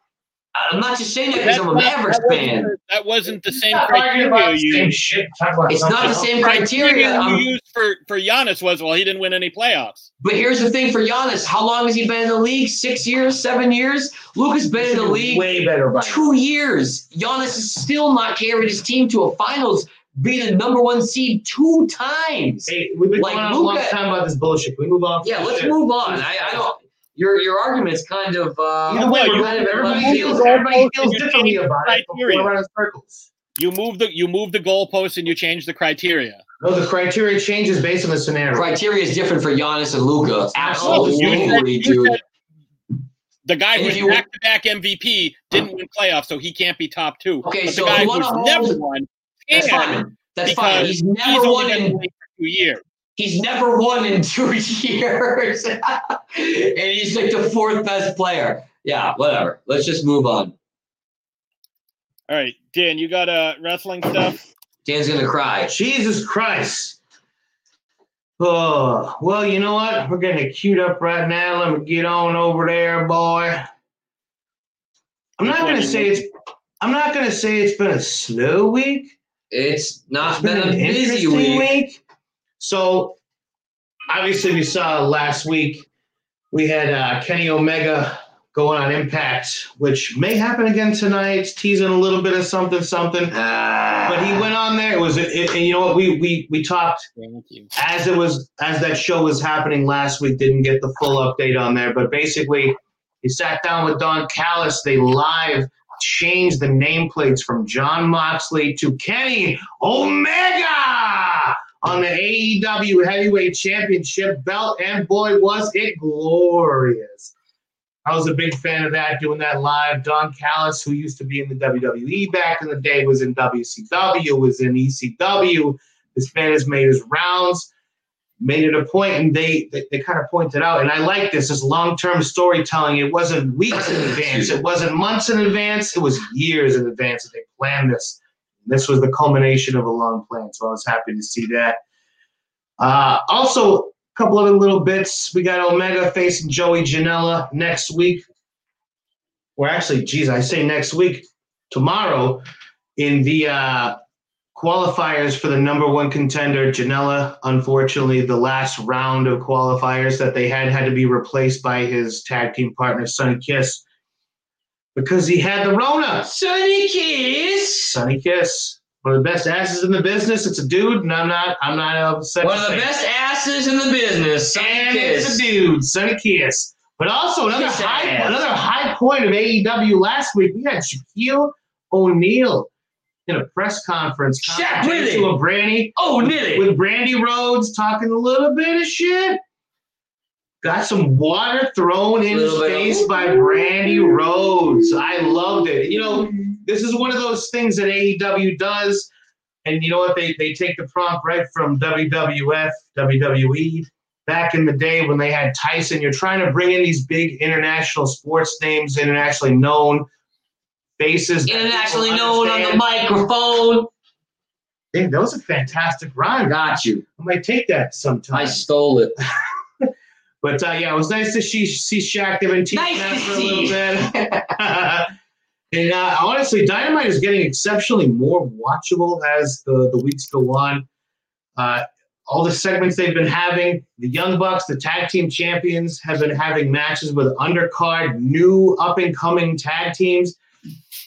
S11: I'm not just saying that because
S13: That's
S11: I'm a
S13: not-
S11: Mavericks
S13: that wasn't-
S11: fan.
S13: That wasn't the same
S12: Stop
S13: criteria
S12: arguing about the
S13: you
S12: same
S13: used.
S12: shit. Talk about
S11: It's not
S12: something
S11: the
S12: else.
S11: same criteria.
S13: Criteria you
S11: I'm-
S13: used for for Giannis was well, he didn't win any playoffs.
S11: But here's the thing for Giannis: How long has he been in the league? Six years? Seven years? Luca's been in the league
S12: Way better by now.
S11: two years. Giannis has still not carried his team to a finals, being the number one seed two times.
S12: Hey, we've been
S11: Like,
S12: going on a long
S11: Luka-
S12: time about this bullshit. Can we move on?
S11: Yeah, let's
S12: Shit.
S11: move on. I, I don't. Your your argument's kind of. Uh,
S12: Either way,
S13: Well,
S12: we're
S13: you-
S12: kind of- everybody
S11: you-
S12: feels everybody feels
S13: you-
S12: differently about it. but
S13: criteria.
S12: We're running circles.
S13: You move the you move the goalpost and you change the criteria.
S12: No, the criteria changes based on the scenario.
S11: criteria is different for Giannis and Luca.
S13: You said-
S11: Absolutely,
S13: you
S11: dude.
S13: said The guy
S11: And if
S13: who's
S11: you-
S13: back to back MVP didn't win playoffs, so he can't be top two.
S11: Okay,
S13: but
S11: so
S13: the guy
S11: you wanna
S13: who's
S11: hold-
S13: never won
S11: That's
S13: can
S11: fine. That's
S13: because
S11: fine. He's
S13: he's
S11: never
S13: only
S11: won
S13: been
S11: in
S13: in the league for two years.
S11: He's never won in two years. and he's like the fourth best player. Yeah, whatever. Let's just move on.
S13: All right, Dan, you got uh, wrestling stuff?
S15: Dan's gonna cry.
S11: Jesus Christ. Oh, well, you know what? We're getting it queued up right now. Let me get on over there, boy. I'm not gonna say it's I'm not gonna say it's been a slow week.
S15: It's not been, a busy
S11: interesting
S15: week.
S11: So obviously we saw last week we had uh, Kenny Omega going on Impact, which may happen again tonight. Teasing a little bit of something, something. But he went on there. It was, it, it- and you know what? We we we talked as it was as that show was happening last week. Didn't get the full update on there, but basically he sat down with Don Callis. They live changed the nameplates from John Moxley to Kenny Omega on the AEW Heavyweight Championship belt, and boy, was it glorious! I was a big fan of that, doing that live. Don Callis, who used to be in the WWE back in the day, was in WCW, was in ECW. This man has made his rounds, made it a point, and they they, they kind of pointed out. And I like this. This long term storytelling. It wasn't weeks in advance. It wasn't months in advance. It was years in advance that they planned this. This was the culmination of a long plan, so I was happy to see that. Uh, also, a couple other little bits. We got Omega facing Joey Janela next week. Or actually, geez, I say next week, tomorrow, in the uh, qualifiers for the number one contender, Janela. Unfortunately, the last round of qualifiers that they had had to be replaced by his tag team partner, Sonny Kiss, because he had the Rona. Sonny Kiss. Sonny Kiss. One of the best asses in the business. It's a dude, and I'm not. I'm not upset.
S15: One of
S11: to
S15: the
S11: say it.
S15: best asses in the business. Sonny
S11: And
S15: Kiss.
S11: it's a dude, Sonny Kiss. But also another
S15: Kiss
S11: high
S15: ass.
S11: another high point of AEW last week. We had Shaquille O'Neal in a press conference confrontation
S15: Willie.
S11: with Brandy.
S15: Oh, Nilly.
S11: with Brandy Rhodes talking a little bit of shit. Got some water thrown in his
S15: Little bit of-
S11: face by Brandy Rhodes. I loved it. You know, this is one of those things that AEW does. And you know what? They they take the prompt right from WWF, WWE. Back in the day when they had Tyson, you're trying to bring in these big international sports names, internationally known faces. that
S15: Internationally
S11: people
S15: known on the
S11: understand.
S15: microphone.
S11: Dang, that was a fantastic rhyme.
S15: Got you.
S11: I might take that sometime.
S15: I stole it.
S11: But uh, yeah, it was nice to see, see Shaq giving teeth
S15: Nice
S11: nice
S15: to
S11: for a
S15: see
S11: little
S15: you.
S11: bit. and uh, honestly, Dynamite is getting exceptionally more watchable as the, the weeks go on. Uh, all the segments they've been having, the Young Bucks, the tag team champions, have been having matches with undercard, new up and coming tag teams.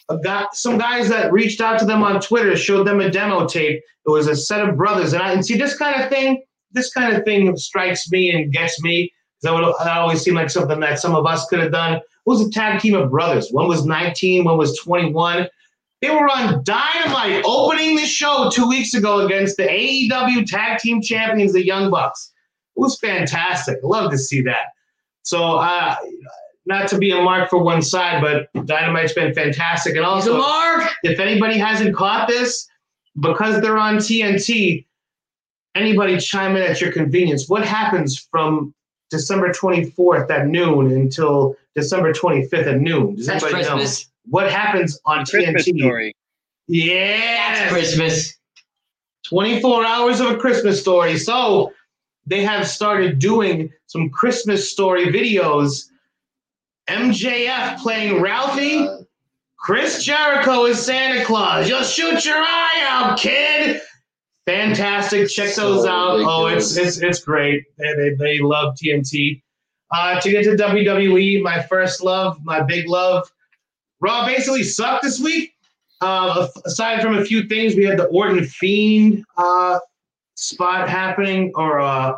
S11: A guy, some guys that reached out to them on Twitter showed them a demo tape. It was a set of brothers, and I and see this kind of thing. This kind of thing strikes me and gets me because that would that always seemed like something that some of us could have done. It was a tag team of brothers. One was 19, one was 21. They were on Dynamite opening the show two weeks ago against the AEW Tag Team Champions, the Young Bucks. It was fantastic. Love to see that. So, uh, not to be a mark for one side, but Dynamite's been fantastic. And also,
S15: Mark.
S11: if anybody hasn't caught this, because they're on TNT, anybody chime in at your convenience. What happens from December 24th at noon until December 25th at noon? Does
S15: That's
S11: anybody
S15: Christmas.
S11: know what happens on
S13: Christmas
S11: TNT?
S13: story.
S11: Yeah,
S15: That's Christmas.
S11: 24 hours of a Christmas story. So they have started doing some Christmas story videos. MJF playing Ralphie. Chris Jericho is Santa Claus. You'll shoot your eye out, kid. Fantastic. Check those
S15: So
S11: out. Oh,
S15: ridiculous.
S11: it's it's it's great. They, they, they love TNT. Uh, to get to WWE, my first love, my big love. Raw basically sucked this week. Uh, af- aside from a few things, we had the Orton Fiend uh, spot happening or uh,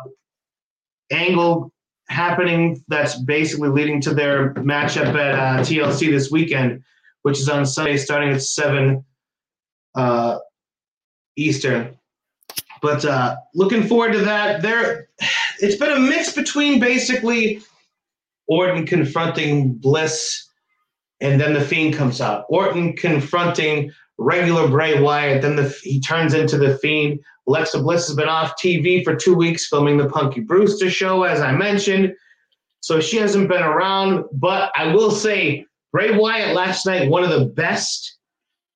S11: angle happening that's basically leading to their matchup at uh, TLC this weekend, which is on Sunday starting at 7 uh, Eastern. But uh, looking forward to that. There, it's been a mix between basically Orton confronting Bliss, and then the Fiend comes out. Orton confronting regular Bray Wyatt, then the he turns into the Fiend. Alexa Bliss has been off TV for two weeks filming the Punky Brewster show, as I mentioned. So she hasn't been around, but I will say Bray Wyatt last night, one of the best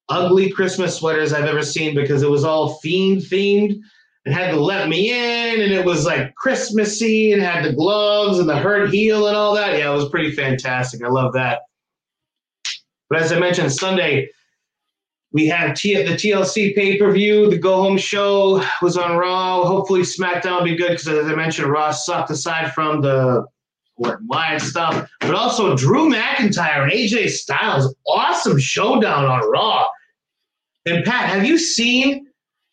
S11: ugly Christmas sweaters I've ever seen because it was all fiend themed and had to let me in and it was like Christmassy and had the gloves and the hurt heel and all that. Yeah, it was pretty fantastic. I love that. But as I mentioned, Sunday we have T- the TLC pay per view. The go home show was on Raw. Hopefully, SmackDown will be good because, as I mentioned, Raw sucked aside from the Orton Wyatt stuff. But also, Drew McIntyre and AJ Styles, awesome showdown on Raw. And Pat, have you seen?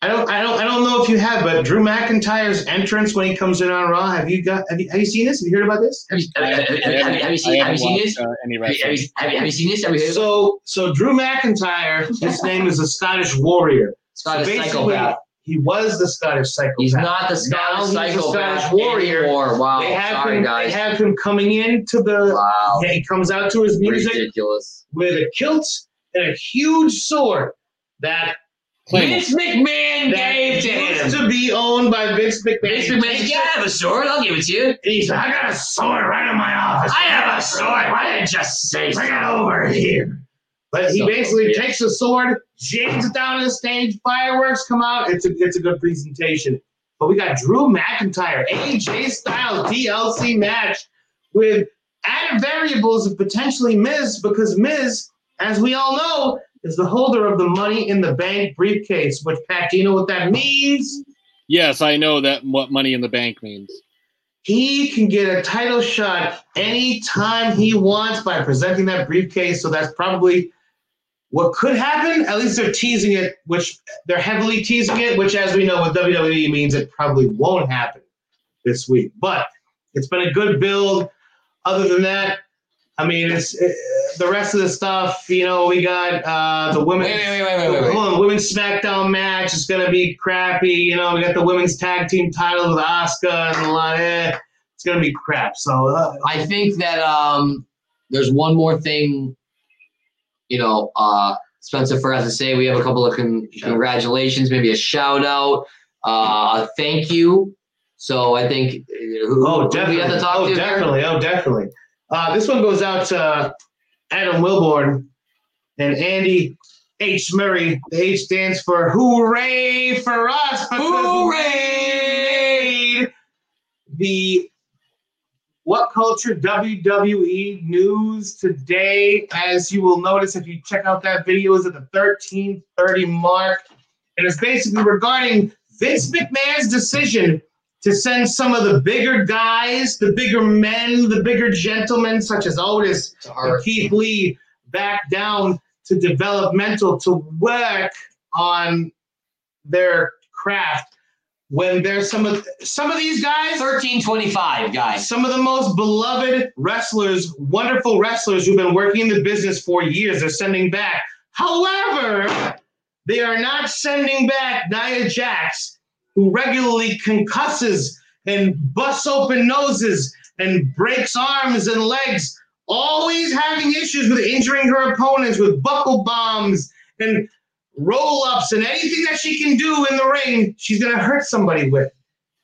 S11: I don't, I don't, I don't know if you have, but Drew McIntyre's entrance when he comes in on Raw. Have you got? Have you, have you seen this? Have you heard about this? Have you,
S10: have- have- have- have- have you seen- have you seen this?
S13: uh,
S10: Have you- have you- have you- have you seen this? Have you heard-
S11: So, so Drew McIntyre, his name is the Scottish Warrior.
S10: Scottish
S11: basically,
S10: psychopath.
S11: He was the Scottish psychopath.
S10: He's not the Scottish
S11: now he's the
S10: psychopath
S11: Scottish warrior.
S10: anymore. Wow,
S11: They have
S10: sorry,
S11: him,
S10: guys.
S11: They have him coming into the.
S10: Wow.
S11: Yeah, he comes out to his music
S10: Ridiculous.
S11: with a kilt and a huge sword that
S10: Claymore. Vince McMahon
S11: that
S10: gave to him.
S11: used to be owned by Vince McMahon.
S10: Vince McMahon's like, "Yeah, I have a sword. I'll give it to you."
S11: And he's like, I got a sword right in my office.
S10: I have a sword. Why didn't you just say
S11: Bring
S10: so?
S11: it over here. But he
S10: So,
S11: basically
S10: yeah.
S11: takes a sword, jams it down on the stage, fireworks come out. It's a it's a good presentation. But we got Drew McIntyre, AJ Styles DLC match with added variables of potentially Miz because Miz, as we all know, is the holder of the Money in the Bank briefcase. Which Pat, do you know what that means?
S13: Yes, I know that what Money in the Bank means.
S11: He can get a title shot anytime he wants by presenting that briefcase. So that's probably what could happen. At least they're teasing it, which they're heavily teasing it, which, as we know, with WWE means it probably won't happen this week. But it's been a good build. Other than that, I mean, it's uh, the rest of the stuff. You know, we got uh, the women.
S10: Wait, wait, wait, wait, wait, wait.
S11: Hold on, women's SmackDown match is gonna be crappy. You know, we got the women's tag team title with Asuka and a lot. Eh, it's gonna be crap. So uh,
S10: I think that um, there's one more thing, you know, uh, Spencer, for us to say. We have a couple of con- congratulations, maybe a shout out, uh, a thank you. So I think uh, who,
S11: Oh,
S10: who
S11: definitely.
S10: we have to talk
S11: oh,
S10: to here?
S11: definitely. Oh, definitely. Uh, this one goes out to Adam Wilborn and Andy H. Murray. The H stands for Hooray for Us! Because Hooray! The What Culture WWE news today, as you will notice if you check out that video, is at the 1330 mark. And it's basically regarding Vince McMahon's decision to send some of the bigger guys, the bigger men, the bigger gentlemen, such as Otis and Keith Lee, back down to developmental to work on their craft. When there's some of some of these guys,
S10: thirteen twenty five guys,
S11: some of the most beloved wrestlers, wonderful wrestlers who've been working in the business for years, they're sending back. However, they are not sending back Nia Jax, who regularly concusses and busts open noses and breaks arms and legs, always having issues with injuring her opponents with buckle bombs and roll ups and anything that she can do in the ring, she's going to hurt somebody with.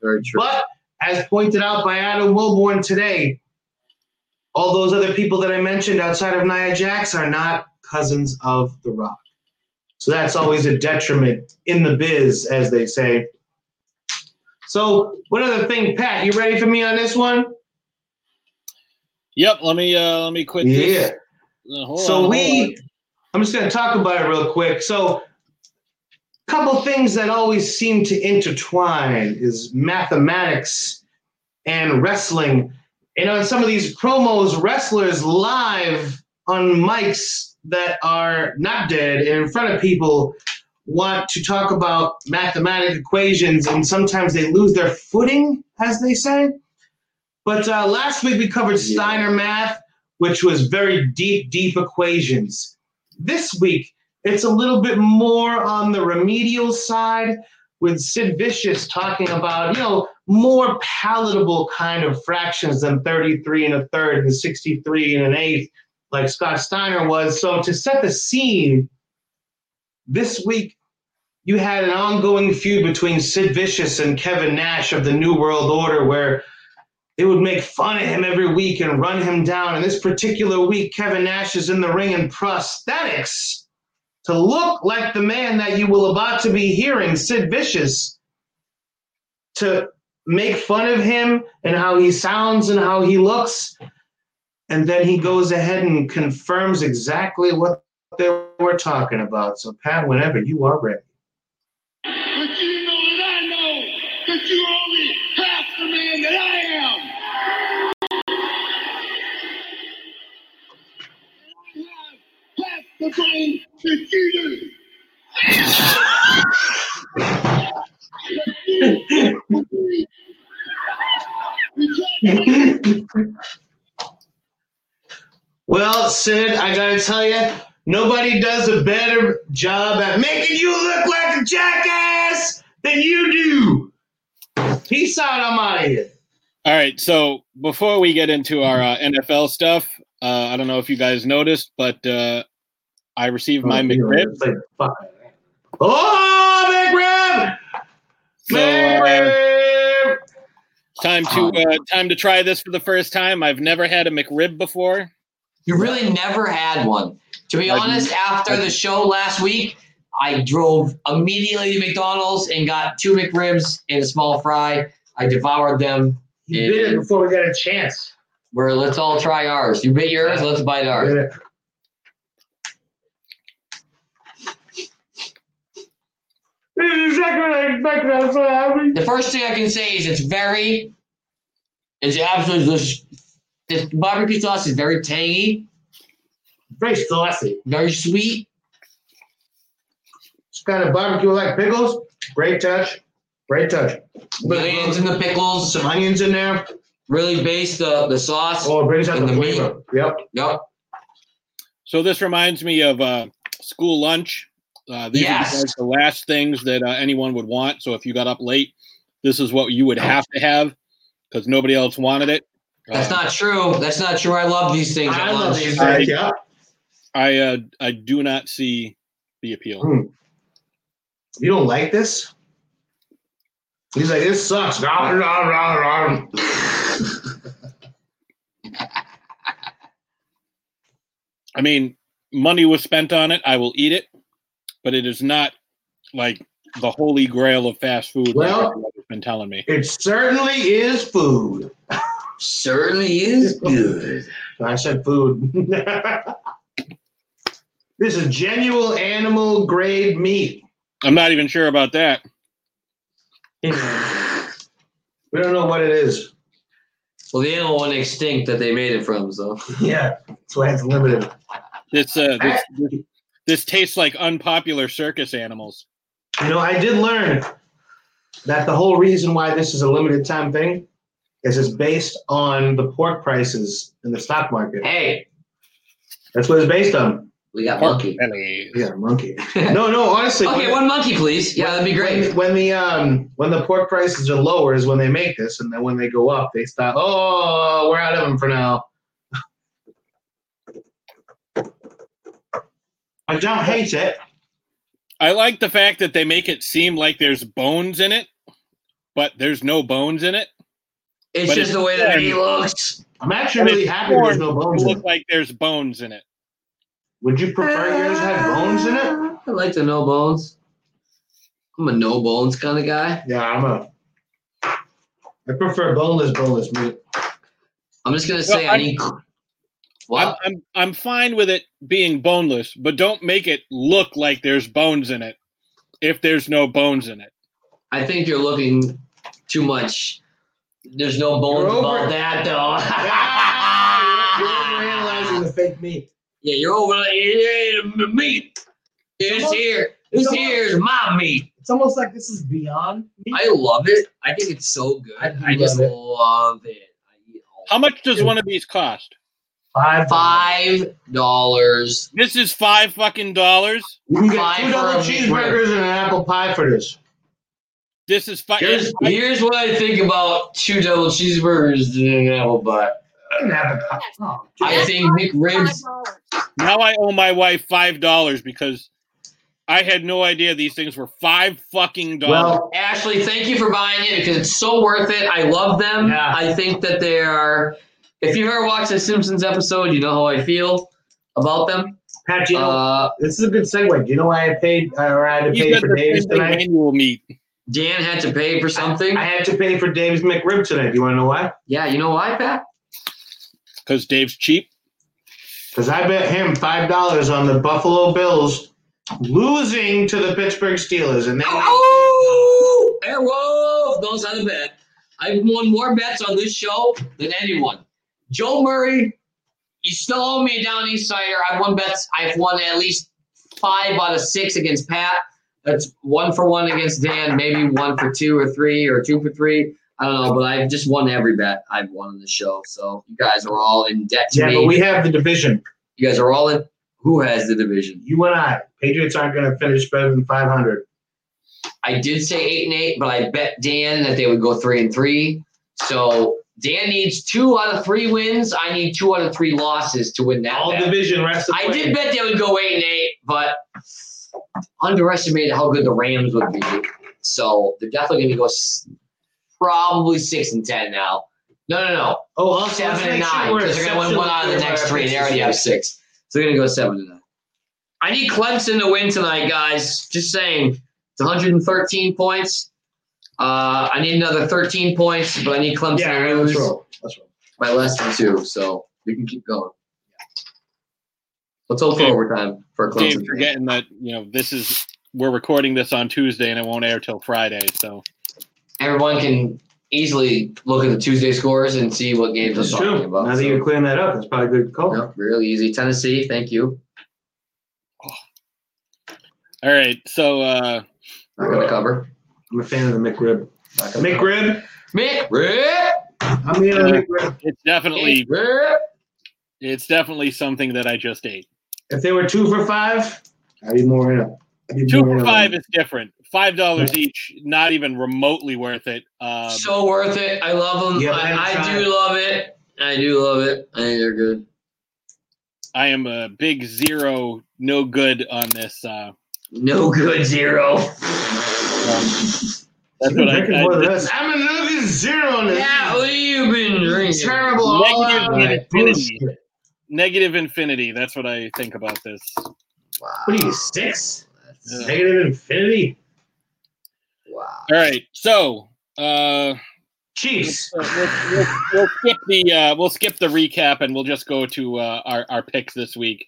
S10: Very true.
S11: But as pointed out by Adam Wilborn today, all those other people that I mentioned outside of Nia Jax are not cousins of The Rock. So that's always a detriment in the biz, as they say. So, one other thing, Pat, you ready for me on this one?
S13: Yep. Let me uh, let me quit. This. Uh, hold on,
S11: so
S13: hold
S11: we i'm just going to talk about it real quick so couple things that always seem to intertwine is mathematics and wrestling and on some of these promos wrestlers live on mics that are not dead and in front of people want to talk about mathematic equations and sometimes they lose their footing as they say but uh, last week we covered Steiner math, which was very deep, deep equations. This week, it's a little bit more on the remedial side with Sid Vicious talking about, you know, more palatable kind of fractions than 33 and a third and 63 and an eighth, like Scott Steiner was. So to set the scene, this week you had an ongoing feud between Sid Vicious and Kevin Nash of the New World Order where they would make fun of him every week and run him down. And this particular week, Kevin Nash is in the ring in prosthetics
S12: to look like the man that you will about to be hearing, Sid Vicious, to make fun of him and how he sounds and how he looks. And then he goes ahead and confirms exactly what they were talking about. So, Pat, whenever you are ready.
S16: But you know that I know that you're only half the man that I am. And I have half the brain that you do.
S12: Well, Sid, I gotta tell you, nobody does a better job at making you look like a jackass than you do. Peace out, I'm out of here.
S13: All right. So before we get into our uh, NFL stuff, uh, I don't know if you guys noticed, but uh, I received my
S12: Oh, yeah,
S13: McRib.
S12: it's like, fuck. Oh,
S13: McRib! So, uh, time to uh, time to try this for the first time. I've never had a McRib before.
S11: You really never had one. To be
S13: Like-
S11: honest, after the show last week, I drove immediately to McDonald's and got two McRibs and a small fry. I devoured them.
S12: You did it before we got a chance.
S11: Where let's all try ours. You bit yours, let's bite ours.
S12: This is exactly what I expected. That's what happened.
S11: The first thing I can say is it's very, it's absolutely delicious. This barbecue sauce is very tangy,
S12: very saucy,
S11: very sweet.
S12: It's kind of barbecue like pickles. Great touch. Great touch.
S11: Onions in the pickles,
S12: some onions in there.
S11: Really base the, the sauce.
S12: Oh, it brings out
S11: and
S12: the
S11: meat.
S12: flavor. Yep.
S11: Yep.
S13: So this reminds me of uh, school lunch. Uh, these
S11: Yes.
S13: are the- the last things that uh, anyone would want. So if you got up late, this is what you would have to have because nobody else wanted it.
S11: That's not true. That's not true. I love these things.
S12: I
S11: at
S12: love
S11: lunch.
S12: these
S13: I,
S12: things. Yeah.
S13: I, uh, I do not see the appeal.
S12: You don't like this? He's like, this sucks. Rah, rah, rah, rah.
S13: I mean, money was spent on it. I will eat it, but it is not like the holy grail of fast food.
S12: Well-
S13: like everyone's been telling me.
S12: It certainly is food.
S11: certainly is good.
S12: I said food. this is genuine animal grade meat.
S13: I'm not even sure about that.
S12: we don't know what it is.
S11: Well, the animal went extinct that they made it from, so.
S12: Yeah, that's why it's limited.
S13: This uh, this, this, this tastes like unpopular circus animals.
S12: You know, I did learn that the whole reason why this is a limited time thing is it's based on the pork prices in the stock market.
S11: Hey,
S12: That's what it's based on.
S11: we got
S12: Pork
S11: monkey.
S12: Yeah, monkey. No, no, honestly.
S11: Okay,
S12: when-
S11: one monkey, please. Yeah, that'd be great.
S12: When, when the um when the pork prices are lower is when they make this, and then when they go up, they stop. Oh, we're out of them for now. I don't hate it.
S13: I like the fact that they make it seem like there's bones in it, but there's no bones in it.
S11: It's
S13: But
S11: just the way that he looks.
S12: I'm actually really happy there's no
S11: Mm-hmm.
S12: bones in
S13: Look like there's bones in it.
S12: Would you prefer yours had bones in it?
S11: I like the no bones. I'm a no bones kind of guy.
S12: Yeah, I'm a. I prefer boneless, boneless meat.
S11: I'm just gonna say I need.
S13: I'm, I'm I'm fine with it being boneless, but don't make it look like there's bones in it if there's no bones in it.
S11: I think you're looking too much. There's no bones about that though.
S12: Analyzing the fake meat.
S11: yeah, you're over it ain't the meat. It's
S12: Almost-
S11: here. This
S12: almost-
S11: here is my meat.
S12: It's almost like this is beyond meat.
S11: I love it. I think it's so good. I, just
S12: love it.
S11: love it.
S13: How much does one of these cost?
S12: Five.
S11: Five dollars.
S13: This is five fucking dollars.
S12: You can get
S11: Five
S12: two double
S11: for a meat
S12: cheeseburgers and an apple pie for this.
S13: This is five.
S11: Here's, here's what I think about two double cheeseburgers and an apple pie.
S12: An apple pie.
S11: I think McRibs.
S13: Now I owe my wife five dollars because I had no idea these things were five fucking dollars.
S11: Well, Ashley, thank you for buying it because it's so worth it. I love them. I think that they are. If you've ever watched a Simpsons episode, you know how I feel about them.
S12: Pat, do you know,
S11: Uh,
S12: this is a good segue. Do you know why I paid uh, or I had to
S11: You
S12: pay
S11: said
S12: for
S11: the
S12: Dave's
S11: same thing
S12: tonight?
S13: Annual meet.
S11: Dan had to pay for something.
S12: I had to pay for Dave's McRib tonight. Do you want to know why?
S11: Yeah, you know why, Pat?
S13: Because Dave's cheap.
S12: Because I bet him five dollars on the Buffalo Bills losing to the Pittsburgh Steelers, and they
S11: Oh, Airwolf goes on the bet. I've won more bets on this show than anyone. Joe Murray, you still owe me a down east cider. I've won bets. I've won at least five out of six against Pat. That's one for one against Dan. Maybe one for two or three or two for three. I don't know, but I've just won every bet I've won on the show. So you guys are all in debt to
S12: yeah,
S11: me.
S12: but we have the division.
S11: You guys are all in. Who has the division?
S12: You and I, Patriots aren't going to finish better than five hundred.
S11: I did say eight and eight, but I bet Dan that they would go three and three. So Dan needs two out of three wins. I need two out of three losses to win that.
S12: All
S11: bet.
S12: division rest. Of the
S11: I
S12: way.
S11: did bet they would go eight and eight, but underestimated how good the Rams would be. So they're definitely going to go s- probably six and ten now. No, no, no.
S12: Oh, also, let's
S11: seven and
S12: make sure
S11: nine
S12: we're
S11: because they're going to win one out of the
S12: exceptionally clear
S11: next three. They already have six, so they're going to go seven and nine. I need Clemson to win tonight, guys. Just saying, it's 113 points. Uh, I need another 13 points, but I need Clemson
S12: Yeah,
S11: to
S12: that's
S11: lose
S12: right. That's right.
S11: by less than two, so we can keep going. Let's hope for overtime for Clemson.
S13: Dave, forgetting that you know this is we're recording this on Tuesday and it won't air till Friday. So
S11: everyone can easily look at the Tuesday scores and see what games
S12: That's
S11: I'm talking
S12: true.
S11: about.
S12: Now that you're clearing that up, that's probably a good call.
S11: Yep, really easy. Tennessee, thank you.
S13: all right, so uh,
S11: Not gonna cover.
S12: I'm a fan of the McRib. McRib.
S11: McRib.
S12: I'm the
S13: uh,
S12: other
S13: it's definitely
S11: McRib.
S13: it's definitely something that I just ate.
S12: If they were two for five, I'd be more in. I'd be
S13: Two
S12: more
S13: for
S12: in.
S13: five is different. Five dollars each, not even remotely worth it. Um,
S11: So worth it. I love them.
S13: Yeah,
S11: I, I
S13: anytime.
S11: do love it. I do love it. I think they're good.
S13: I am a big zero, no good on this. Uh,
S11: No good zero.
S13: that's what I, I, this-
S12: I'm a looking zero on this.
S11: Yeah, what have you been drinking?
S12: Terrible. all
S13: Negative
S12: out.
S13: infinity. Negative infinity. That's what I think about this.
S12: What are you six? Negative infinity.
S13: All right, so uh,
S12: Chiefs.
S13: We'll, we'll- we'll skip the uh, we'll skip the recap and we'll just go to uh, our our picks this week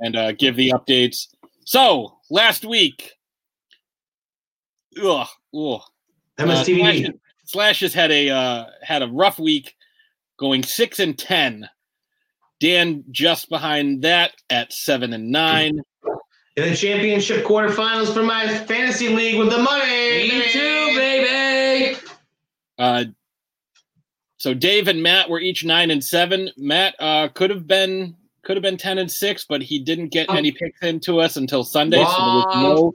S13: and uh, give the updates. So last week, ugh, ugh,
S12: MSTVD.
S13: Slash, Slash has had a uh, had a rough week, going six and ten. Dan just behind that at seven and nine.
S12: In the championship quarterfinals for my fantasy league with the money.
S11: Me too, baby.
S13: Uh, so Dave and Matt were each nine and seven. Matt uh, could have been could have been ten and six, but he didn't get any picks into us until Sunday. So there was no
S11: Wrong.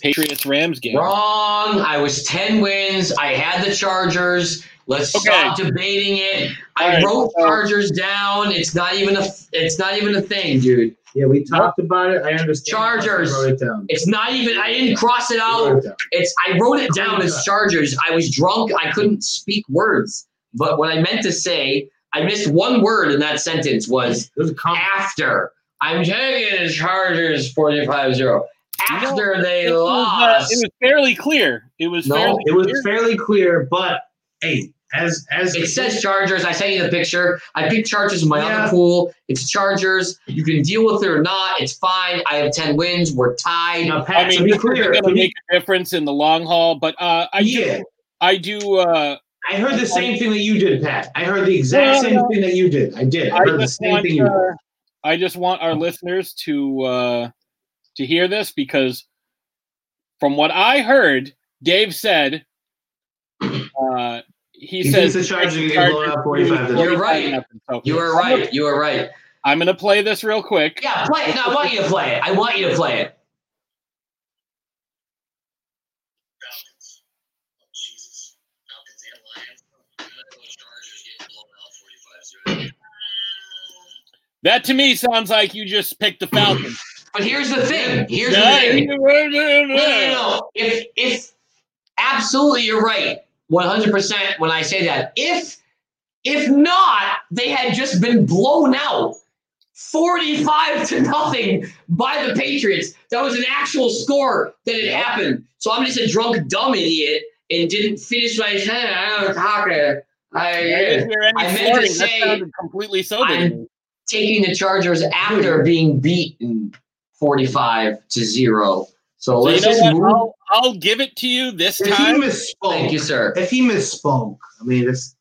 S13: Patriots Rams game.
S11: Wrong. I was 10 wins. I had the Chargers. Let's stop debating it. I
S13: All right.
S11: wrote Chargers down. It's not even a it's not even a thing, dude.
S12: Yeah, we talked about it. I understand.
S11: Chargers. Oh,
S12: I wrote it down.
S11: It's not even I didn't cross it out. It's I wrote it down as Chargers. I was drunk. I couldn't speak words. But what I meant to say, I missed one word in that sentence was after. I'm taking the Chargers 45-0. After they
S13: It was, uh,
S11: lost.
S13: it was fairly clear. It was fairly
S12: it was
S13: clear.
S12: fairly clear, but hey, as as
S11: It says Chargers. I sent you the picture. I picked Chargers in my
S12: Yeah.
S11: other pool. It's Chargers. You can deal with it or not. It's fine. I have ten wins. We're tied.
S12: Now, Pat,
S13: I mean, this going to make a difference in the long haul, but uh, I do, I do. Uh,
S12: I heard the same thing that you did, Pat. I heard the exact
S13: Well,
S12: same
S13: no.
S12: thing that you did. I did.
S13: I
S12: I heard the
S13: just
S12: same
S13: want,
S12: thing you
S13: uh,
S12: did.
S13: I just want our listeners to uh, to hear this because from what I heard, Dave said uh, he,
S12: He
S13: says
S12: thinks the Chargers are gonna get blown out 45 to nothing.
S11: You're right. You are right. You are right.
S13: I'm gonna play this real quick.
S11: Yeah, play it. No, I want you to play it. I want you to play it.
S13: That to me sounds like you just picked the Falcons.
S11: But here's the thing. Here's the
S13: Yeah,
S11: thing.
S13: you were doing
S11: No, no,
S13: that.
S11: no. If if absolutely, you're right. One hundred percent. When I say that, if if not, they had just been blown out 45 to nothing by the Patriots. That was an actual score that had happened. So I'm just a drunk dumb idiot and didn't finish my sentence. I was talking. I,
S13: I didn't hear any
S11: I meant
S13: snoring.
S11: to
S13: That
S11: say
S13: sounded completely sober. to me.
S11: I'm taking the Chargers after being beaten 45 to zero. So
S13: So
S11: let's
S13: you know
S11: just
S13: what?
S11: move.
S13: I'll, I'll give it to you this
S11: If he
S13: time.
S11: misspoke- Thank you, sir.
S12: If he misspoke, I mean, this.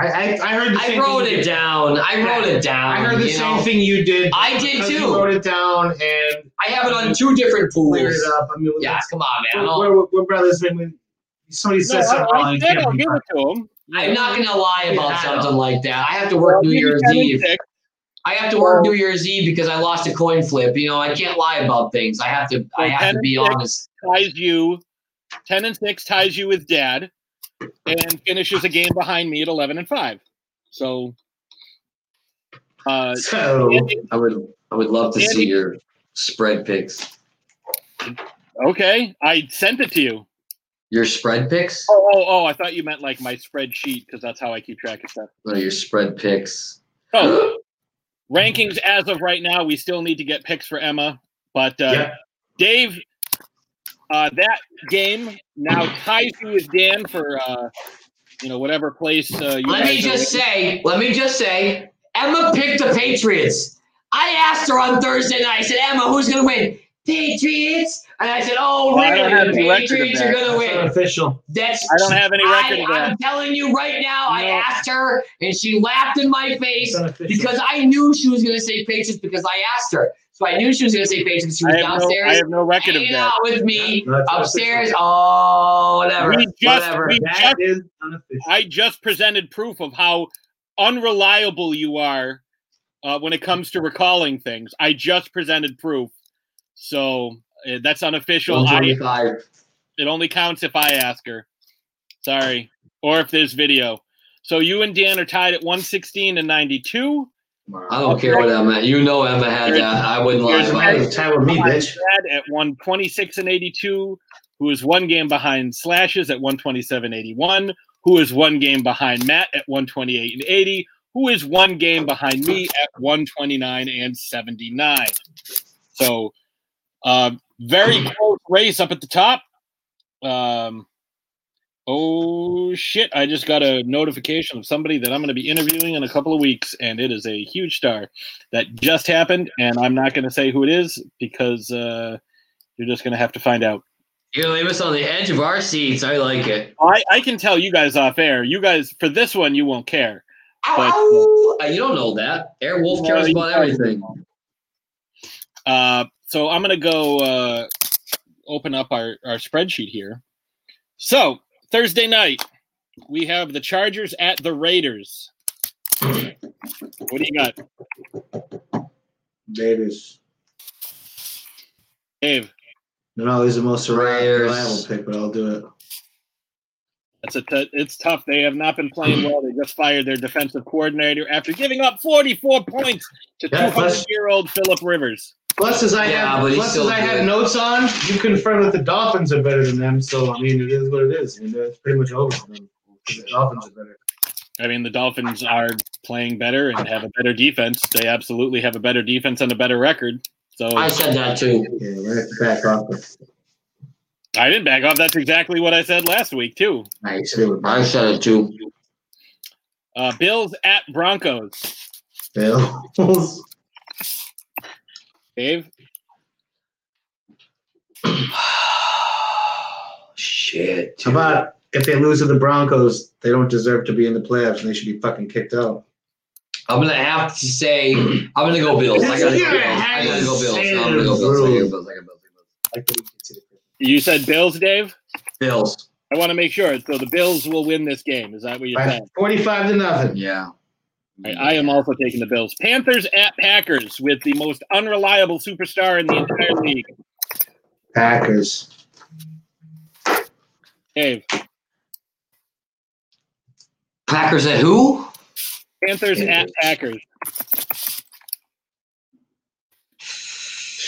S12: I, I, I heard. The
S11: I
S12: same
S11: wrote
S12: thing you
S11: it
S12: did.
S11: down. I wrote it down,
S12: I heard the
S11: you
S12: same
S11: know?
S12: thing you did.
S11: I did
S12: because you
S11: too.
S12: wrote it down, and
S11: I have it on two different pools.
S12: Cleared it up. I mean,
S11: Yeah,
S12: let's-
S11: come on, man. I'll-
S12: We're, we're, we're brothers. man. When somebody
S11: No,
S12: says
S11: I-
S12: something
S11: I
S12: wrong, you
S11: said
S12: can't
S11: I'll
S12: be
S11: give
S12: right.
S13: to him.
S11: I'm not gonna lie
S12: Yeah,
S11: about
S12: I know.
S11: something like that. I have to work New Year's Eve. I have to work New Year's Eve because I lost a coin flip. You know, I can't lie about things. I have to. I
S13: So
S11: have to
S13: 10
S11: be
S13: and six
S11: honest.
S13: Ties you. Ten and six ties you with dad, and finishes a game behind me at eleven and five. So, uh,
S11: So
S13: Andy-
S11: I would. I would love to see
S13: Andy-
S11: your spread picks.
S13: okay, I sent it to you.
S11: Your spread picks.
S13: Oh, oh, oh! I thought you meant like my spreadsheet because that's how I keep track of stuff.
S11: What are your spread picks?
S12: Oh,
S13: So, rankings as of right now, we still need to get picks for Emma. But uh,
S12: Yeah.
S13: Dave, uh, that game now ties you with Dan for uh, you know whatever place. Uh, you
S11: Let me
S13: guys are
S11: just
S13: in.
S11: say. Let me just say. Emma picked the Patriots. I asked her on Thursday night. I said, Emma, who's gonna win? Patriots. And I said, Oh,
S13: Well, I don't have
S11: really?
S13: any
S11: The
S13: record of
S11: Patriots are
S13: that.
S11: gonna
S12: It's
S11: win.
S12: unofficial.
S11: That's
S13: I don't have any record
S11: I,
S13: of that.
S11: I'm telling you right now, I
S13: No.
S11: asked her and she laughed in my face
S12: It's unofficial.
S11: because I knew she was gonna say Patriots because I asked her. So I knew she was gonna say Patriots. She was
S13: I have, no,
S11: downstairs
S13: I have no record of
S11: hanging
S13: that.
S11: out with me
S12: No, that's
S11: upstairs. Oh whatever.
S13: We just-
S11: whatever.
S13: we-
S12: That is unofficial.
S13: I just presented proof of how unreliable you are uh, when it comes to recalling things. I just presented proof, so uh, that's unofficial. I,
S11: 125.
S13: it only counts if I ask her. Sorry, or if there's video. So you and Dan are tied at 116 and 92.
S11: I don't care what Emma. You know Emma had that. I wouldn't lie
S13: Here's
S11: about
S12: Hey,
S11: it.
S12: time with me, bitch.
S13: Brad at 126 and 82, who is one game behind Slashes at 127.81, who is one game behind Matt at 128 and 80, who is one game behind me at 129 and 79. So, uh, very close race up at the top. Um, oh shit! I just got a notification of somebody that I'm going to be interviewing in a couple of weeks, and it is a huge star that just happened, and I'm not going to say who it is because uh, you're just going to have to find out.
S11: You're gonna leave us on the edge of our seats. I like it.
S13: I, I can tell you guys off air. You guys for this one, you won't care.
S11: Ow,
S13: But-
S11: ow. Uh, You don't know that. Air Wolf cares
S13: No, you
S11: about
S13: guys
S11: everything.
S13: won't. Uh, so I'm going to go uh, open up our, our spreadsheet here. So Thursday night, we have the Chargers at the Raiders. What do you got,
S12: Raiders.
S13: Dave?
S12: They're always the most
S11: Raiders.
S12: reliable pick, but I'll do it.
S13: That's a t- it's tough. They have not been playing well. They just fired their defensive coordinator after giving up 44 points to
S12: Yeah, plus-
S13: 200 year old Philip Rivers.
S12: Plus, as I
S11: Yeah,
S12: have,
S11: but he's
S12: plus
S11: still
S12: as I
S11: good.
S12: have notes on, you confirmed that the Dolphins are better than them. So I mean, it is what it is. I mean, it's pretty much over for them. The Dolphins are better.
S13: I mean, the Dolphins are playing better and have a better defense. They absolutely have a better defense and a better record. So
S11: I
S13: I,
S11: said that too.
S12: Yeah, we're gonna have to back off. it.
S13: didn't back off. That's exactly what I said last week, too.
S11: Nice. I said it too.
S13: Uh, Bills at Broncos.
S12: Bills.
S13: Dave?
S11: Shit.
S12: How about if they lose to the Broncos, they don't deserve to be in the playoffs, and they should be fucking kicked out.
S11: I'm gonna have to say I'm gonna go Bills. I gotta go Bills. I gotta go Bills. No, I'm gonna go Bills. I gotta go Bills. I gotta go
S12: I couldn't consider it.
S13: You said Bills, Dave?
S11: Bills. Bills.
S13: I want to make sure. So the Bills will win this game. Is that what you're
S12: By
S13: saying?
S12: Forty-five to nothing.
S11: Yeah.
S13: All right, I am also taking the Bills. Panthers at Packers with the most unreliable superstar in the entire league.
S12: Packers.
S13: Dave,
S11: Packers at who?
S13: Panthers at Packers.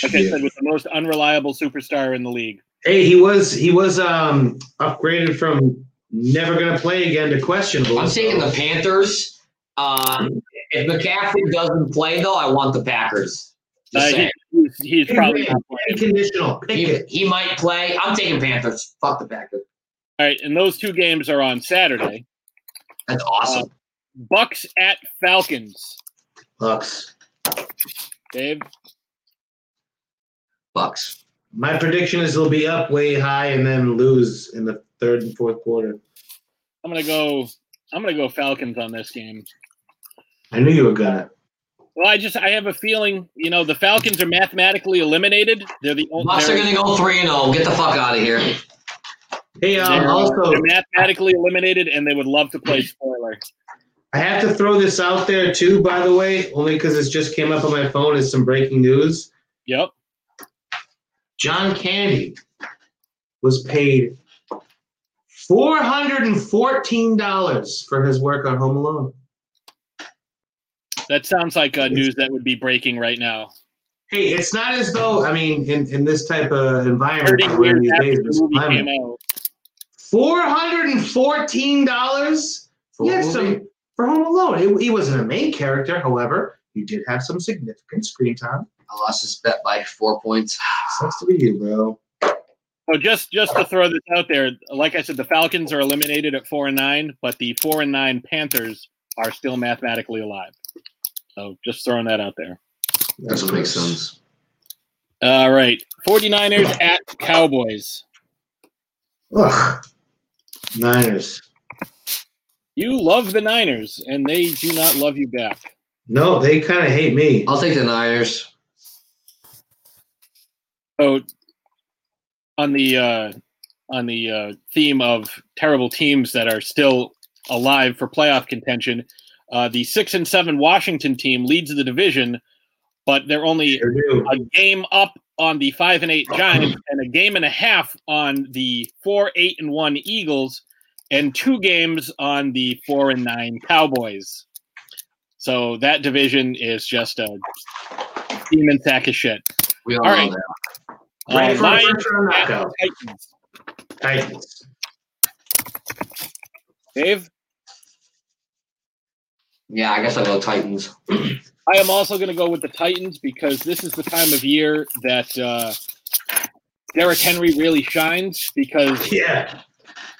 S13: Like I said, with the most unreliable superstar in the league.
S12: Hey, he was he was um upgraded from never gonna play again to questionable.
S11: I'm taking the Panthers. Uh, If McCaffrey doesn't play, though, I want the Packers.
S13: Uh,
S11: Just
S13: he-
S11: saying.
S13: he's, he's probably not playing.
S12: Conditional.
S11: He, he might play. I'm taking Panthers. Fuck the Packers.
S13: All right, and those two games are on Saturday.
S11: That's
S13: Uh,
S11: awesome.
S13: Bucks at Falcons.
S12: Bucks.
S13: Dave,
S11: Bucks.
S12: My prediction is they'll be up way high and then lose in the third and fourth quarter.
S13: I'm gonna go. I'm gonna go Falcons on this game.
S12: I knew you were gonna.
S13: Well, I just I have a feeling. You know, the Falcons are mathematically eliminated. They're the only.
S11: Bucks are going to go 3 and 0. Get the fuck out of here.
S12: Hey,
S11: uh,
S12: um,
S13: They're,
S12: also-
S13: they're mathematically eliminated, and they would love to play spoiler.
S12: I have to throw this out there too, by the way, only because this just came up on my phone as some breaking news.
S13: Yep.
S12: John Candy was paid four hundred and fourteen dollars for his work on Home Alone.
S13: That sounds like uh, news that would be breaking right now.
S12: Hey, it's not as though I mean, in, in this type of environment,
S13: Thirty
S12: that we're in
S13: years
S12: these
S13: after
S12: days,
S13: the
S12: this
S13: movie
S12: climate,
S13: came out.
S12: four hundred and fourteen dollars.
S11: For what
S12: Yes,
S11: movie?
S12: some for Home Alone. He, he wasn't a main character, however, he did have some significant screen time.
S11: I lost this bet by four points.
S12: Sucks to be you, bro.
S13: So just just to throw this out there, like I said, the Falcons are eliminated at four and nine, but the four and nine Panthers are still mathematically alive. So just throwing that out there.
S11: That's what makes sense.
S13: All right, 49ers at Cowboys.
S12: Ugh. Niners.
S13: You love the Niners, and they do not love you back.
S12: No, they kind of hate me.
S11: I'll take the Niners.
S13: So on the uh, on the uh, theme of terrible teams that are still alive for playoff contention, uh, the six and seven Washington team leads the division, but they're only a game up on the five and eight Giants and a game and a half on the four eight and one Eagles, and two games on the four and nine Cowboys. So that division is just a demon sack of shit.
S11: We
S13: all right. Uh,
S12: Ready for a
S13: Lions
S12: first round
S13: at
S12: knockout.
S13: Titans.
S12: Titans.
S13: Dave,
S11: Yeah, I guess I'll go Titans.
S13: I am also going to go with the Titans because this is the time of year that uh, Derrick Henry really shines because
S12: yeah,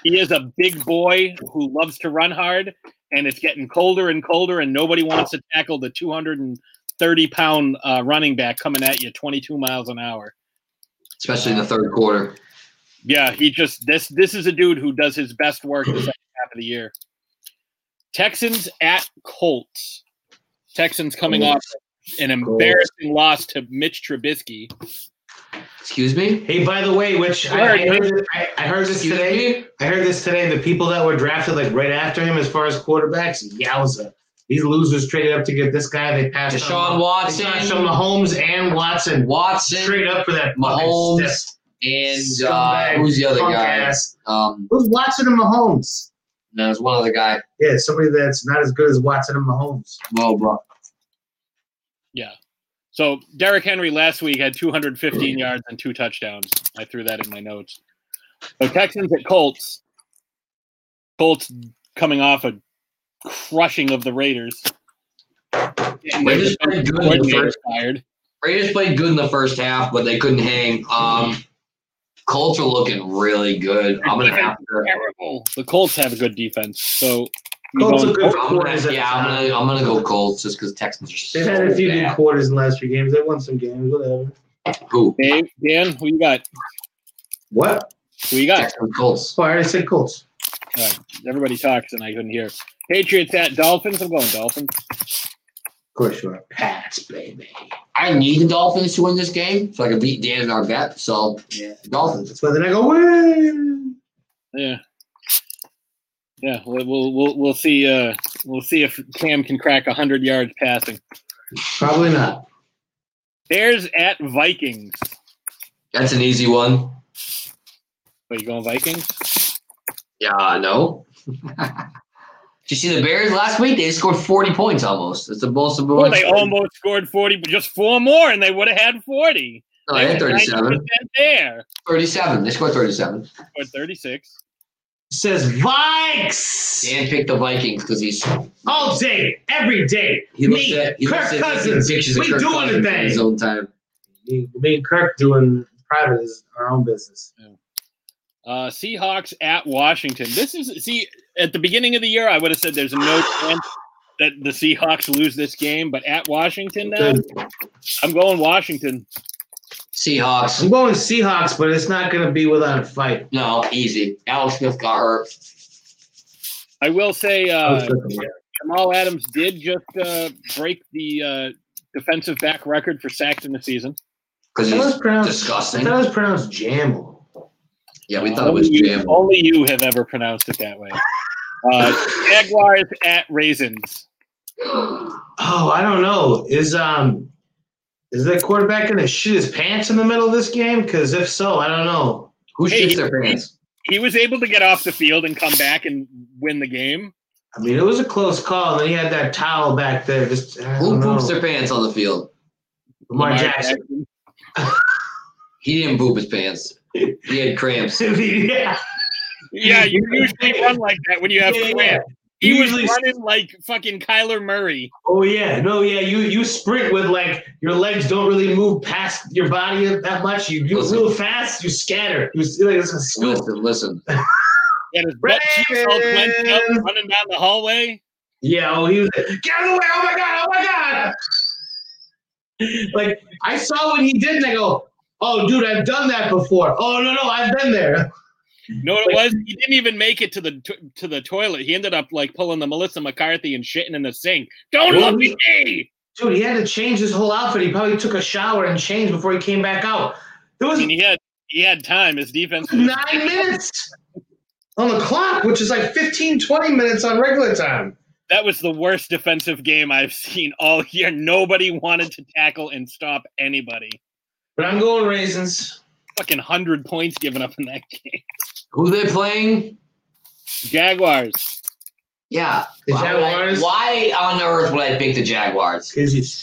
S13: he is a big boy who loves to run hard, and it's getting colder and colder, and nobody wants to tackle the 230 pound uh, running back coming at you 22 miles an hour.
S11: Especially in the third quarter.
S13: Yeah, he just this this is a dude who does his best work the second half of the year. Texans at Colts. Texans coming off an embarrassing loss to Mitch Trubisky.
S11: Excuse me?
S12: Hey, by the way, which I, I heard, I, I heard this today. I heard this today. The people that were drafted like right after him, as far as quarterbacks, yowza! These losers traded up to get this guy. They passed
S11: Deshaun
S12: on.
S11: Watson.
S12: they passed on Mahomes and Watson.
S11: Watson.
S12: Straight up for that fucking
S11: Mahomes.
S12: stiff.
S11: And uh, who's the other
S12: Punk
S11: guy?
S12: ass.
S11: Um,
S12: Who's Watson and Mahomes?
S11: no, there's one other guy.
S12: Yeah, somebody that's not as good as Watson and Mahomes.
S11: Whoa, bro.
S13: Yeah. So Derrick Henry last week had 215 yards and two touchdowns. I threw that in my notes. So Texans at Colts. Colts coming off a crushing of the Raiders. And their
S11: Raiders
S13: defensive
S11: played good in the
S13: coordinator
S11: first-
S13: fired.
S11: Raiders played good in the first half, but they couldn't hang. Um, Colts are looking really good. I'm gonna have to.
S13: Terrible. The Colts have a good defense. So
S12: Colts are
S13: Going-
S12: good for
S11: I'm
S12: quarters. at
S11: gonna,
S12: a
S11: yeah, I'm
S12: time.
S11: gonna, I'm gonna go Colts just because Texans are so
S12: They've had a few good
S11: bad.
S12: quarters in the last few games. They won some games, whatever.
S11: Who?
S13: Dave, Dan, who you got?
S12: What?
S13: Who you got?
S11: Texans, Colts.
S12: Oh, I already said Colts.
S13: All right. Everybody talks and I couldn't hear. Patriots at Dolphins. I'm going Dolphins.
S12: Of course you are. Pats, baby.
S11: I need the Dolphins to win this game so I can beat Dan in our bet. So Dolphins.
S12: That's why they're not going to win.
S13: Yeah. Yeah, we'll we'll we'll, we'll see. Uh, we'll see if Cam can crack hundred yards passing.
S12: Probably not.
S13: Bears at Vikings.
S11: That's an easy one.
S13: Are you going Vikings?
S11: Yeah, no. Did you see the Bears last week? They scored 40 points almost. It's the most of
S13: Well, Oh, they almost scored forty, but just four more, and they would have had forty.
S11: No, they had
S13: were
S11: 37.
S13: 90% There
S11: 37. They scored 37.
S13: or thirty-six.
S12: Says Vikes.
S11: Dan picked the Vikings because he's
S12: all day, every day.
S11: He looks
S12: me,
S11: at- he
S12: Kirk
S11: looks at
S12: Cousins.
S11: pictures of
S12: we
S11: Kirk
S12: doing
S11: Cousins
S12: a
S11: in
S12: thing.
S11: his own time.
S12: Me and Kirk doing private is our own business.
S13: Uh, Seahawks at Washington. This is see at the beginning of the year, I would have said there's no chance that the Seahawks lose this game, but at Washington now, I'm going Washington.
S11: Seahawks.
S12: I'm going Seahawks, but it's not going to be without a fight.
S11: No, easy. Alex Smith got hurt.
S13: I will say uh,
S11: That was good.
S13: Jamal Adams did just uh, break the uh, defensive back record for sacks in the season.
S11: Because
S12: That was
S11: he's
S12: pronounced-
S11: disgusting.
S12: That was pronounced jam.
S11: Yeah, we thought it was
S13: Only you-
S11: Jam.
S13: Only you have ever pronounced it that way. Uh, Jaguars at Raisins.
S12: Oh, I don't know. Is um is that quarterback gonna shit his pants in the middle of this game? Because if so, I don't know.
S11: Who
S13: Hey, shits their
S11: pants?
S13: He was able to get off the field and come back and win the game.
S12: I mean, it was a close call, and then he had that towel back there. Just
S11: Who poops their pants on the field?
S12: Lamar Jackson.
S11: he didn't poop his pants. He had cramps.
S12: yeah.
S13: Yeah, you usually run like that when you have
S12: Yeah, yeah.
S13: cramp. He
S12: Usually-
S13: was running like fucking Kyler Murray.
S12: Oh yeah, no, yeah. You you sprint with like your legs don't really move past your body that much. You you real fast. You scatter. You see, like it's a scoop.
S11: Listen, listen.
S13: And his butt cheeks all clenched up, running down the hallway.
S12: Yeah. Oh, he was. Get out of the way! Oh my god! Oh my god! Like I saw what he did, and I go, "Oh, dude, I've done that before." Oh no, no, I've been there.
S13: No, it was he didn't even make it to the to, to the toilet. He ended up like pulling the Melissa McCarthy and shitting in the sink. Don't
S12: Well,
S13: look
S12: he-
S13: at me.
S12: Dude, he had to change his whole outfit. He probably took a shower and changed before he came back out. There
S13: I
S12: was
S13: mean, he had he had time. His defense was
S12: nine minutes on the clock, which is like 15, 20 minutes on regular time.
S13: That was the worst defensive game I've seen all year. Nobody wanted to tackle and stop anybody.
S12: But I'm going raisins.
S13: Fucking hundred points given up in that game.
S11: Who they playing?
S13: Jaguars.
S11: Yeah.
S13: The
S11: Why would I-
S13: Jaguars?
S11: Why, on earth would I pick the Jaguars?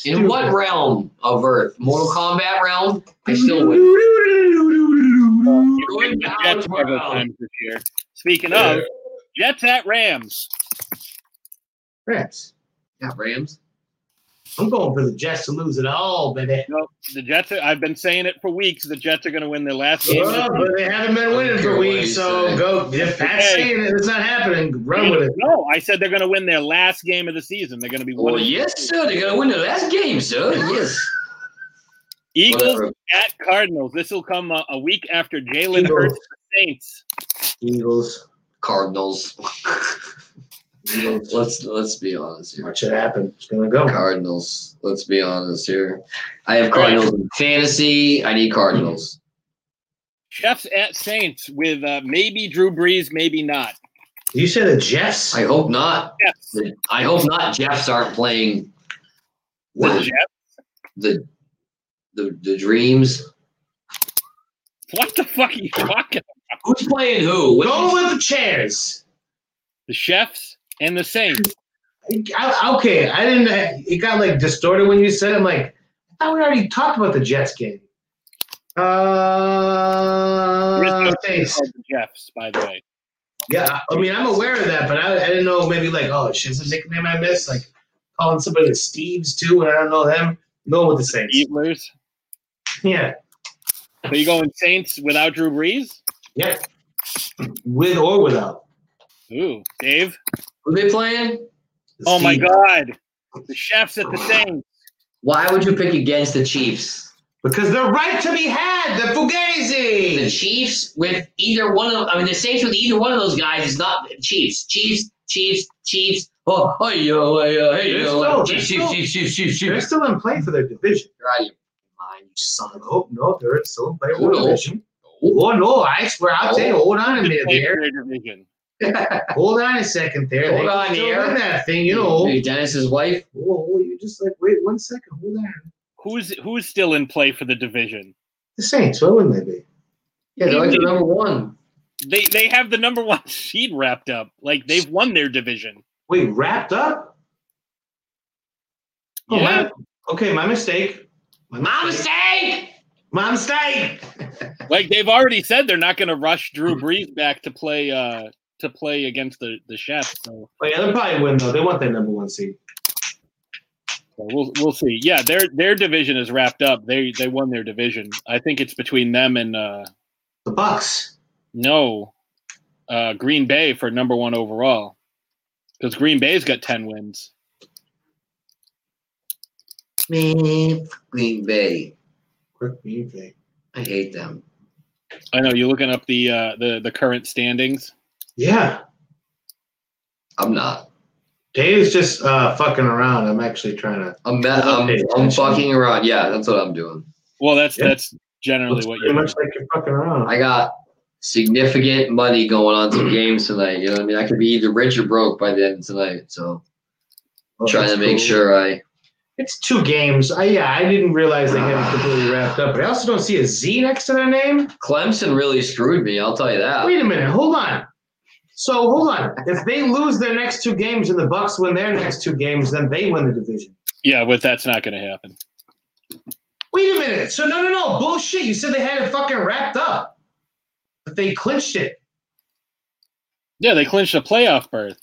S11: In what realm of Earth? Mortal Kombat realm? I still would.
S13: You're winning the Jets several times this year. Speaking of Jets at Rams.
S12: Rams.
S11: Yeah, Rams.
S12: I'm going for the Jets to lose it all, baby.
S13: No, the Jets. Are, I've been saying it for weeks. The Jets are going to win their last game.
S12: Well, but they haven't been winning for weeks, so go. If Pat's
S13: Hey.
S12: saying it, it's not happening. Run with it.
S13: No, I said they're going to win their last game of the season. They're going to be
S11: Well,
S13: winning.
S11: yes, sir. They're going to win their last game, sir. Yes.
S13: Eagles
S11: Whatever.
S13: at Cardinals. This will come uh, a week after Jalen hurts the Saints.
S12: Eagles.
S11: Cardinals. let's let's be honest here.
S12: Watch it happen. It's gonna go.
S11: Cardinals. Let's be honest here. I have Cardinals in fantasy. I need Cardinals.
S13: Jeffs at Saints with uh, maybe Drew Brees, maybe not.
S12: You said the Jets?
S11: I hope not. I hope not. Jeffs aren't playing. What?
S13: Jets?
S11: The the the dreams.
S13: What the fuck are you talking about?
S11: Who's playing who?
S12: Go with the chairs.
S13: The Chefs and the Saints.
S12: I, okay, I didn't. It got like distorted when you said it. I'm like, I thought we already talked about the Jets game. Uh, Saints.
S13: the Jeffs, by the way.
S12: Yeah, I mean, I'm aware of that, but I, I didn't know maybe like, oh, shit's a nickname I missed. Like calling somebody the Steves too, and I don't know them. No, with the Saints.
S13: Eatlers.
S12: Yeah.
S13: So you going Saints without Drew Brees?
S12: Yeah. With or without.
S13: Ooh, Dave.
S11: Who they playing?
S13: Oh my
S11: Steve.
S13: God! The Chefs at the Saints.
S11: Why would you pick against the Chiefs?
S12: Because they're right to be had. The Fugazi.
S11: The Chiefs with either one of I mean the Saints with either one of those guys is not Chiefs. Chiefs. Chiefs. Chiefs. Oh, hey yo, hey yo, hey
S12: They're
S11: yo.
S12: still-
S11: Chiefs.
S12: they're
S11: Chiefs. Chiefs. Chiefs. Chiefs.
S12: They're
S11: Chiefs.
S12: still in play for their division.
S11: You're out of your mind, you son of a.
S12: Oh no, they're still in play for
S11: Oh,
S12: their
S11: no.
S12: division. Oh no, I swear, I'll tell you. Hold on a
S13: They
S12: minute
S13: play
S12: there.
S13: for their division.
S12: Hold on a second there.
S11: Hold
S12: they
S11: on
S12: can still
S11: here.
S12: win that thing, you know.
S11: Maybe Dennis's wife.
S12: Oh, oh, you just like wait one second. Hold on.
S13: Who's who's still in play for the division?
S12: The Saints. Why wouldn't they be?
S11: Yeah, they're like the number one.
S13: They they have the number one seed wrapped up. Like they've won their division.
S12: Wait, wrapped up? Oh,
S13: Yeah.
S12: my, okay, my mistake. My
S11: My
S12: mistake.
S11: mistake.
S12: My mistake.
S13: Like they've already said they're not going to rush Drew Brees back to play uh to play against the the Jets. So
S11: But Oh, yeah, they'll probably win though. They want that number one seed.
S13: So we'll we'll see. Yeah, their their division is wrapped up. They they won their division. I think it's between them and uh,
S11: the Bucks.
S13: No, uh, Green Bay for number one overall because Green Bay's got ten wins.
S12: Green Bay.
S11: Green Bay.
S12: I hate them.
S13: I know you're looking up the uh, the the current standings.
S11: Yeah.
S12: I'm not.
S11: Dave's just uh, fucking around. I'm actually trying to.
S12: I'm, me- I'm, I'm fucking around. Yeah, that's what I'm doing.
S13: Well, that's
S12: Yeah.
S13: that's generally
S12: Looks
S13: what
S12: pretty
S13: you're.
S12: much
S11: like you're fucking around.
S12: I got significant money going on some games tonight. You know what I mean? I could be either rich or broke by the end of tonight. So I'm
S11: Oh,
S12: trying to
S11: that's
S12: make
S11: cool.
S12: sure I.
S11: It's two games. I, yeah, I didn't realize they had it completely wrapped up. But I also don't see a Z next to their name.
S12: Clemson really screwed me. I'll tell you that.
S11: Wait a minute. Hold on. So hold on. If they lose their next two games and the Bucks win their next two games, then they win the division.
S13: Yeah, but that's not going to happen.
S11: Wait a minute. So no, no, no. Bullshit. You said they had it fucking wrapped up, but they clinched it.
S13: Yeah, they clinched a playoff berth.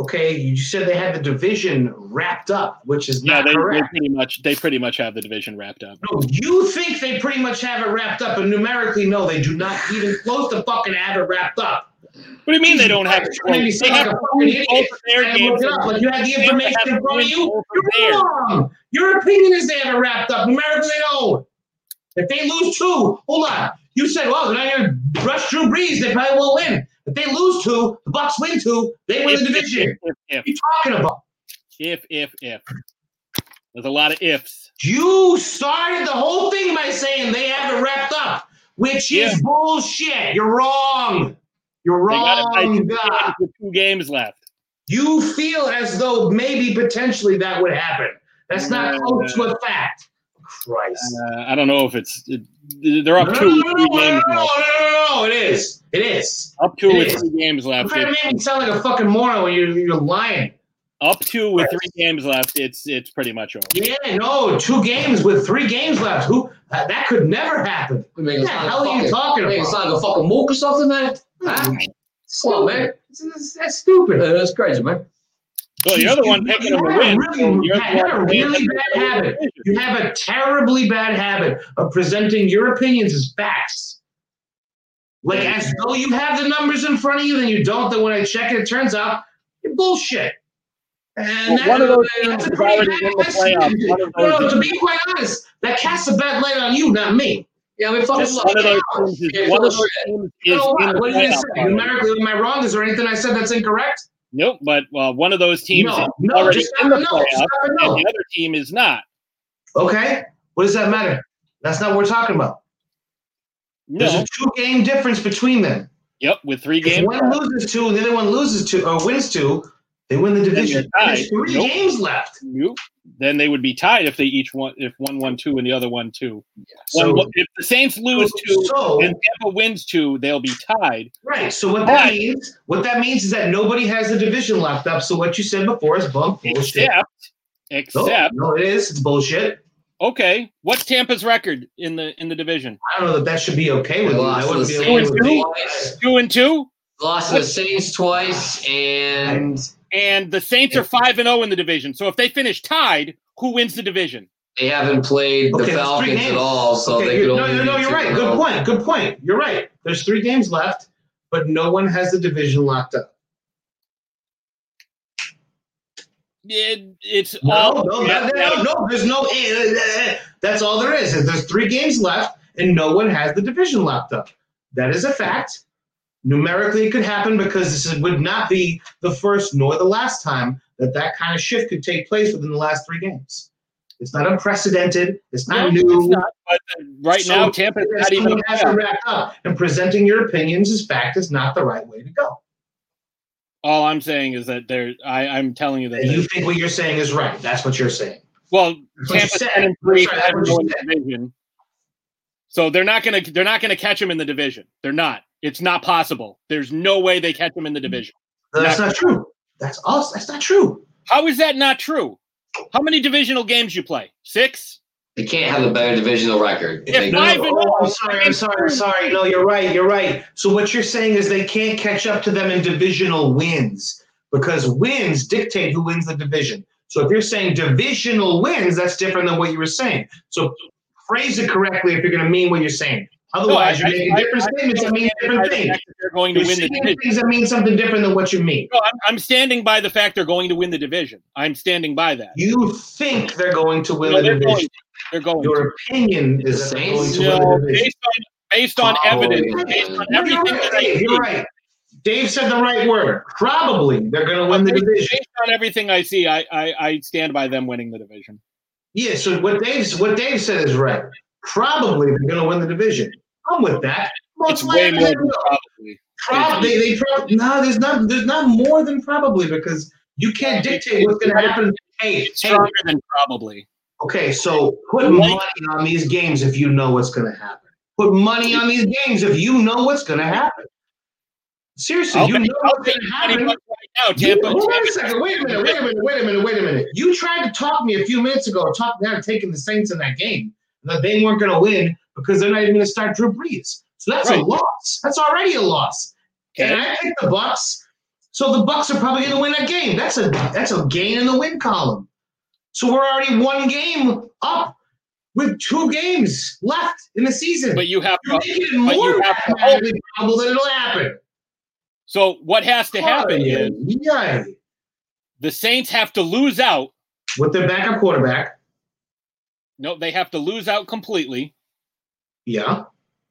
S11: Okay, you said they had the division wrapped up, which is
S13: Yeah,
S11: not
S13: they, they
S11: correct.
S13: pretty much they pretty much have the division wrapped up.
S11: No, you think they pretty much have it wrapped up, and numerically, no, they do not even close to fucking have it wrapped up.
S13: What do you mean they don't have it?
S11: And you sound
S13: They
S11: like
S13: have
S11: a
S13: to
S11: fucking
S13: lose both
S11: idiot.
S13: of their
S11: And look
S13: games.
S11: it up. Like you had the
S13: They have to
S11: information
S13: have
S11: in front of
S13: wins
S11: you.
S13: over
S11: You're
S13: theirs.
S11: wrong. Your opinion is they have it wrapped up. Numerically, they don't. If they lose two, hold on. You said, well, they're not going to rush Drew Brees. They probably won't win. If they lose two, the Bucks win two, they win the
S13: If- if-
S11: division.
S13: if- if-
S11: What are you talking about?
S13: If if if. There's a lot of ifs.
S11: You started the whole thing by saying they have it wrapped up, which is bullshit. You're wrong. You're
S13: They gotta
S11: wrong.
S13: play two
S11: God.
S13: games with two games left.
S11: You feel as though maybe potentially that would happen. That's not
S13: Yeah.
S11: close to a fact. Christ.
S13: Uh, I don't know if it's it- they're up
S11: No,
S13: two
S11: no,
S13: with
S11: no,
S13: three
S11: no,
S13: games
S11: no,
S13: left.
S11: no, no, no, it is. It is.
S13: Up two
S11: It
S13: with
S11: is.
S13: three games
S11: You're
S13: left.
S11: trying to
S13: It's-
S11: make me sound like a fucking moron when you're, you're lying.
S13: Up two with three games left. It's it's pretty much over.
S11: Yeah, no, two games with three games left. Who uh, that could never happen. What
S12: Make
S11: the
S12: us sound
S11: hell
S12: like
S11: are you
S12: fucking-
S11: talking
S12: make us
S11: about?
S12: sound like a fucking mook or something, man. Huh? Come on, man.
S11: That's stupid.
S12: Uh, That's crazy, man.
S13: Well, you're the one picking them to
S11: You have
S13: win.
S11: a
S13: so
S11: really,
S13: you're
S11: you
S13: the
S11: have a
S13: one picking
S11: really
S13: them
S11: bad
S13: to win.
S11: habit. You have a terribly bad habit of presenting your opinions as facts. Like as though you have the numbers in front of you, then you don't. Then when I check it, it turns out you're bullshit. And
S13: Well, one of those
S11: that's
S13: teams
S11: a
S13: is
S11: pretty
S13: already
S11: bad
S13: in the playoffs. One of
S11: No,
S13: those-
S11: to be quite honest, that casts a bad light on you, not me.
S12: Yeah, I mean, fucking
S13: Just
S12: look.
S13: one of those
S12: Yeah,
S13: teams is-
S12: yeah,
S13: one of those
S12: bullshit.
S13: teams
S11: You
S13: is
S11: know
S13: in
S11: what?
S13: the
S11: What did I
S13: playoff
S11: say?
S13: already.
S11: Numerically, am I wrong? Is there anything I said that's incorrect?
S13: Nope, but uh, one of those teams
S11: No,
S13: is
S11: no,
S13: already
S11: just
S13: in the
S11: no, just
S13: playoffs,
S11: no, no.
S13: and the other team is not.
S11: Okay. What does that matter? That's not what we're talking about. There's
S13: No.
S11: a two game difference between them.
S13: Yep, with three
S11: If
S13: games.
S11: one loses two and the other one loses two or wins two, they win the
S13: then
S11: division.
S13: they're
S11: There's
S13: tied.
S11: three
S13: Nope.
S11: games left.
S13: Nope. Then they would be tied if they each won, if one won two and the other won two.
S11: So-
S13: one, if the Saints lose two
S11: so-
S13: and Tampa wins two, they'll be tied.
S11: Right. So what that
S13: Right.
S11: means, what that means is that nobody has the division locked up. So what you said before is bunk bullshit.
S13: Except,
S11: No,
S13: except,
S11: no, it is. It's bullshit.
S13: okay, what's Tampa's record in the in the division?
S11: I don't know that that should be okay with
S12: We
S11: you.
S12: lost
S11: That
S12: to the
S11: wouldn't be okay
S12: Saints
S11: with me.
S12: twice.
S13: Two and two,
S12: Lost to the Saints twice, and
S13: and the Saints are five and zero in the division. So if they finish tied, who wins the division?
S12: they haven't played the
S11: Okay, there's three
S12: Falcons
S11: games.
S12: at all, so
S11: Okay,
S12: they
S11: you-
S12: could
S11: no,
S12: only.
S11: no, no,
S12: win
S11: you're
S12: two
S11: right.
S12: in a
S11: Good
S12: row.
S11: point. Good point. You're right. There's three games left, but no one has the division locked up.
S13: It, it's
S11: No,
S13: all
S11: no, that- that- no, there's no. eh, eh, eh, eh. That's all there is. is There's three games left, and no one has the division locked up. That is a fact. Numerically, it could happen because this is, would not be the first nor the last time that that kind of shift could take place within the last three games. It's not unprecedented. It's not
S13: No,
S11: new.
S13: it's not, but right
S11: So
S13: now, Tampa's
S11: if
S13: not even.
S11: someone
S13: a
S11: has to
S13: playoff.
S11: wrap up, and presenting your opinions as fact is not the right way to go.
S13: All I'm saying is that they're. I, I'm telling you that.
S11: And you
S13: they're-
S11: think what you're saying is right. That's what you're saying.
S13: Well,
S11: That's what you
S13: Tampa's
S11: said.
S13: ten and three,
S11: That's right,
S13: five and
S11: that's what
S13: oh
S11: you
S13: in the division. So they're not gonna. They're not gonna catch him in the division. They're not. It's not possible. There's no way they catch him in the division.
S11: No, that's not true. That's also that's not true.
S13: How is that not true? How many divisional games you play? Six.
S11: They can't have a better divisional record. They-
S12: No, oh, I'm sorry, I'm sorry, I'm sorry. No, you're right, you're right. So what you're saying is they can't catch up to them in divisional wins because wins dictate who wins the division. So if you're saying divisional wins, that's different than what you were saying. So phrase it correctly if you're going to mean what you're saying. Otherwise,
S13: I-
S12: you're making
S13: I-
S12: different
S13: I-
S12: statements that mean
S13: I- I-
S12: different
S13: I-
S12: things.
S13: They're going to
S12: You're
S13: win the
S12: saying
S13: division.
S12: things that mean something different than what you mean.
S13: No, I'm, I'm standing by the fact they're going to win the division. I'm standing by that.
S12: You think they're going to win
S13: No,
S12: the
S13: they're
S12: division.
S13: going- They're going.
S12: Your opinion is that they're going to win
S13: No,
S12: the division.
S13: based on based on
S12: Oh,
S13: evidence,
S12: yeah.
S13: based on
S12: No, you're
S13: everything
S12: right,
S13: that I
S12: Dave,
S13: see,
S12: you're right. Dave said the right word. Probably they're going to win the division.
S13: based on everything I see, I, I I stand by them winning the division.
S12: Yeah. So what Dave what Dave said is right. Probably they're going to win the division. I'm with that. Most
S13: It's way
S12: likely
S13: more
S12: they
S13: than
S12: will.
S13: probably.
S12: Prob- they, they prob- no, there's not there's not more than probably because you can't dictate what's going to happen. Hey,
S13: It's stronger than probably.
S12: Okay, so put money on these games if you know what's going to happen. Put money on these games if you know what's going to happen. Seriously,
S13: I'll
S12: you
S13: bet-
S12: know what's going to
S13: I'll bet
S12: happen.
S13: money right now, Tampa-
S12: You- hold on a
S13: Tampa-
S12: second. Wait a minute. Wait a minute. Wait a minute. Wait a minute. You tried to talk me a few minutes ago. Talk me out of taking the Saints in that game that they weren't going to win because they're not even going to start Drew Brees. So that's a
S13: Right.
S12: loss. That's already a loss.
S13: Okay.
S12: And I think the Bucks. So the Bucks are probably going to win that game. That's a that's a gain in the win column. So we're already one game up with two games left in the season.
S13: But you have
S12: You're
S13: to-
S12: making it
S13: but you
S12: more
S13: have to
S12: mathematically probable that it'll happen.
S13: So what has to happen is
S12: Yeah,
S13: the Saints have to lose out.
S12: with their backup quarterback.
S13: No, they have to lose out completely,
S12: Yeah,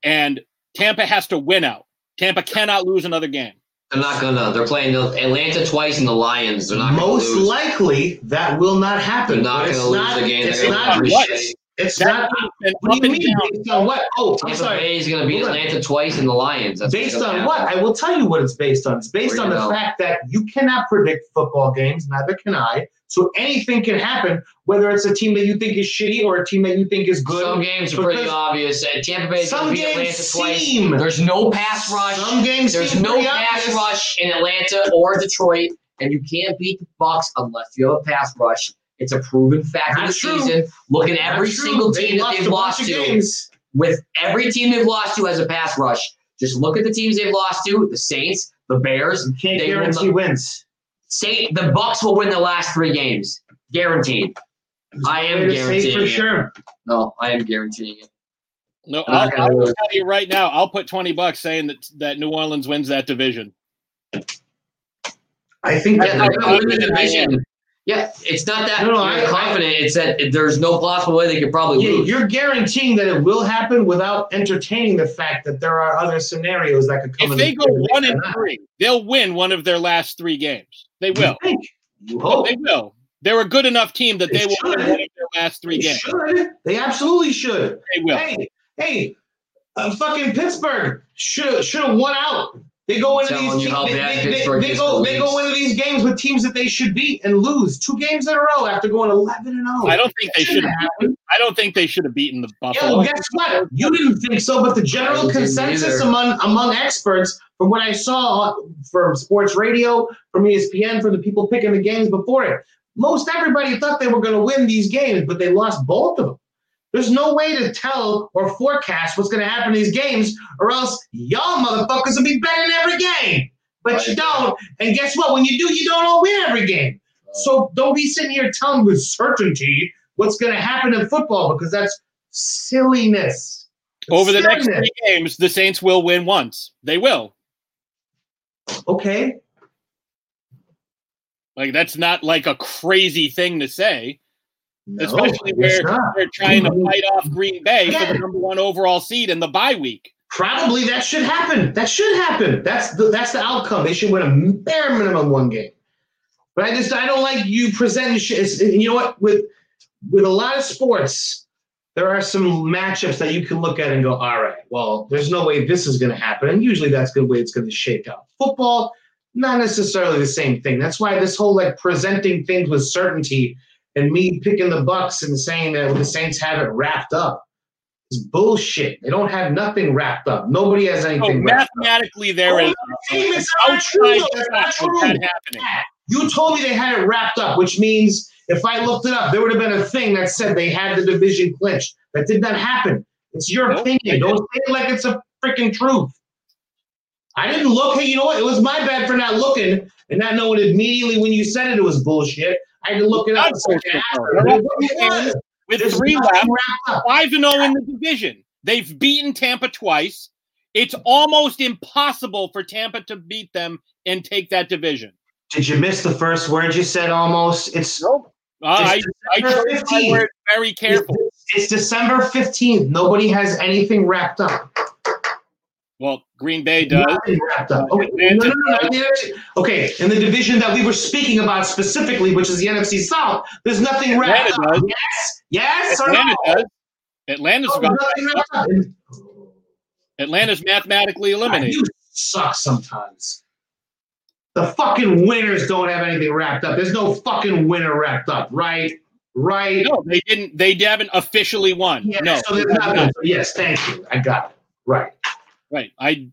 S13: and Tampa has to win out. Tampa cannot lose another game.
S11: They're not gonna. They're playing the Atlanta twice and the Lions. They're not gonna
S12: most
S11: lose.
S12: likely that will not happen.
S11: They're not
S12: But it's
S11: gonna lose
S12: not-
S11: the game.
S12: It's
S11: They're
S12: not.
S11: gonna lose
S12: What?
S11: shit.
S12: It's
S11: That
S12: not.
S13: been
S12: What do you
S13: up and
S12: mean? Based on what? Oh, I'm
S11: Tampa
S12: sorry.
S11: Bay is gonna beat
S12: Hold on.
S11: Atlanta twice and the Lions. That's
S12: based
S11: what's
S12: on
S11: gonna
S12: what?
S11: happen.
S12: I will tell you what it's based on. It's based
S11: Where
S12: on
S11: you
S12: the
S11: know.
S12: fact that you cannot predict football games, neither can I. So anything can happen, whether it's a team that you think is shitty or a team that you think is good.
S11: Some games are pretty
S12: Because
S11: obvious. Uh, Tampa Bay is
S12: some
S11: gonna beat
S12: games
S11: Atlanta twice.
S12: seem-
S11: There's no pass rush.
S12: Some games
S11: There's
S12: seem
S11: no
S12: pretty
S11: pass
S12: obvious.
S11: rush in Atlanta or Detroit, and you can't beat the Bucks unless you have a pass rush. It's a proven fact of
S12: Not
S11: the
S12: true.
S11: season. Look at
S12: Not
S11: every
S12: true.
S11: single
S12: They
S11: team that
S12: lost
S11: they've
S12: a bunch
S11: lost
S12: of
S11: to.
S12: games.
S11: With every team they've lost to has a pass rush. Just look at the teams they've lost to: the Saints, the Bears.
S12: You can't
S11: They will
S12: guarantee
S11: not-
S12: wins.
S11: Say the Bucks will win the last three games, guaranteed. I am
S12: They're safe
S11: guaranteeing
S12: for
S11: it.
S12: sure.
S11: No, I am guaranteeing it.
S13: No,
S11: They're not
S13: I'll,
S11: gonna
S13: I'll
S11: lose.
S13: tell you right now. I'll put twenty bucks saying that that New Orleans wins that division.
S12: I think
S11: Yeah, they're gonna win the
S13: Yeah,
S11: division. Yeah, it's not that
S12: No, no,
S11: you're
S12: I-
S11: confident. it's that there's no possible way they could probably
S12: Yeah,
S11: lose.
S12: you're guaranteeing that it will happen without entertaining the fact that there are other scenarios that could come.
S13: If
S12: in
S13: they
S12: the-
S13: go one and three, they'll win one of their last three games. They will.
S12: you hope
S13: They will. They're a good enough team that
S12: Oh. They
S13: they will win
S12: should.
S13: one of their last three
S12: They
S13: games.
S12: should. They absolutely should.
S13: They will.
S12: Hey, hey, uh, fucking Pittsburgh should should have won out. They go into
S11: Telling
S12: these
S11: you how
S12: they,
S11: bad
S12: they-
S11: Pittsburgh
S12: they
S11: is
S12: go
S11: for
S12: they go
S11: weeks.
S12: into these games with teams that they should beat and lose two games in a row after going eleven and zero.
S13: I don't think they should.
S12: Shouldn't
S13: have
S12: happen.
S13: I don't think they should have beaten the
S12: Yeah,
S13: Buffalo.
S12: well, guess what? You didn't think so, but the
S11: I
S12: general
S11: didn't
S12: consensus
S11: either.
S12: among among experts, from what I saw from sports radio, from E ESPN, from the people picking the games before it, most everybody thought they were going to win these games, but they lost both of them. There's no way to tell or forecast what's going to happen in these games, or else y'all motherfuckers will be betting every game. But you don't. And guess what? When you do, you don't all win every game. So don't be sitting here telling with certainty what's going to happen in football because that's silliness.
S13: Over the next
S12: Silliness.
S13: three games, the Saints will win once. They will.
S12: Okay.
S13: Like that's not like a crazy thing to say,
S12: No,
S13: especially
S12: it's
S13: where
S12: not.
S13: they're trying to fight off Green Bay for
S12: Yeah.
S13: the number one overall seed in the bye week.
S12: Probably that should happen. That should happen. That's the that's the outcome. They should win a bare minimum one game. But I just I don't like you presenting shit. It's, you know what? With with a lot of sports, there are some matchups that you can look at and go, all right, well, there's no way this is going to happen. And usually that's the way it's going to shake out. Football, not necessarily the same thing. That's why this whole like presenting things with certainty and me picking the Bucks and saying that the Saints have it wrapped up is bullshit. They don't have nothing wrapped up. Nobody has
S13: So
S12: anything wrapped up.
S13: Oh, mathematically,
S11: Oh,
S13: there is
S12: Statements
S13: an
S12: aren't true.
S13: outside
S12: though. That's not
S13: shot of that
S12: true.
S13: happening.
S12: You told me they had it wrapped up, which means
S11: If I looked it up, there would have been a thing that said they had the division clinched. That did not happen. It's your opinion. Don't say it like it's a freaking truth. I didn't look. Hey, you know what? It was my bad for not looking and not knowing immediately when you said it, it was bullshit. I had to look it up. So I can ask her. Well, what it was.
S13: With
S11: There's
S13: three
S11: nothing
S13: left,
S11: wrapped up.
S13: five to zero in the division. They've beaten Tampa twice. It's almost impossible for Tampa to beat them and take that division.
S11: Did you miss the first word you said almost? It's nope.
S13: Uh, I, I chose my word very careful.
S11: It's December 15th. Nobody has anything wrapped up.
S13: Well, Green Bay does.
S11: Nothing wrapped up. Okay, no, no, no, no, the- okay, in the division that we were speaking about specifically, which is the NFC South, there's nothing wrapped
S13: Atlanta
S11: up.
S13: does.
S11: Yes, yes, or
S13: Atlanta
S11: no?
S13: does. Atlanta's
S11: No,
S13: got-
S11: nothing wrapped up.
S13: Atlanta's mathematically eliminated.
S11: You suck sometimes. The fucking winners don't have anything wrapped up. There's no fucking winner wrapped up, right? Right?
S13: No, they didn't. They haven't officially won.
S11: Yeah,
S13: no,
S11: so there's not one. Yes, thank you. I got it. Right.
S13: Right. I.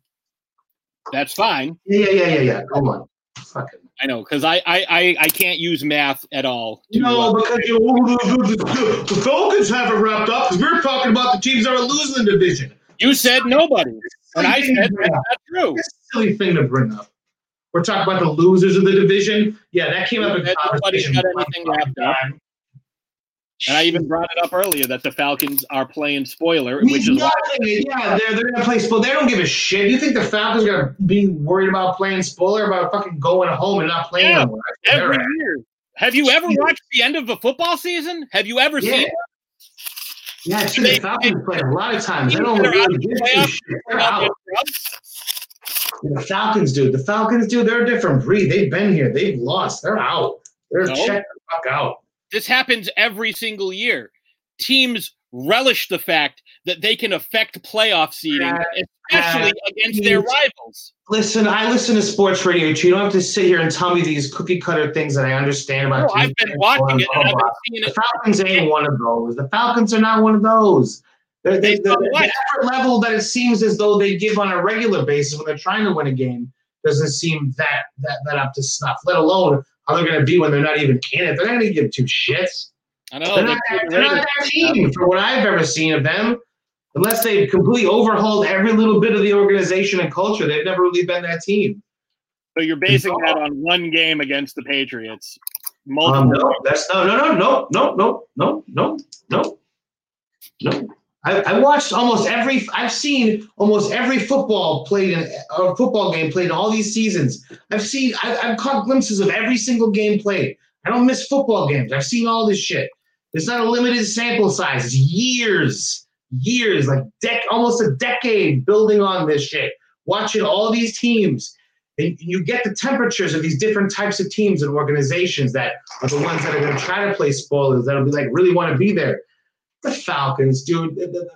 S13: That's fine.
S11: Yeah, yeah, yeah, yeah. Come on. Fucking.
S13: I know because I, I I I can't use math at all.
S11: No, because you, the Falcons haven't wrapped up because we're talking about the teams that are losing the division.
S13: You said nobody, and I said that's not true.
S11: Silly thing to bring up. We're talking about the losers of the division. Yeah, that came up in
S13: That nobody's
S11: conversation.
S13: got anything wrapped up. And I even brought it up earlier that the Falcons are playing spoiler, which is why
S11: Nothing. Yeah, they're they're gonna play spoiler. They don't give a shit. You think the Falcons are gonna be worried about playing spoiler about fucking going home and not playing
S13: Yeah,
S11: anymore?
S13: every
S11: They're-
S13: year. Have you ever watched the end of a football season? Have you ever
S11: Yeah.
S13: seen?
S11: Yeah, it's the Falcons play a lot of times. They don't
S13: They're out
S11: really
S13: of
S11: give
S13: the
S11: a
S13: playoffs,
S11: shit.
S13: they're
S11: They're
S13: out
S11: out.
S13: of the playoffs.
S11: The Falcons, dude. The Falcons, dude. They're a different breed. They've been here. They've lost. They're out. They're
S13: No.
S11: checked the fuck out.
S13: This happens every single year. Teams relish the fact that they can affect playoff seeding, especially against their
S11: means-
S13: rivals.
S11: Listen, I listen to sports radio. too. You don't have to sit here and tell me these cookie cutter things that I understand about.
S13: No, I've been watching it and I've been seeing
S11: The
S13: it.
S11: Falcons ain't one of those. The Falcons are not one of those. They're, they,
S13: They
S11: the,
S13: know
S11: the
S13: what?
S11: effort level that it seems as though they give on a regular basis when they're trying to win a game doesn't seem that that, that up to snuff. Let alone how they're going to be when they're not even in it. They're not going to give two shits.
S13: I know.
S11: They're
S13: they
S11: not,
S13: keep
S11: that, they're not
S13: rating
S11: that team for what I've ever seen of them. Unless they've completely overhauled every little bit of the organization and culture, they've never really been that team.
S13: So you're basing that on one game against the Patriots.
S11: Um,
S13: Multiple.
S11: no, that's no, no, no, no, no, no, no, no, no, no. I, I watched almost every. I've seen almost every football played in a football game played in all these seasons. I've seen. I, I've caught glimpses of every single game played. I don't miss football games. I've seen all this shit. It's not a limited sample size. It's years, years, like dec, almost a decade building on this shit. Watching all these teams, and you get the temperatures of these different types of teams and organizations that are the ones that are going to try to play spoilers that'll be like really want to be there. The Falcons, dude. The, the-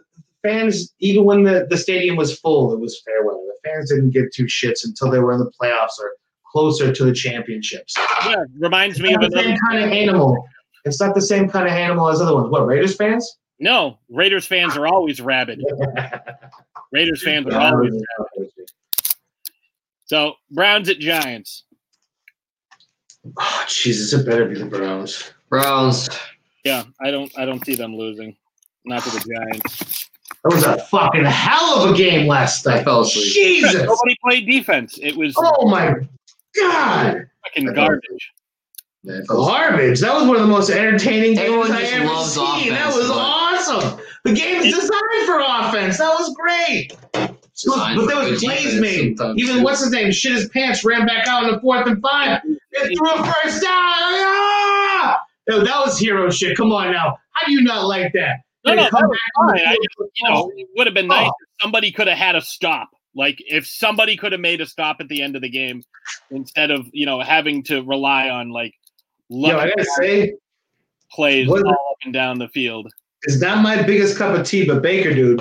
S11: the fans, even when the, the stadium was full, it was fair weather. The fans didn't give two shits until they were in the playoffs or closer to the championships.
S13: Yeah, reminds me
S11: It's
S13: of
S11: not Ah. the
S13: another
S11: same kind of animal. It's not the same kind of animal as other ones. What Raiders fans?
S13: No, Raiders fans are always rabid. Raiders fans are always rabid. So Browns at Giants.
S11: Oh, Jesus, it better be the Browns. Browns.
S13: Yeah, I don't I don't see them losing. Not to the Giants.
S11: That was a fucking hell of a game last night. Jesus.
S13: Nobody played defense. It was
S11: Oh my God.
S13: fucking garbage.
S11: Garbage. Oh, That was one of the most entertaining
S13: Everyone
S11: games I
S13: just
S11: ever
S13: loves
S11: seen. that
S13: offense,
S11: was
S13: but-
S11: awesome. The game is designed for offense. That was great.
S17: Designed
S11: but there
S17: for
S11: was
S17: good
S11: plays
S17: defense
S11: made.
S17: sometimes,
S11: Even
S17: too.
S11: what's his name? Shit his pants, ran back out in the fourth and five. And threw a first down. Ah! Yo, that was hero shit. Come on now. How do you not like that?
S13: No, no,
S11: They
S13: that
S11: come
S13: was
S11: back
S13: fine. I
S11: and-
S13: just, you know, it would have
S11: Oh.
S13: been nice if somebody could have had a stop. Like if somebody could have made a stop at the end of the game instead of, you know, having to rely on like
S11: Yo, I gotta say,
S13: plays
S11: what-
S13: all up and down the field.
S11: it's not my biggest cup of tea, but Baker, dude,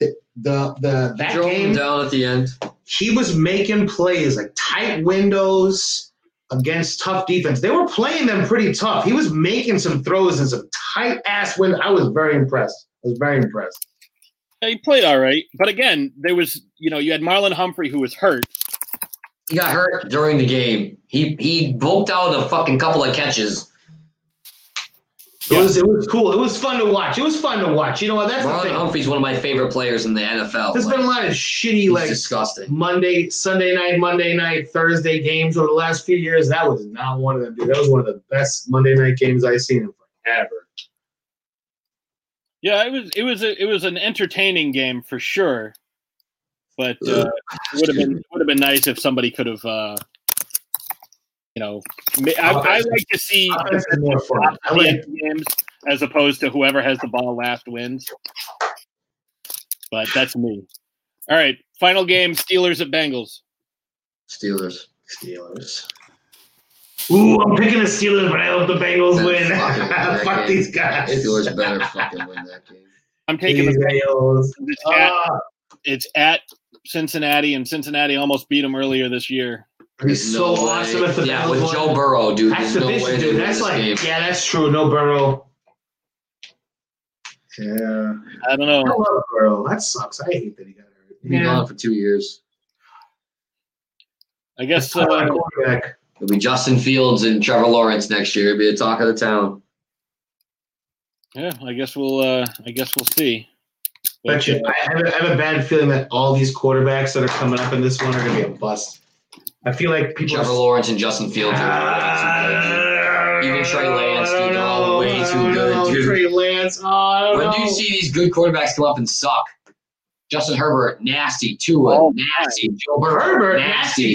S11: the the, the that
S10: Drove him
S11: game
S10: down at the end.
S11: he was making plays like tight windows against tough defense. They were playing them pretty tough. He was making some throws and some tight ass windows. I was very impressed. I was very impressed.
S13: Yeah, he played all right, but again, there was you know you had Marlon Humphrey who was hurt.
S10: He got hurt during the game. He he bulked out a fucking couple of catches.
S11: It was it was cool. It was fun to watch. It was fun to watch. You know what? That's the
S10: Ron
S11: thing.
S10: Humphrey's one of my favorite players in the NFL.
S11: There's
S10: Like,
S11: been a lot of shitty
S10: he's
S11: like
S10: disgusting.
S11: Monday, Sunday night, Monday night, Thursday games over the last few years. That was not one of them, dude. That was one of the best Monday night games I've seen in forever.
S13: Yeah, it was it was a, it was an entertaining game for sure, but uh, it would have been would have been nice if somebody could have, uh, you know, ma- I, I like to see
S11: Offense is more fun. I like-
S13: games as opposed to whoever has the ball last wins. But that's me. All right, final game: Steelers at Bengals.
S10: Steelers.
S11: Steelers. Ooh, I'm picking the Steelers, but I hope the Bengals
S10: Then
S11: win.
S10: fucking win that
S11: Fuck
S10: game.
S11: these guys.
S10: Steelers better fucking win that game.
S13: I'm taking the
S11: These Bengals. Oh,
S13: It's at, it's at Cincinnati, and Cincinnati almost beat them earlier this year.
S11: It'd be so awesome if the
S10: yeah,
S11: Bengals
S10: with
S11: won.
S10: Joe Burrow, dude.
S11: That's
S10: There's
S11: the
S10: no
S11: vision,
S10: way they
S11: dude.
S10: win
S11: That's
S10: this
S11: like,
S10: game.
S11: yeah, that's true. No Burrow. Yeah.
S13: I don't know.
S11: I love Burrow. That sucks. I hate that he got hurt.
S10: He's been gone for two years.
S13: I guess
S10: uh,
S11: quarterback.
S10: it'll be Justin Fields and Trevor Lawrence next year. It'll be the talk of the town.
S13: Yeah, I guess we'll. Uh, I guess we'll see. But,
S11: Bet you.
S13: uh,
S11: I have, a, I have a bad feeling that all these quarterbacks that are coming up in this one are going to be a bust. I feel like people.
S10: Trevor Lawrence and Justin Fields. Are Even Trey Lance, dude, they're all way too good, dude.
S11: Ah. Trey Lance. Oh, I don't
S10: when
S11: know.
S10: do you see these good quarterbacks come up and suck? Justin Herbert, nasty. Tua, nasty. Joe Burrow,
S11: Herbert nasty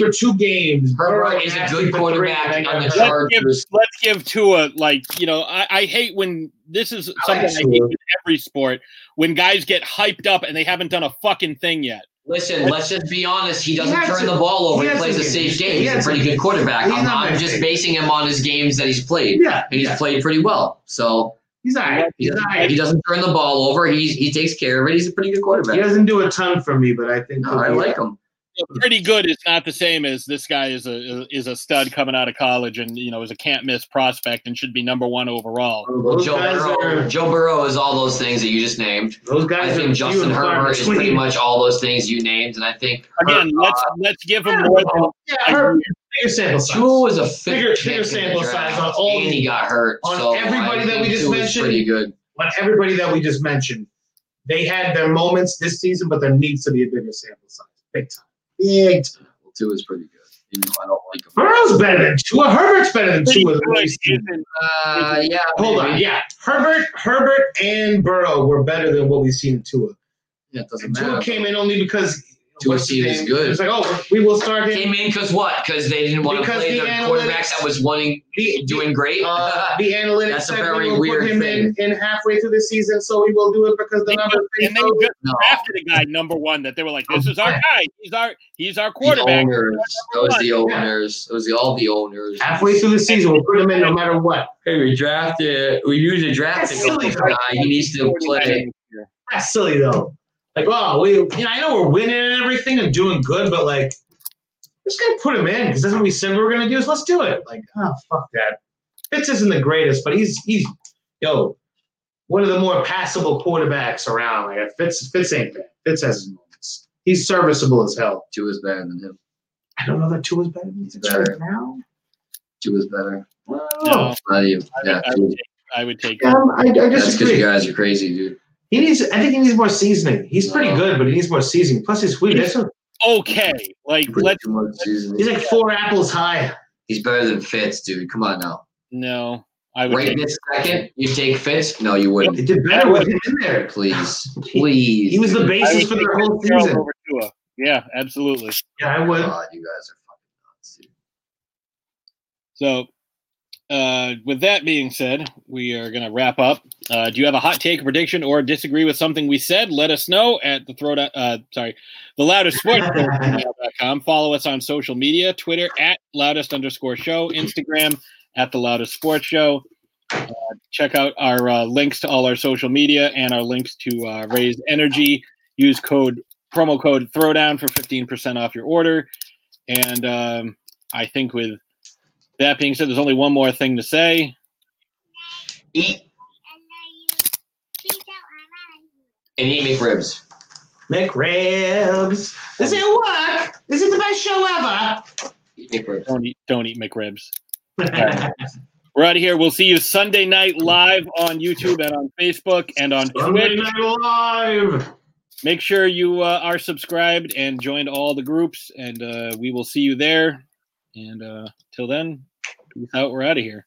S10: nasty.
S11: for two games.
S10: Herbert is a
S11: nasty for
S10: good
S11: three,
S10: quarterback
S11: and I
S10: on the
S11: got
S10: Chargers.
S13: let's give, let's give Tua like you know. I, I hate when this is something I, hate
S11: Tua.
S13: in every sport when guys get hyped up and they haven't done a fucking thing yet.
S10: Listen, let's just be honest. He doesn't
S13: had
S10: turn
S13: some-
S10: the ball over.
S13: he
S10: He,
S13: had
S10: plays
S13: some
S10: a
S13: games.
S10: safe
S13: He
S10: game. He's
S13: had
S10: a pretty
S13: some
S10: good
S13: games.
S10: quarterback.
S13: He's
S10: I'm,
S13: not
S10: I'm
S13: bad.
S10: just basing him on his games that he's played.
S11: Yeah,
S10: and he's
S11: yeah.
S10: played pretty well. So
S11: He's all right. He's all right.
S10: He doesn't turn the ball over. He he takes care of it. He's a pretty good quarterback.
S11: He doesn't do a ton for me, but I think
S10: No, I
S11: he'll be-
S10: like him.
S13: Pretty good is not the same as this guy is a is a stud coming out of college and you know is a can't miss prospect and should be number one overall.
S10: Well, Joe Burrow, Joe Burrow is all those things that you just named.
S11: Those
S10: I
S11: guys
S10: think
S11: are few
S10: Justin
S11: and far
S10: Herbert is
S11: between.
S10: pretty much all those things you named, and I think
S13: Again, let's let's give him more. Than,
S11: Yeah, Herbert, bigger sample size.
S10: Tua was a fifth
S11: bigger,
S10: pick in
S11: bigger
S10: the
S11: sample
S10: draft,
S11: size on all
S10: and he got hurt.
S11: on
S10: so
S11: everybody
S10: I
S11: that we
S10: think
S11: just
S10: Tua's
S11: mentioned.
S10: Pretty good.
S11: on everybody that we just mentioned. They had their moments this season, but there needs to be a bigger sample size. Big time. Big time.
S10: Well, Tua's pretty good. Even though I don't like him.
S11: Burrow's better than Tua. Herbert's better than
S10: Pretty
S11: Tua.
S10: good,
S11: Nice.
S10: Uh, yeah.
S11: Hold on.
S10: maybe.
S11: Yeah. Herbert, Herbert, and Burrow were better than what we've seen in Tua.
S10: Yeah, it doesn't
S11: And Tua
S10: matter.
S11: came in only because
S10: Tua
S11: what's his
S10: seed is
S11: name?
S10: good.
S11: It was like, oh, we will start him.
S10: Came in because what? Because they didn't want to
S11: Because
S10: play
S11: the
S10: their quarterbacks that was wanting doing great.
S11: Uh, the analytics
S10: That's a
S11: said
S10: very
S11: we will
S10: weird
S11: put him
S10: thing.
S11: in, in halfway through the season, so we will do it because the numbers. say
S13: and they
S11: so.
S13: just
S10: No. Oh,
S13: drafted a guy number one that they were like, "This is our guy. He's our he's our
S10: The
S13: quarterback."
S10: owners. That was the owners. It was the, all the owners.
S11: halfway through the season, we'll put him in no matter what.
S10: Hey, we drafted. We used a draft
S11: That's
S10: to get
S11: silly,
S10: this
S11: right?
S10: guy. He needs to play.
S11: That's silly though. Like, oh, we, you know, I know we're winning and everything and doing good, but like, just gotta put him in because that's what we said we were gonna do. So let's do it. Like, oh fuck that. Fitz isn't the greatest, but he's he's yo one of the more passable quarterbacks around. Like, Fitz Fitz ain't bad. Fitz has his moments. He's serviceable as hell.
S10: Two is better than him.
S11: I don't know that two is better than
S10: He's
S11: Fitz
S10: better.
S11: right now.
S10: Two is better.
S13: No,
S10: Not even. Yeah,
S13: I
S10: two.
S13: would, I would take.
S11: Um, I, I
S10: That's because
S11: disagree.
S10: you guys are crazy, dude.
S11: He needs. I think he needs more seasoning. He's pretty
S10: No.
S11: good, but he needs more seasoning. Plus, he's sweet. That's what-
S13: Okay, like
S10: Put
S13: let's
S10: too much seasoning.
S11: He's like four apples high.
S10: He's better than Fitz, dude. Come on now.
S13: no. I would
S10: Right
S13: take
S10: this second, you take Fitz? No, you wouldn't.
S11: They did better with him in there.
S10: Please, please.
S11: He was the
S13: I
S10: dude.
S13: would
S11: basis for
S13: take
S11: their whole
S13: Fitzgerald
S11: season.
S13: over Tua. Yeah, absolutely.
S11: Yeah, I would.
S10: God, you guys are fucking nuts, dude.
S13: So, uh, with that being said, we are going to wrap up. Uh, do you have a hot take, prediction, or disagree with something we said? Let us know at the throat. Uh, sorry, the loudest sports. com. Follow us on social media: Twitter at loudest underscore show, Instagram at the loudest sports show. Uh, check out our uh, links to all our social media and our links to uh, Raise Energy. Use code promo code Throwdown for fifteen percent off your order. And um, I think with that being said, there's only one more thing to say.
S10: Eat and eat McRibs.
S11: McRibs. Does it work? This is the best show ever.
S10: Eat McRibs.
S13: Don't eat, don't eat McRibs. We're out of here. We'll see you Sunday night live on YouTube and on Facebook and on
S12: Sunday
S13: Twitch.
S12: Night Live.
S13: Make sure you uh, are subscribed and joined all the groups, and uh, we will see you there. And uh, till then, peace out. We're out of here.